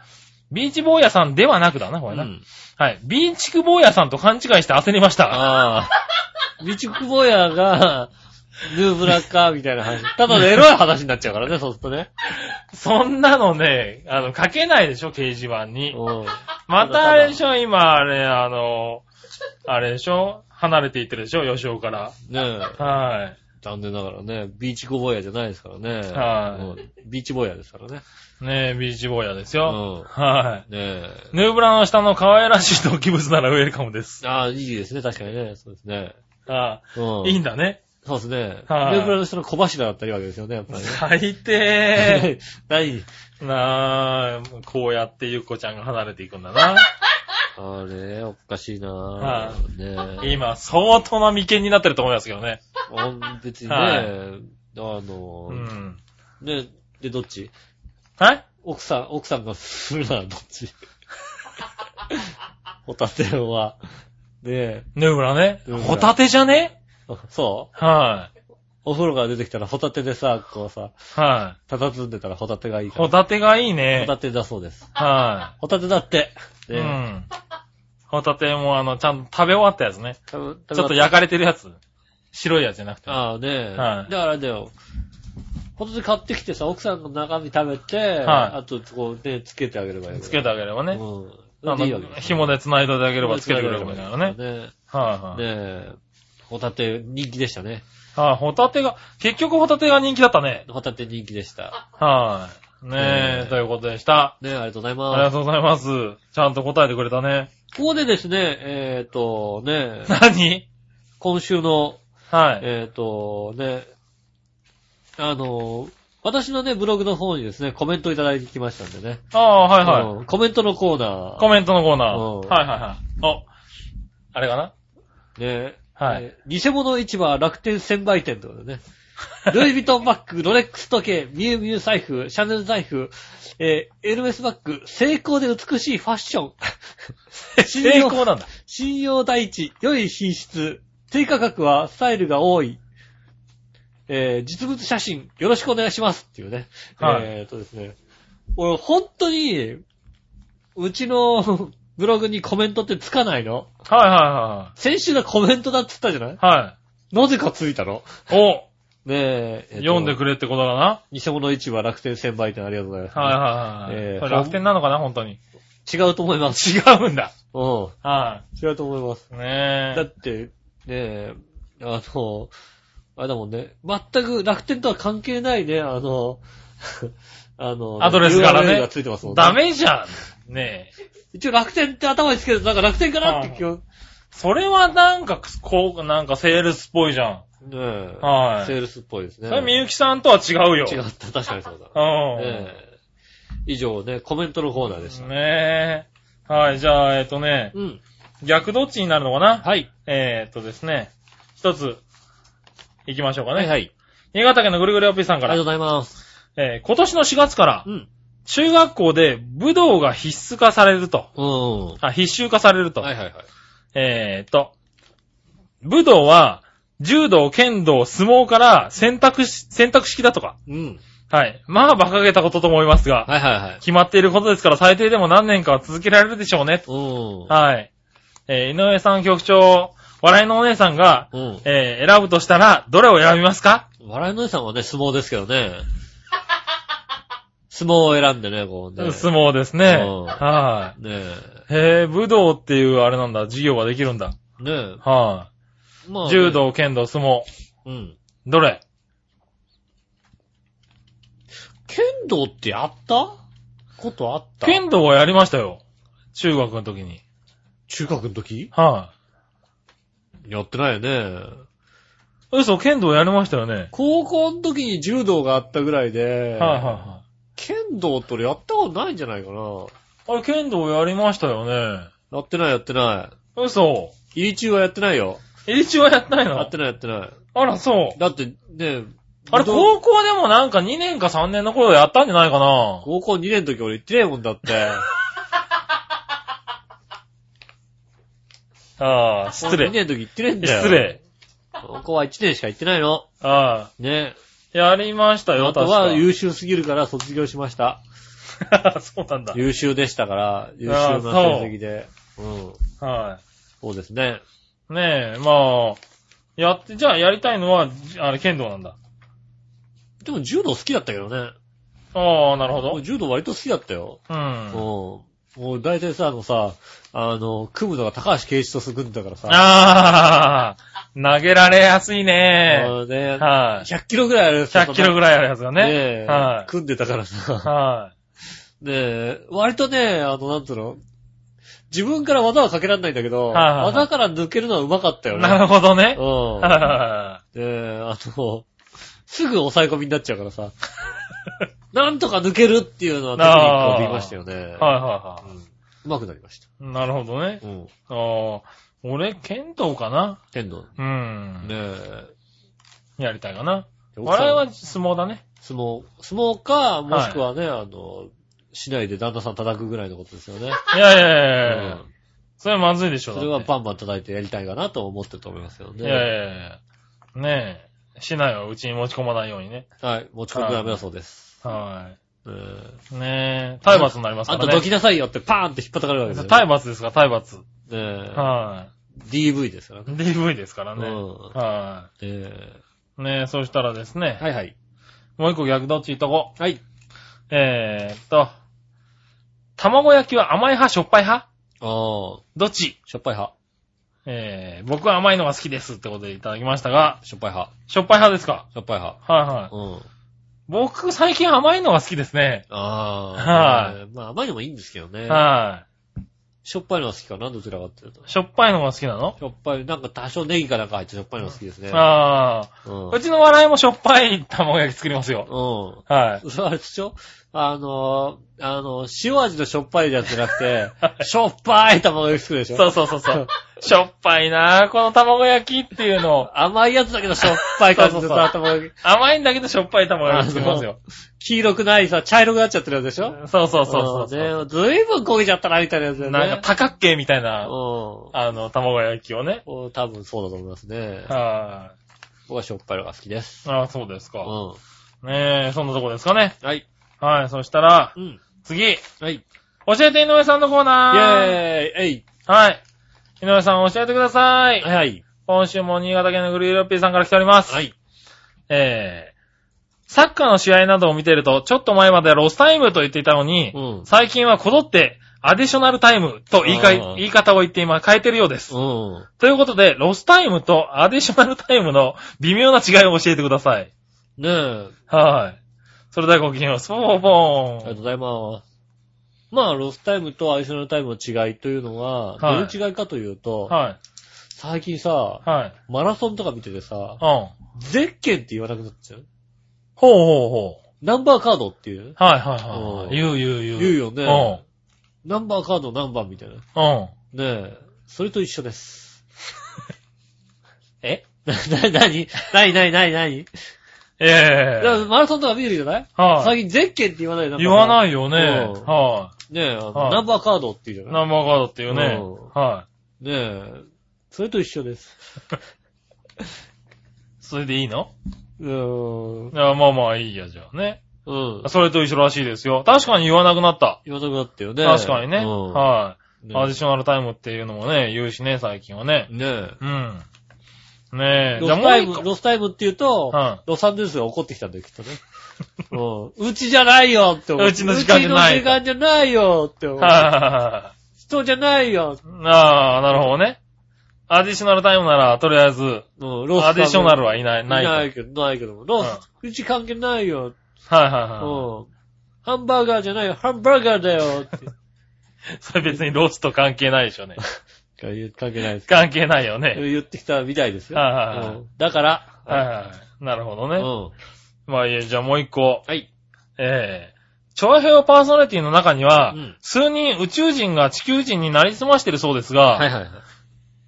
Speaker 3: ビーチ坊やさんではなくだな、これな。
Speaker 2: うん
Speaker 3: はい。ビーチク坊やさんと勘違いして焦りました。
Speaker 2: ああ。道久保屋が、ヌーブラか、みたいな話。ただのエロい話になっちゃうからね、そうするとね。
Speaker 3: そんなのね、あの、書けないでしょ、掲示板に。
Speaker 2: うん。
Speaker 3: またあれでしょ、今、あれ、あの、あれでしょ離れていってるでしょ、吉尾から。
Speaker 2: ね
Speaker 3: はい。
Speaker 2: 残念ながらね、ビーチゴボヤじゃないですからね。
Speaker 3: は
Speaker 2: うんビーチボヤですからね。
Speaker 3: ねえ、ビーチ坊やです
Speaker 2: うん。
Speaker 3: よ。は
Speaker 2: ね
Speaker 3: い。ヌーブラの下の可愛らしい動機物ならウェルカムです。
Speaker 2: え。ああ、いいですね、確かにね。そうですね。
Speaker 3: ああ、
Speaker 2: うん。
Speaker 3: いいんだね。
Speaker 2: そうですね。
Speaker 3: はい
Speaker 2: ループラの人の小柱だったりわけですよね、やっぱりね。
Speaker 3: 最低。
Speaker 2: 何
Speaker 3: なあ、こうやってゆっこちゃんが離れていくん だな。
Speaker 2: あれ、おかしいな
Speaker 3: は
Speaker 2: ぁ。 ねえ
Speaker 3: 今、相当な眉間になってると思いますけどね。
Speaker 2: あ別にね、
Speaker 3: はい
Speaker 2: あの
Speaker 3: う、ん。
Speaker 2: ね、で、どっち
Speaker 3: はい
Speaker 2: 奥さん、奥さんがするならどっち ホタテは。ね
Speaker 3: ヌーブラね
Speaker 2: ヌーブ。ラ
Speaker 3: ホタテじゃね
Speaker 2: え、そ
Speaker 3: は
Speaker 2: うお風呂から出てきたらホタテでさ、こうさ、
Speaker 3: い。は
Speaker 2: 佇んでたらホタテがいい
Speaker 3: い。
Speaker 2: から。
Speaker 3: ホタテがいい
Speaker 2: ホ
Speaker 3: ね。
Speaker 2: タテだそうです。
Speaker 3: は
Speaker 2: ホタテだって。
Speaker 3: い。
Speaker 2: ねえ
Speaker 3: うん。ホタテもあの、ちゃんと食べ終わったやつね。
Speaker 2: たぶん
Speaker 3: ちょっと焼かれてるやつ。白いやつじゃなくて。
Speaker 2: ああねえ。
Speaker 3: はい
Speaker 2: だからあれだよ。ホタテ買ってきてさ、奥さんの中身食べて、あとこうね、つけてあげればいいわけ。
Speaker 3: つけてあげれば
Speaker 2: う
Speaker 3: ね。
Speaker 2: ん。
Speaker 3: あ
Speaker 2: でいいわけ
Speaker 3: の
Speaker 2: で、すよ
Speaker 3: 紐で繋いであげればつけてくれるみたいなね。
Speaker 2: ね
Speaker 3: はい
Speaker 2: ね
Speaker 3: はい。
Speaker 2: え。ホタテ人気でしたね。
Speaker 3: はい、ホタテが、結局ホタテが人気だったね。
Speaker 2: ホタテ人気でした。
Speaker 3: はい。
Speaker 2: ね
Speaker 3: ね
Speaker 2: え
Speaker 3: え、ということでした。
Speaker 2: ねえ、ありがとうござい
Speaker 3: あり
Speaker 2: ま
Speaker 3: が
Speaker 2: す。
Speaker 3: とうございます。ちゃんと答えてくれたね。
Speaker 2: ここでですね、えっ、と、ねえ、
Speaker 3: 何
Speaker 2: 今週の、
Speaker 3: はい。
Speaker 2: えっ、と、ね、あの、私のね、ブログの方にですね、コメントいただいてきましたんでね。
Speaker 3: ああ、はいは
Speaker 2: うんコメントのコーナ
Speaker 3: い。
Speaker 2: ー。
Speaker 3: コメントのコーナー。
Speaker 2: うん
Speaker 3: はいはいはい。お、あれかな
Speaker 2: ね
Speaker 3: はい
Speaker 2: えー偽物市場楽天専売店ってこと でね。ルイ・ヴィトンバッグ、ロレックス時計、ミュウミュウ財布、シャネル財布、えーエルメスバッグ、成功で美しいファッシ ョン。信
Speaker 3: 成
Speaker 2: 用
Speaker 3: 功なんだ。
Speaker 2: 信用第一、良い品質、低価格はスタイルが多い、えー実物写真、よろしくお願いしますっていうね。
Speaker 3: はい
Speaker 2: えーっとですね。俺、本当に、うちのブログにコメントってつかないの
Speaker 3: はいは
Speaker 2: 先週のコメントだっつったじゃない
Speaker 3: いは
Speaker 2: なぜかついたの
Speaker 3: い。はい。
Speaker 2: ねえ。
Speaker 3: お、読んで
Speaker 2: る。
Speaker 3: くれってことだな。
Speaker 2: 偽物市場楽天専売店ありがとうございます。
Speaker 3: はいはいはい
Speaker 2: えー
Speaker 3: これ楽天なのかな、本当に。
Speaker 2: 違うと思います。
Speaker 3: 違うんだ。
Speaker 2: うん。
Speaker 3: は
Speaker 2: 違うと思います。
Speaker 3: い。ね
Speaker 2: だっ
Speaker 3: え。
Speaker 2: て、ねえ、あの、あれだもんね。全く楽天とは関係ないね、あの、 あの、
Speaker 3: アドレスからね
Speaker 2: URL がついてますもんね。
Speaker 3: ダメじゃん。ねえ。
Speaker 2: 一応楽天って頭につけて、なんか楽天かなって気を、
Speaker 3: それはなんか、こう、なんかセールスっぽいじゃん。
Speaker 2: ねえ、
Speaker 3: はい
Speaker 2: セールスっぽいですね。
Speaker 3: それみゆきさんとは違うよ。
Speaker 2: 違った、確かにそうだ。
Speaker 3: うん。
Speaker 2: ねえ以上ね、コメントのコーナーでした。
Speaker 3: ねえ。はい、じゃあ、えっとね、
Speaker 2: うん。
Speaker 3: 逆どっちになるのかな
Speaker 2: はい。
Speaker 3: えーっとですね、一つ、行きましょうかね。
Speaker 2: はいはい。
Speaker 3: 新潟県のぐるぐるおっぴーさん
Speaker 2: あ
Speaker 3: か
Speaker 2: りがとう
Speaker 3: ら、
Speaker 2: ございます。
Speaker 3: えー今年の4月から
Speaker 2: う、ん。
Speaker 3: 中学校で武道が必須化されると。
Speaker 2: うん。は
Speaker 3: あ、必修化される
Speaker 2: い
Speaker 3: と。
Speaker 2: はいはい。
Speaker 3: えーっと、武道は、柔道、剣道、相撲から選択し、選択式だとか。
Speaker 2: うん。
Speaker 3: はい。まあ、馬鹿げたことと思いますが、
Speaker 2: はいはいはい。
Speaker 3: 決まっていることですから最低でも何年かは続けられるでしょうね。
Speaker 2: うん。
Speaker 3: はい。えー井上さん局長、笑いのお姉さんが、
Speaker 2: うん。
Speaker 3: えー選ぶとしたら、どれを選びますか
Speaker 2: 笑いのお姉さんはね、相撲ですけど ね。相撲を選んでね、こうね。
Speaker 3: 相撲ですね。
Speaker 2: うん
Speaker 3: は
Speaker 2: ね
Speaker 3: い。へえ、武道っていうあれなんだ、授業ができるんだ。
Speaker 2: え。ね
Speaker 3: は
Speaker 2: え。ま
Speaker 3: い。
Speaker 2: あ、
Speaker 3: 柔。道、剣道、相撲。
Speaker 2: うん。
Speaker 3: どれ
Speaker 2: 剣道ってやったことあった
Speaker 3: 剣道はやりましたよ。中学の時に。
Speaker 2: 中学の時
Speaker 3: は
Speaker 2: やってないよね。
Speaker 3: い。嘘、剣道やりましたよね。
Speaker 2: 高校の時に柔道があったぐらいで、
Speaker 3: はいはいは
Speaker 2: 剣道って俺やったことないんじゃないかな。
Speaker 3: い。あれ、剣道やりましたよね。
Speaker 2: やってないやってな
Speaker 3: 嘘。
Speaker 2: い。入り中はやってないよ。
Speaker 3: 英中はやったい
Speaker 2: や
Speaker 3: の
Speaker 2: ってないやってない。
Speaker 3: あら、そう。
Speaker 2: だってね、
Speaker 3: あれ、
Speaker 2: どう
Speaker 3: 高校でもなんか2年か3年の頃やったんじゃないかな。
Speaker 2: 高校2年の時俺行ってねえもんだって。
Speaker 3: ああ、失
Speaker 2: 2
Speaker 3: 礼。
Speaker 2: 年の時行ってねえんだよ。
Speaker 3: 失。礼。
Speaker 2: 高校は1年しか行ってないの。
Speaker 3: あ
Speaker 2: ね。
Speaker 3: あ、やりましたよ、
Speaker 2: あと
Speaker 3: 確
Speaker 2: は
Speaker 3: か
Speaker 2: 優秀すぎるから卒業しました。
Speaker 3: そうなんだ。
Speaker 2: 優秀でしたから、優秀な成績で。うん。
Speaker 3: は
Speaker 2: そうですね。
Speaker 3: い。ねえ、まあ、やって、じゃあやりたいのは、じあれ、剣道なんだ。
Speaker 2: でも柔道好きだったけどね。
Speaker 3: ああ、なるほど。
Speaker 2: 柔道割と好きだったよ。
Speaker 3: う
Speaker 2: うん。
Speaker 3: ん。
Speaker 2: もう大体さ、あのさ、あの、組むのが高橋圭一とす組んだからさ。
Speaker 3: ああ、投げられやすいね。
Speaker 4: そうね。
Speaker 3: はい。
Speaker 4: 100キロぐらいある
Speaker 3: 100キロぐらいあるやつよね。
Speaker 4: ねえ、
Speaker 3: はい。
Speaker 4: 組んでたからさ。
Speaker 3: は
Speaker 4: ねえ、割とね、あの、なんつうの、自分から技はかけられないんだけど、
Speaker 3: はいはいはい
Speaker 4: 技から抜けるのは上手かった
Speaker 3: い。
Speaker 4: よね。
Speaker 3: なるほどね。
Speaker 4: うん。
Speaker 3: はいはいは
Speaker 4: ねえ、あの、すぐ抑え込みになっちゃうから さ。なんとか抜けるっていうのはテクニックを見ましたよね。
Speaker 3: いはいは
Speaker 4: うんうまくなりまし
Speaker 3: い。なるほどね
Speaker 4: た。。うん。
Speaker 3: ああ、俺、剣道かな
Speaker 4: 剣道。ね
Speaker 3: うん。
Speaker 4: え。
Speaker 3: やりたいかな。
Speaker 4: 奥さん
Speaker 3: 我々は相撲だね。
Speaker 4: 相撲、相撲か、もしくはね、あの、市内で旦那さん叩くぐらいのことですよ ね。
Speaker 3: いやいやいやいうや
Speaker 4: ん
Speaker 3: それはまずいでしょ。
Speaker 4: それは
Speaker 3: だって
Speaker 4: バンバン叩いてやりたいかなと思ってると思いますよ
Speaker 3: いやい
Speaker 4: ね。
Speaker 3: やいやねえ。市内はうちに持ち込まないようにね。
Speaker 4: はい、持ち込みダメだそうです。
Speaker 3: は
Speaker 4: えー
Speaker 3: い。ねえ。体罰になりますか
Speaker 4: あん
Speaker 3: ら
Speaker 4: た
Speaker 3: ね。
Speaker 4: どきなさいよってパーンって引っ張ったかれるわけですよね。
Speaker 3: 体罰ですか、体罰。
Speaker 4: ね
Speaker 3: は
Speaker 4: え DV ですから
Speaker 3: い。
Speaker 4: ね。
Speaker 3: DV ですから
Speaker 4: う
Speaker 3: ね。
Speaker 4: ん
Speaker 3: は
Speaker 4: え
Speaker 3: い。ねえ、そしたらですね
Speaker 4: ー。はいはい。
Speaker 3: もう一個逆どっちいっとこう。
Speaker 4: はい。
Speaker 3: えーっと、卵焼きは甘い派、しょっぱい派
Speaker 4: ああ、
Speaker 3: どっち
Speaker 4: しょっぱい派。
Speaker 3: えー、僕は甘いのが好きですってことでいただきましたが、
Speaker 4: しょっぱい派。
Speaker 3: しょっぱい派ですか
Speaker 4: しょっぱい派。
Speaker 3: はいはい。
Speaker 4: うん。
Speaker 3: 僕、最近甘いのが好きですね。
Speaker 4: ああ。。
Speaker 3: はい
Speaker 4: まあ甘いのもいいんですけどね。
Speaker 3: は
Speaker 4: しょっぱいのが好きかな、どちらかっていうと。
Speaker 3: い。しょっぱいのが好きなの
Speaker 4: しょっぱい、なんか多少ネギかなんか入ってしょっぱいのが好きですね。
Speaker 3: あ
Speaker 4: う
Speaker 3: あ。
Speaker 4: ん。
Speaker 3: うちの笑いもしょっぱい卵焼き作りますよ。
Speaker 4: う
Speaker 3: はい。
Speaker 4: ん。それあれでしょあのー、あのー、塩味のしょっぱいじゃなく て、しょっぱい卵焼き作るでしょ
Speaker 3: そうそうそう そう。しょっぱいなぁ、この卵焼きっていうのを。
Speaker 4: 甘いやつだけどしょっぱい感じでさ、
Speaker 3: そ
Speaker 4: 卵焼き
Speaker 3: 甘いんだけどしょっぱい卵焼き作りますよ。
Speaker 4: 黄色くないさ、茶色くなっちゃってるやつでしょ
Speaker 3: そうそうそうそう。
Speaker 4: うんねずいぶん焦げちゃったな、みたいなやつだよね。
Speaker 3: なんか多角形みたいな、
Speaker 4: うん。
Speaker 3: あの、卵焼きをね。
Speaker 4: お多分そうだと思いますね。
Speaker 3: は
Speaker 4: 僕はしょっぱいのが好きです。
Speaker 3: い。ああ、そうです
Speaker 4: う
Speaker 3: か。
Speaker 4: ん。
Speaker 3: ねえ、そんなとこですかね。
Speaker 4: はい。
Speaker 3: はい、そしたら、
Speaker 4: うん。
Speaker 3: 次、
Speaker 4: はい。
Speaker 3: 教えて井上さんのコー
Speaker 4: イェ
Speaker 3: ナー。
Speaker 4: ーイえい
Speaker 3: はい。井上さん教えてください。
Speaker 4: はいはい。
Speaker 3: 今週も新潟県のグリーロッピーさんから来ております。
Speaker 4: はい。
Speaker 3: えー、サッカーの試合などを見てると、ちょっと前まではロスタイムと言っていたのに、
Speaker 4: うん
Speaker 3: 最近はこぞって、アディショナルタイムと言いか
Speaker 4: あ
Speaker 3: い
Speaker 4: ー
Speaker 3: 言い方を言って今変えてるようです。
Speaker 4: うん。
Speaker 3: ということで、ロスタイムとアディショナルタイムの微妙な違いを教えてください。
Speaker 4: ねえ。あ
Speaker 3: はい。それではごきげんよう。スポーポ
Speaker 4: りがと
Speaker 3: ー
Speaker 4: う
Speaker 3: ン。
Speaker 4: ございます。まあ、ロスタイムとアディショナルタイムの違いというの
Speaker 3: は
Speaker 4: は、
Speaker 3: い
Speaker 4: どういう違いかというと、
Speaker 3: は
Speaker 4: 最近さ
Speaker 3: い。、はい。
Speaker 4: マラソンとか見ててさ
Speaker 3: う、ん。
Speaker 4: ゼッケンって言わなくなっちゃう
Speaker 3: ほうほうほ
Speaker 4: ナンバーカードっていう
Speaker 3: う。はいはいは
Speaker 4: う
Speaker 3: い。
Speaker 4: ん
Speaker 3: 言う言う言う。
Speaker 4: 言うよね
Speaker 3: うん。
Speaker 4: ナンバーカード何番みたいな。ね
Speaker 3: うん。
Speaker 4: え。それと一緒 です。え な、な、なになになになになに
Speaker 3: ええ
Speaker 4: だからマラソンとか見るじゃない
Speaker 3: はい。
Speaker 4: 最近ゼッケンって言わないよ。
Speaker 3: 言わないいよね。
Speaker 4: うん
Speaker 3: は
Speaker 4: ねえ、あの
Speaker 3: はい
Speaker 4: ナンバーカードって言う
Speaker 3: い。
Speaker 4: じゃな
Speaker 3: ナ
Speaker 4: い
Speaker 3: ンバーカードっていうね
Speaker 4: うん。
Speaker 3: は
Speaker 4: ねえ。それと一緒です。
Speaker 3: い。それでいいの
Speaker 4: うー
Speaker 3: い
Speaker 4: ん。
Speaker 3: や、まあまあいいや、じゃあね。
Speaker 4: うん。
Speaker 3: それと一緒らしいですよ。確かに言わなくなった。
Speaker 4: 言わなくなったよね。
Speaker 3: 確かにね。
Speaker 4: うん
Speaker 3: はい。
Speaker 4: ね
Speaker 3: アディショナルタイムっていうのもね、言うしね、最近はね。
Speaker 4: ね
Speaker 3: うん。ね
Speaker 4: え。
Speaker 3: え。じゃ
Speaker 4: ロ
Speaker 3: あ
Speaker 4: ス
Speaker 3: も
Speaker 4: タ
Speaker 3: う
Speaker 4: イ
Speaker 3: 一
Speaker 4: ム、
Speaker 3: 個。
Speaker 4: ロスタイムって言うと、
Speaker 3: うん
Speaker 4: ロサンゼルスが怒ってきたんだよ、きっとね。うん。うちじゃないよって思
Speaker 3: うちの時間じゃないう
Speaker 4: ちの時間じゃないよって思う。
Speaker 3: は
Speaker 4: 人じゃないよ。
Speaker 3: い。 ああ、なるほどね。アディショナルタイムなら、とりあえず、
Speaker 4: うん、ロス
Speaker 3: アディショナル
Speaker 4: は
Speaker 3: はいない、
Speaker 4: な。
Speaker 3: ないいと。
Speaker 4: けど、ないけども。ロス、うち関係ないよ。
Speaker 3: はい
Speaker 4: う
Speaker 3: は
Speaker 4: ん
Speaker 3: いは。
Speaker 4: ハンバーガーじゃないよ。ハンバーガーだよ。って
Speaker 3: い。それ別にロスと関係ないでしょうね。
Speaker 4: 関係ないです。
Speaker 3: 関係ないよね。
Speaker 4: 言ってきたみたいですよ。
Speaker 3: はいはいはい
Speaker 4: うんだから、
Speaker 3: はいはい。なるほど
Speaker 4: う
Speaker 3: ね。
Speaker 4: ん。
Speaker 3: まあいいや、じゃあもう一個。
Speaker 4: はい。
Speaker 3: ええ長編パーソナリティの中には、
Speaker 4: うん
Speaker 3: 数人宇宙人が地球人になりすましてるそうですが、
Speaker 4: はいはいはい。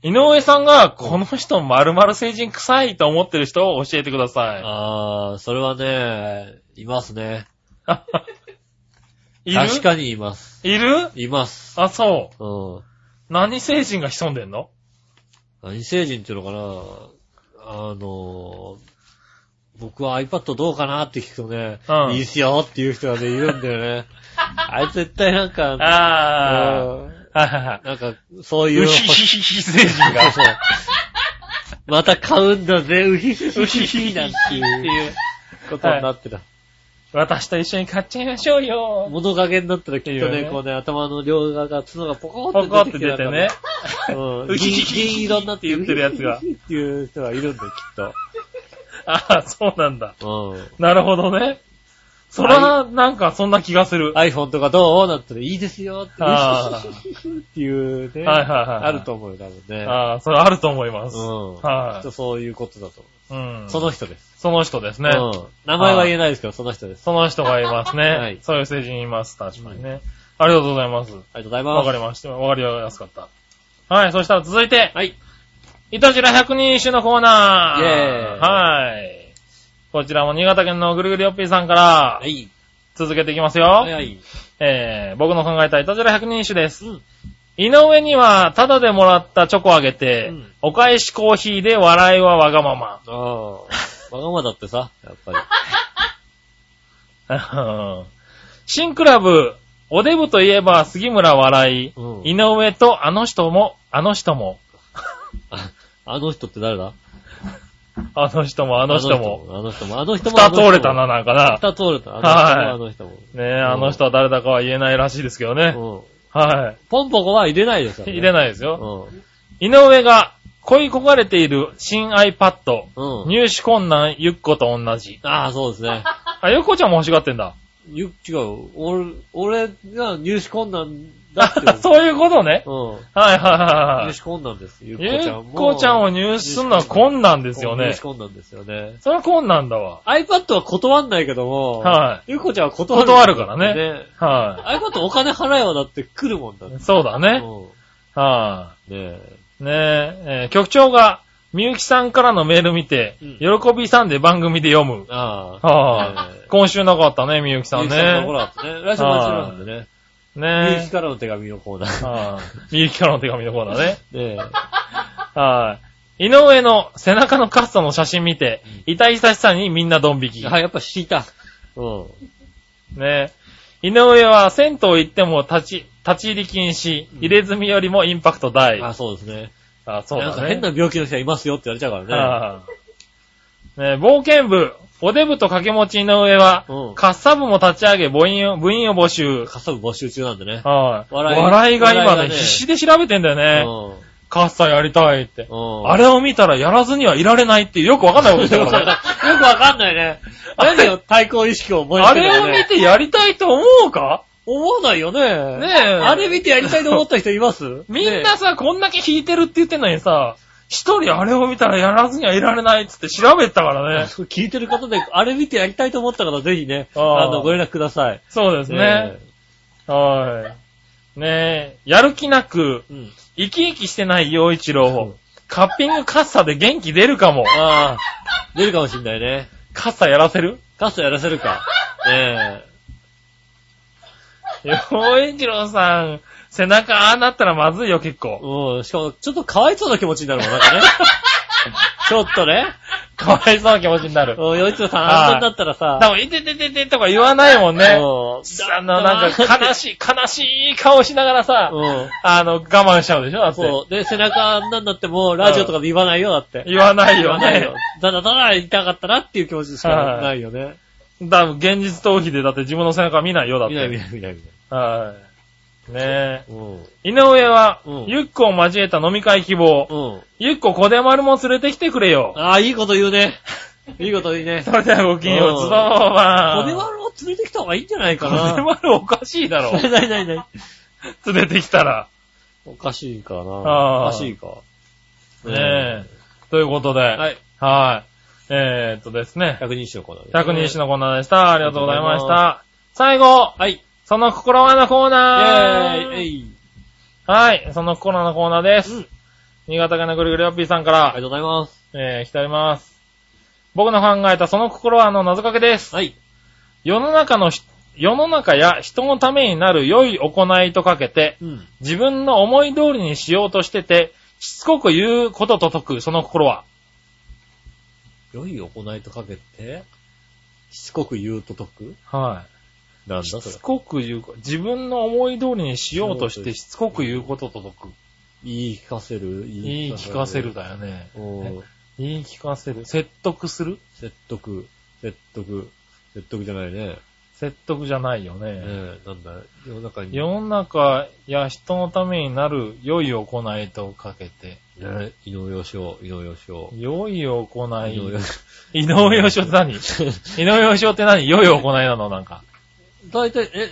Speaker 3: 井上さんが、この人丸々成人臭いと思ってる人を教えてくださ
Speaker 4: あー、それはね、いますね。
Speaker 3: い。いる
Speaker 4: 確かにいます。
Speaker 3: いる
Speaker 4: います。
Speaker 3: あ、そ
Speaker 4: うん。
Speaker 3: う。何成人が潜んでんの
Speaker 4: 何成人っていうのかなあのー、僕は iPad どうかなって聞くとね、
Speaker 3: うん
Speaker 4: いいっすよっていう人がね、いるんだよ ね。あいつ絶対なんか、
Speaker 3: ああ。
Speaker 4: うん
Speaker 3: はいはいは
Speaker 4: なんか、そう
Speaker 3: い。
Speaker 4: いうう、
Speaker 3: ひ ひひひ成人 が。
Speaker 4: そうまた買うんだぜ、うひひひひひなん
Speaker 3: っ
Speaker 4: て
Speaker 3: て
Speaker 4: いう
Speaker 3: いう。
Speaker 4: ことになってた。
Speaker 3: 私と一緒に買っちゃいましょうよ。
Speaker 2: 物陰になったらきっと
Speaker 3: いい
Speaker 2: ね、
Speaker 3: よね
Speaker 2: こうね、頭の両側が角がポコ
Speaker 3: ポコ
Speaker 2: ー
Speaker 3: っ
Speaker 2: って
Speaker 3: て
Speaker 2: 出てきて
Speaker 3: 出 てね。。
Speaker 2: うん
Speaker 3: ウキ
Speaker 2: 銀
Speaker 3: キキ
Speaker 2: 銀色になって
Speaker 3: って言ってるやつが
Speaker 2: ウキキキっていう人がいるんだよ、きっ
Speaker 3: ああ、そうなんだ。
Speaker 2: と。うん。
Speaker 3: なるほどね。そら、なんかそんな気がする。はい
Speaker 2: iPhone とかどうなったらいいですよって。
Speaker 3: あ
Speaker 2: っていうね。
Speaker 3: はいはいはい。
Speaker 2: あると思うよ、多分ね。
Speaker 3: ああ、それあると思います。
Speaker 2: うん。
Speaker 3: はい
Speaker 2: きっとそういうことだと思
Speaker 3: うん。
Speaker 2: う。その人です。
Speaker 3: その人ですね。
Speaker 2: うん。名前は言えないですけど、その人です。
Speaker 3: その人がいますね。
Speaker 2: はい
Speaker 3: そういう成人います、確かにね。ありがとうございます。
Speaker 2: ありがとうございます。
Speaker 3: わかりました。わかりやすかった。はい、そしたら続いて、
Speaker 2: はい。
Speaker 3: いたじら100人一首のコーナー。
Speaker 2: イェーイ
Speaker 3: はい。こちらも新潟県のぐるぐるよっぴーさんから、
Speaker 2: はい。
Speaker 3: 続けていきますよ。
Speaker 2: はいはい。
Speaker 3: えー、僕の考えたいたずら100人一首です。井上には、タダでもらったチョコあげて、
Speaker 2: うん
Speaker 3: お返しコーヒーで笑いはわがまま。
Speaker 2: ああ。わがまだってさ、やっぱり。
Speaker 3: 新クラブ、おデブといえば杉村笑い、
Speaker 2: うん
Speaker 3: 井上とあの人も、あの人も、
Speaker 2: ああの人って誰だ
Speaker 3: あの人も、あ
Speaker 2: あ
Speaker 3: の人も、。
Speaker 2: あの人も、あの人も。
Speaker 3: 二つ折れたな、。なんかな。
Speaker 2: 二通れた。あの人も、
Speaker 3: ねえ、あの人は誰だかは言えないらしいですけど
Speaker 2: あの
Speaker 3: ね
Speaker 2: 人。も。
Speaker 3: は
Speaker 2: うん。ポンポコは入れないですよ、
Speaker 3: い。入れ
Speaker 2: ない。
Speaker 3: ないです
Speaker 2: う
Speaker 3: よ。
Speaker 2: ん。
Speaker 3: 井上が恋焦がれている新 iPad、
Speaker 2: うん。
Speaker 3: 入手困難、ゆっこと同じ。
Speaker 2: ああ、そうですね。
Speaker 3: あ、ゆっこちゃんも欲しがってんだ。
Speaker 2: ゆ違う。俺、俺が入手困難だって
Speaker 3: あ。 そういうことね。
Speaker 2: うん。
Speaker 3: はいはいはいは
Speaker 2: 入
Speaker 3: い
Speaker 2: 手。困難です。ゆっこ
Speaker 3: ゆ
Speaker 2: ちゃ
Speaker 3: っ
Speaker 2: んも。
Speaker 3: こちゃんを入手するのは困難ですよ
Speaker 2: 入
Speaker 3: ね
Speaker 2: 手。困難ですよね。
Speaker 3: それは困難だわ。
Speaker 2: iPad は断んないけども、。
Speaker 3: はい
Speaker 2: ゆっこちゃんは断る。
Speaker 3: 断るからね
Speaker 2: ね。
Speaker 3: は
Speaker 2: iPad お金払えばだって来るもんだって。
Speaker 3: い。そうだね。
Speaker 2: う
Speaker 3: は
Speaker 2: ん。ねえ。
Speaker 3: い。ねえ、えー局長が、みゆきさんからのメール見て、
Speaker 2: うん
Speaker 3: 喜びさんで番組で読む。
Speaker 2: ああ。
Speaker 3: は
Speaker 2: え
Speaker 3: い。今週なかったね、みゆきさ
Speaker 2: ゆ
Speaker 3: ん
Speaker 2: きさんのコー
Speaker 3: ね。
Speaker 2: ナーですね。来週も一緒なんでね。ゆう
Speaker 3: ね
Speaker 2: きからの手紙のコーナ
Speaker 3: え。
Speaker 2: ー。
Speaker 3: はいみゆきからの手紙のコーナーね。
Speaker 2: ねえ。
Speaker 3: はい。井上の背中のカストの写真見て、痛々しさにみんなドン引き。
Speaker 2: あ、やっぱ敷いた。うん。
Speaker 3: ね井上は銭湯行っても立ち、立ち入り禁止、入れ墨よりもインパクト大。
Speaker 2: あ、そうですね。
Speaker 3: あ、そう
Speaker 2: なん
Speaker 3: だ
Speaker 2: か
Speaker 3: ね
Speaker 2: 変な。病気の人がいますよって言われちゃうからね。
Speaker 3: ああね冒険部、おデブと掛け持ち井上は、
Speaker 2: うん
Speaker 3: カッサ部も立ち上げ部員を、部員を募集。
Speaker 2: カスタム募集中なんでね。
Speaker 3: はい。
Speaker 2: 笑
Speaker 3: 笑
Speaker 2: い
Speaker 3: いが今
Speaker 2: 笑いが
Speaker 3: ね、
Speaker 2: ね
Speaker 3: 必死で調べてんだよね。
Speaker 2: う
Speaker 3: カッサやりたいって。
Speaker 2: ん。うん。
Speaker 3: あれを見たらやらずにはいられないっていうよくわかんないことして
Speaker 2: よ
Speaker 3: る
Speaker 2: く
Speaker 3: からね。
Speaker 2: わかんないね。何よ、対抗意識を思い
Speaker 3: あ
Speaker 2: つけた
Speaker 3: れ
Speaker 2: よ
Speaker 3: を
Speaker 2: ね
Speaker 3: 見てやりたいと思うか
Speaker 2: 思わないよね。
Speaker 3: ねえ
Speaker 2: あれ見てやりたいと思った人います
Speaker 3: みんなさ、こんだけ弾いてるって言ってんのにさ、一人あれを見たらやらずにはいられないっつって調べたから
Speaker 2: ね
Speaker 3: ね。
Speaker 2: 聞いてる方で、あれ見てやりたいと思った方、ぜひね、
Speaker 3: あー
Speaker 2: あの、ご連絡ください。
Speaker 3: そうですね。はい。ねえ、やる気なく、
Speaker 2: え。うん。
Speaker 3: 生き生きしてない陽一郎
Speaker 2: うん
Speaker 3: を、カッピングカッサで元気出るかも。
Speaker 2: ああ、出るかもしんないね。
Speaker 3: カッサやらせる
Speaker 2: カスタやらせるか。ね
Speaker 3: 陽一郎さん、背中ああなったらまずいよ、結
Speaker 2: え。
Speaker 3: 構。
Speaker 2: うん。しかも、ちょっとかわいそうな気持ちになるもん、なん かね。ちょっとね。
Speaker 3: かわいそうな気持ちになる。
Speaker 2: うん、よいちろさん、
Speaker 3: はい
Speaker 2: あんなんだったらさ。
Speaker 3: でも、いててててとか言わないもんね。
Speaker 2: うん。
Speaker 3: あの、なんか悲しい、悲しい顔しながらさ、
Speaker 2: うん。
Speaker 3: あの、我慢しちゃうでしょだって。
Speaker 2: そう。で、背中あんなんだってもう、ラジオとかで言わないよ、だって。
Speaker 3: 言わないよね。。
Speaker 2: ただただ言いたかったなっていう気持ちしか
Speaker 3: はい
Speaker 2: ないよね。
Speaker 3: だ、現実逃避でだって自分の背中見ないよ、だって。
Speaker 2: 見ない見ない見ない見ない。
Speaker 3: はい。ね
Speaker 2: うん。
Speaker 3: え。井上は、
Speaker 2: うん
Speaker 3: ゆっこを交えた飲み会希望。
Speaker 2: うん。
Speaker 3: ゆっこ小出丸も連れてきてくれよ。
Speaker 2: ああ、いいこと言うね。いいこと言うね
Speaker 3: そ。れではごきげんよ
Speaker 2: うん
Speaker 3: う、ズドーバ
Speaker 2: 小
Speaker 3: ーン。
Speaker 2: 出丸を連れてきた方がいいんじゃないか
Speaker 3: 小出
Speaker 2: な。
Speaker 3: 丸おかしい だろ。
Speaker 2: ないないないない。
Speaker 3: 連れてきたら。
Speaker 2: おかしいかな。
Speaker 3: あー
Speaker 2: おかしいか。
Speaker 3: ねえ。ということで。
Speaker 2: はい。
Speaker 3: はい。えーっとですね。
Speaker 2: 百人一首のコーナーです。
Speaker 3: 百人一首のコーナーでした。ありがとうございまし
Speaker 2: あ
Speaker 3: た。最後、
Speaker 2: はい。
Speaker 3: その心はのコー
Speaker 2: イェ
Speaker 3: ナ
Speaker 2: ーイえ
Speaker 3: ー
Speaker 2: い
Speaker 3: はい、その心のコーナーです。
Speaker 2: うん
Speaker 3: 新潟県のぐるぐるよっぴーさんか
Speaker 2: ありがと、
Speaker 3: ら
Speaker 2: うございます。
Speaker 3: えー、来ております。僕の考えたその心はの謎かけです。
Speaker 2: はい。
Speaker 3: 世の中のし、世の中や人のためになる良い行いとかけて、
Speaker 2: うん。
Speaker 3: 自分の思い通りにしようとしてて、しつこく言うことと解く、その心は。
Speaker 2: 良い行いとかけて、しつこく言うと得
Speaker 3: はい。
Speaker 2: なんだ
Speaker 3: し
Speaker 2: それ
Speaker 3: つ。こく言うこ、自分の思い通りにしようとしてしつこく言うことと解く。
Speaker 2: 言い聞かせる。
Speaker 3: 言い聞かせる。だよね。
Speaker 2: おー
Speaker 3: 言い聞かせる。説得する
Speaker 2: 説得。説得。説得じゃないね。
Speaker 3: 説得じゃないよね。
Speaker 2: ねえ、なんだ、世の中に。ね
Speaker 3: 世の中や人のためになる良い行いとかけて、
Speaker 2: え、井上洋夫、井上洋夫。
Speaker 3: 良い
Speaker 2: 井
Speaker 3: 行
Speaker 2: 上
Speaker 3: い
Speaker 2: 洋。
Speaker 3: 井上洋夫って 何井上洋夫って何良い行いなのなんか。
Speaker 2: 大体、え、
Speaker 3: え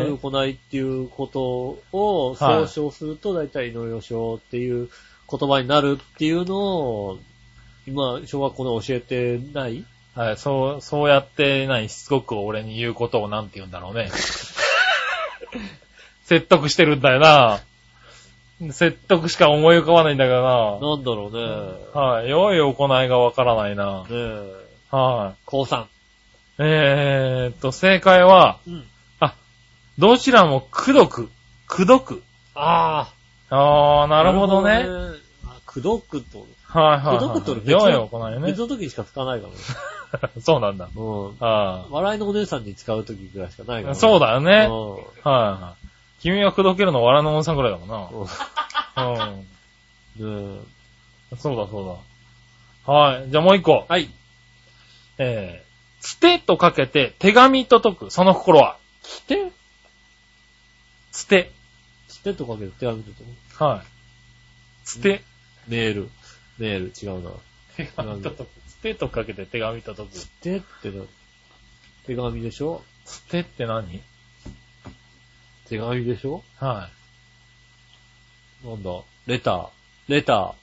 Speaker 2: 井上来ないっていうことを
Speaker 3: はい
Speaker 2: 総称すると、大体井上洋夫っていう言葉になるっていうのを、今、小学校で教えてない
Speaker 3: はい、そう、そうやって何、しつこく俺に言うことをなんて言うんだろう ね。説得してるんだよな。説得しか思い浮かばないんだけど
Speaker 2: なんだろうね。
Speaker 3: な。はい、良い行いがわからないな。
Speaker 2: ねえ、
Speaker 3: は
Speaker 2: 高3。
Speaker 3: い。えーっと、正解は、
Speaker 2: うん。
Speaker 3: どちらもくどく、くどく。
Speaker 2: あ
Speaker 3: あー、
Speaker 2: あ。
Speaker 3: なるほどね。はい
Speaker 2: なるほどね。あくどくと、
Speaker 3: はいはい。
Speaker 2: くどくと別に
Speaker 3: 良い行いね
Speaker 2: 別。の時にしか使わないからね。
Speaker 3: そうなんだ。
Speaker 2: うん。
Speaker 3: あ
Speaker 2: 笑いのお姉さんに使う時ぐらいしかないから
Speaker 3: ー
Speaker 2: ね。
Speaker 3: そうだよね。はい
Speaker 2: うん。
Speaker 3: はい。君がくどけるのは笑のおんさんぐらいだもんな。うん。
Speaker 2: うん。
Speaker 3: そうだそうだ。はい。じゃあもう一個。
Speaker 2: はい。
Speaker 3: えー、つてとかけて手紙と解く、その心は。
Speaker 2: つて
Speaker 3: つて。
Speaker 2: つてとかけて手紙とか。
Speaker 3: はい。つて。
Speaker 2: メール。メール、違うな。
Speaker 3: 手紙と解く。 つてとかけて手紙と解く。
Speaker 2: つてってな、手紙でしょ
Speaker 3: つてって何
Speaker 2: 手紙でしょ
Speaker 3: は
Speaker 2: なんだレター。レタ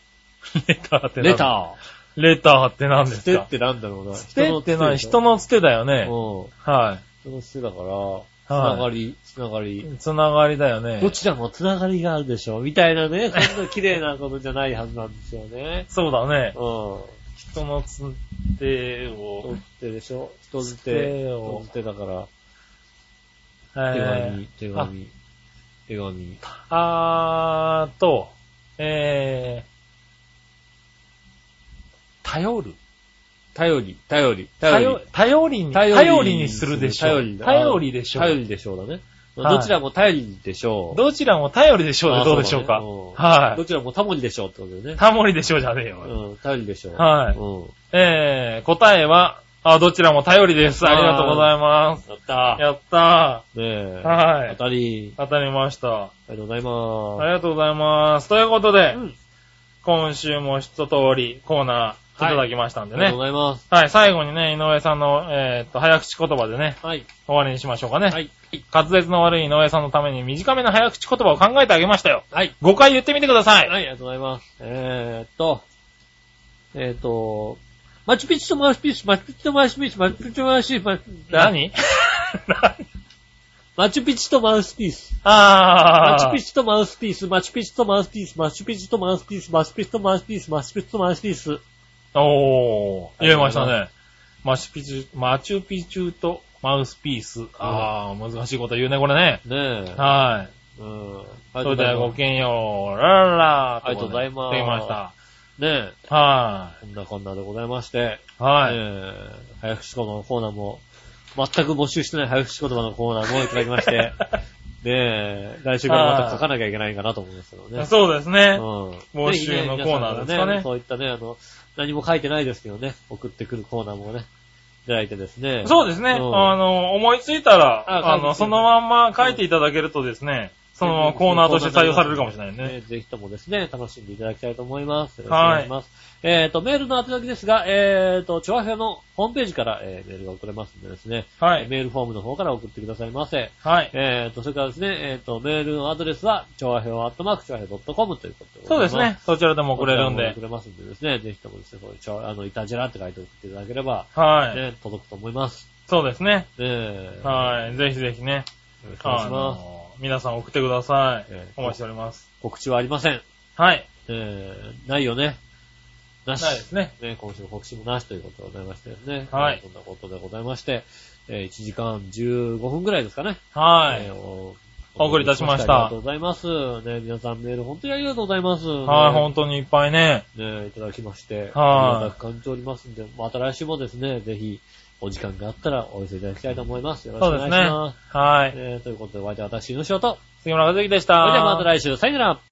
Speaker 3: い。レターって
Speaker 2: ー。
Speaker 3: 何
Speaker 2: レタ
Speaker 3: レターって何
Speaker 2: ー。
Speaker 3: で
Speaker 2: つ
Speaker 3: す
Speaker 2: て
Speaker 3: か
Speaker 2: ってなんだろうな。
Speaker 3: つてって何人
Speaker 2: の
Speaker 3: のつてだよ
Speaker 2: つて
Speaker 3: ね
Speaker 2: でし。ょ。
Speaker 3: は
Speaker 2: うん。人のつてだから、つ
Speaker 3: は
Speaker 2: な
Speaker 3: い
Speaker 2: がり、つながり。
Speaker 3: い。つながりだよね。
Speaker 2: ど。ちらもつながりがあるでしょみたいなね、そんな綺麗なことじゃないはずなんですよね
Speaker 3: そうだね。
Speaker 2: うん。
Speaker 3: 人のつて
Speaker 2: 人
Speaker 3: を
Speaker 2: づ、てでしょ人づ
Speaker 3: つ
Speaker 2: て。
Speaker 3: て
Speaker 2: 人
Speaker 3: を
Speaker 2: づ、てだから、手
Speaker 3: えー
Speaker 2: 紙、手紙、手紙。
Speaker 3: あーと、えー、頼る。
Speaker 2: 頼り、頼り、
Speaker 3: 頼頼りに、頼りにするでしょ。
Speaker 2: 頼りだ
Speaker 3: 頼りでしょ。
Speaker 2: 頼りでしょうだね。
Speaker 3: はい
Speaker 2: どちらも頼りでしょう。
Speaker 3: どちらも頼りでしょう
Speaker 2: あ
Speaker 3: で
Speaker 2: あ
Speaker 3: どうでしょうか。
Speaker 2: そだね
Speaker 3: は
Speaker 2: どちらもタモリでしょうってことだ
Speaker 3: い。
Speaker 2: よね。
Speaker 3: タモリでしょうじゃねえよ。
Speaker 2: うん、頼りでしょう。
Speaker 3: はい
Speaker 2: うん。
Speaker 3: えー、答えは、あ、どちらも頼りです。ありがとうございます。
Speaker 2: やった
Speaker 3: やった
Speaker 2: ー。ねえ。
Speaker 3: はい
Speaker 2: 当たり。
Speaker 3: ー。当たりました。
Speaker 2: ありがとうございます。
Speaker 3: ありがとうございます。ということで、
Speaker 2: うん
Speaker 3: 今週も一通りコーナーいただきましたんで
Speaker 2: ありが
Speaker 3: ね
Speaker 2: とう。ございます。
Speaker 3: はい、最後にね、井上さんの、えーっと、早口言葉でね、
Speaker 2: はい。
Speaker 3: 終わりにしましょうかね。
Speaker 2: はい。
Speaker 3: 滑舌の悪い井上さんのために短めの早口言葉を考えてあげましたよ。
Speaker 2: はい。
Speaker 3: 5回言ってみてください。
Speaker 2: はい、ありがとうございます。えーっと、えーっと、マチュピチュとマチュピチュ、マチュピチュとマチュピチュ、マチュピチュとマチュピチュマチュピチュ、
Speaker 3: 何何
Speaker 2: マチュピチュとマウスピース。マ
Speaker 3: あ
Speaker 2: チ
Speaker 3: ー。
Speaker 2: ュピチュとマウスピース、マチュピチュとマウスピース、マチュピチュとマウスピース、マチュピチュとマウスピース、マチュピチュとマウスピース。
Speaker 3: おー。入れました
Speaker 2: あ
Speaker 3: ね。マチュピチュ、マチュピチュとマウスピース。あー、難しいこと言うね、これね。
Speaker 2: ねえ。
Speaker 3: はい。
Speaker 2: うん。ありが
Speaker 3: それではご
Speaker 2: ね
Speaker 3: きげんよう。ラララ
Speaker 2: ありがとうございます
Speaker 3: できました。
Speaker 2: え。
Speaker 3: は
Speaker 2: こんなこんなでございまして。
Speaker 3: い。はい。
Speaker 2: えー早口言葉のコーナーも、全く募集してない早口言葉のコーナーもいただき まして。ねえ、来週からまた書かなきゃいけないかなと思いますけどね。
Speaker 3: そうですね。
Speaker 2: うん
Speaker 3: 募集のコーナーです
Speaker 2: ぜひ皆さ
Speaker 3: かね
Speaker 2: んのそういったね、あの、何も書いてないですけどね、送ってくるコーナーもね、いただいてですね。
Speaker 3: そうですね。あ
Speaker 2: ん
Speaker 3: の、思いついたら、
Speaker 2: あ
Speaker 3: あの、
Speaker 2: 書
Speaker 3: そ
Speaker 2: いてくれる
Speaker 3: のまんま書いていただけるとですね、そのコーナーとして採用されるかもしれないね。
Speaker 2: ね。ぜひともですね、楽しんでいただきたいと思います。よろしくお願いします。えっ、と、メールの宛先ですが、えっ、と、チョアヘアのホームページから、えーメールが送れますんでですね、
Speaker 3: はい。
Speaker 2: メールフォームの方から送ってくださいませ。
Speaker 3: はい。
Speaker 2: えっ、と、それからですね、えっ、と、メールのアドレスは、チョアヘアアットマークチョアヘア .com ということで。
Speaker 3: そうですね。。そちらでも
Speaker 2: 送
Speaker 3: 送
Speaker 2: れ
Speaker 3: れ
Speaker 2: る
Speaker 3: る
Speaker 2: ん
Speaker 3: ん
Speaker 2: で。
Speaker 3: で
Speaker 2: 送。れますんでですね、ぜひともですね、こういうチョア、あの、いたじらって書いて送っていただければ、
Speaker 3: はい。
Speaker 2: ね、届くと思います。
Speaker 3: そうですね。
Speaker 2: ねえ
Speaker 3: はい。ぜひぜひね。
Speaker 2: よろしくお願い
Speaker 3: あ
Speaker 2: します。
Speaker 3: の皆さん送ってください
Speaker 2: ええ。
Speaker 3: お待ちしております。
Speaker 2: 告知はありません。
Speaker 3: はい。
Speaker 2: えー、ないよね。なし。
Speaker 3: ないですね。
Speaker 2: ね、今週の告知もなしということでございましてですね。
Speaker 3: はい
Speaker 2: そんなことでございまして、えー1時間15分ぐらいですかね。
Speaker 3: は
Speaker 2: えー
Speaker 3: い。
Speaker 2: お
Speaker 3: お送りいたしました
Speaker 2: ありがとうございます。ね、皆さんメール本当にありがとうございます。
Speaker 3: はい、
Speaker 2: ね
Speaker 3: 本当にいっぱいね。
Speaker 2: ね、いただきまして、
Speaker 3: はい
Speaker 2: ありがたく感じておりますんで、また来週もですね、ぜひ、お時間があったらお寄せいただきたいと思います。よろしく
Speaker 3: そ
Speaker 2: お
Speaker 3: うで
Speaker 2: 願い
Speaker 3: す
Speaker 2: し
Speaker 3: ね。
Speaker 2: ます。
Speaker 3: はい。
Speaker 2: ねということで、お相手は私、の仕事。
Speaker 3: 杉村和之でした。
Speaker 2: それではまた来週、さよなら。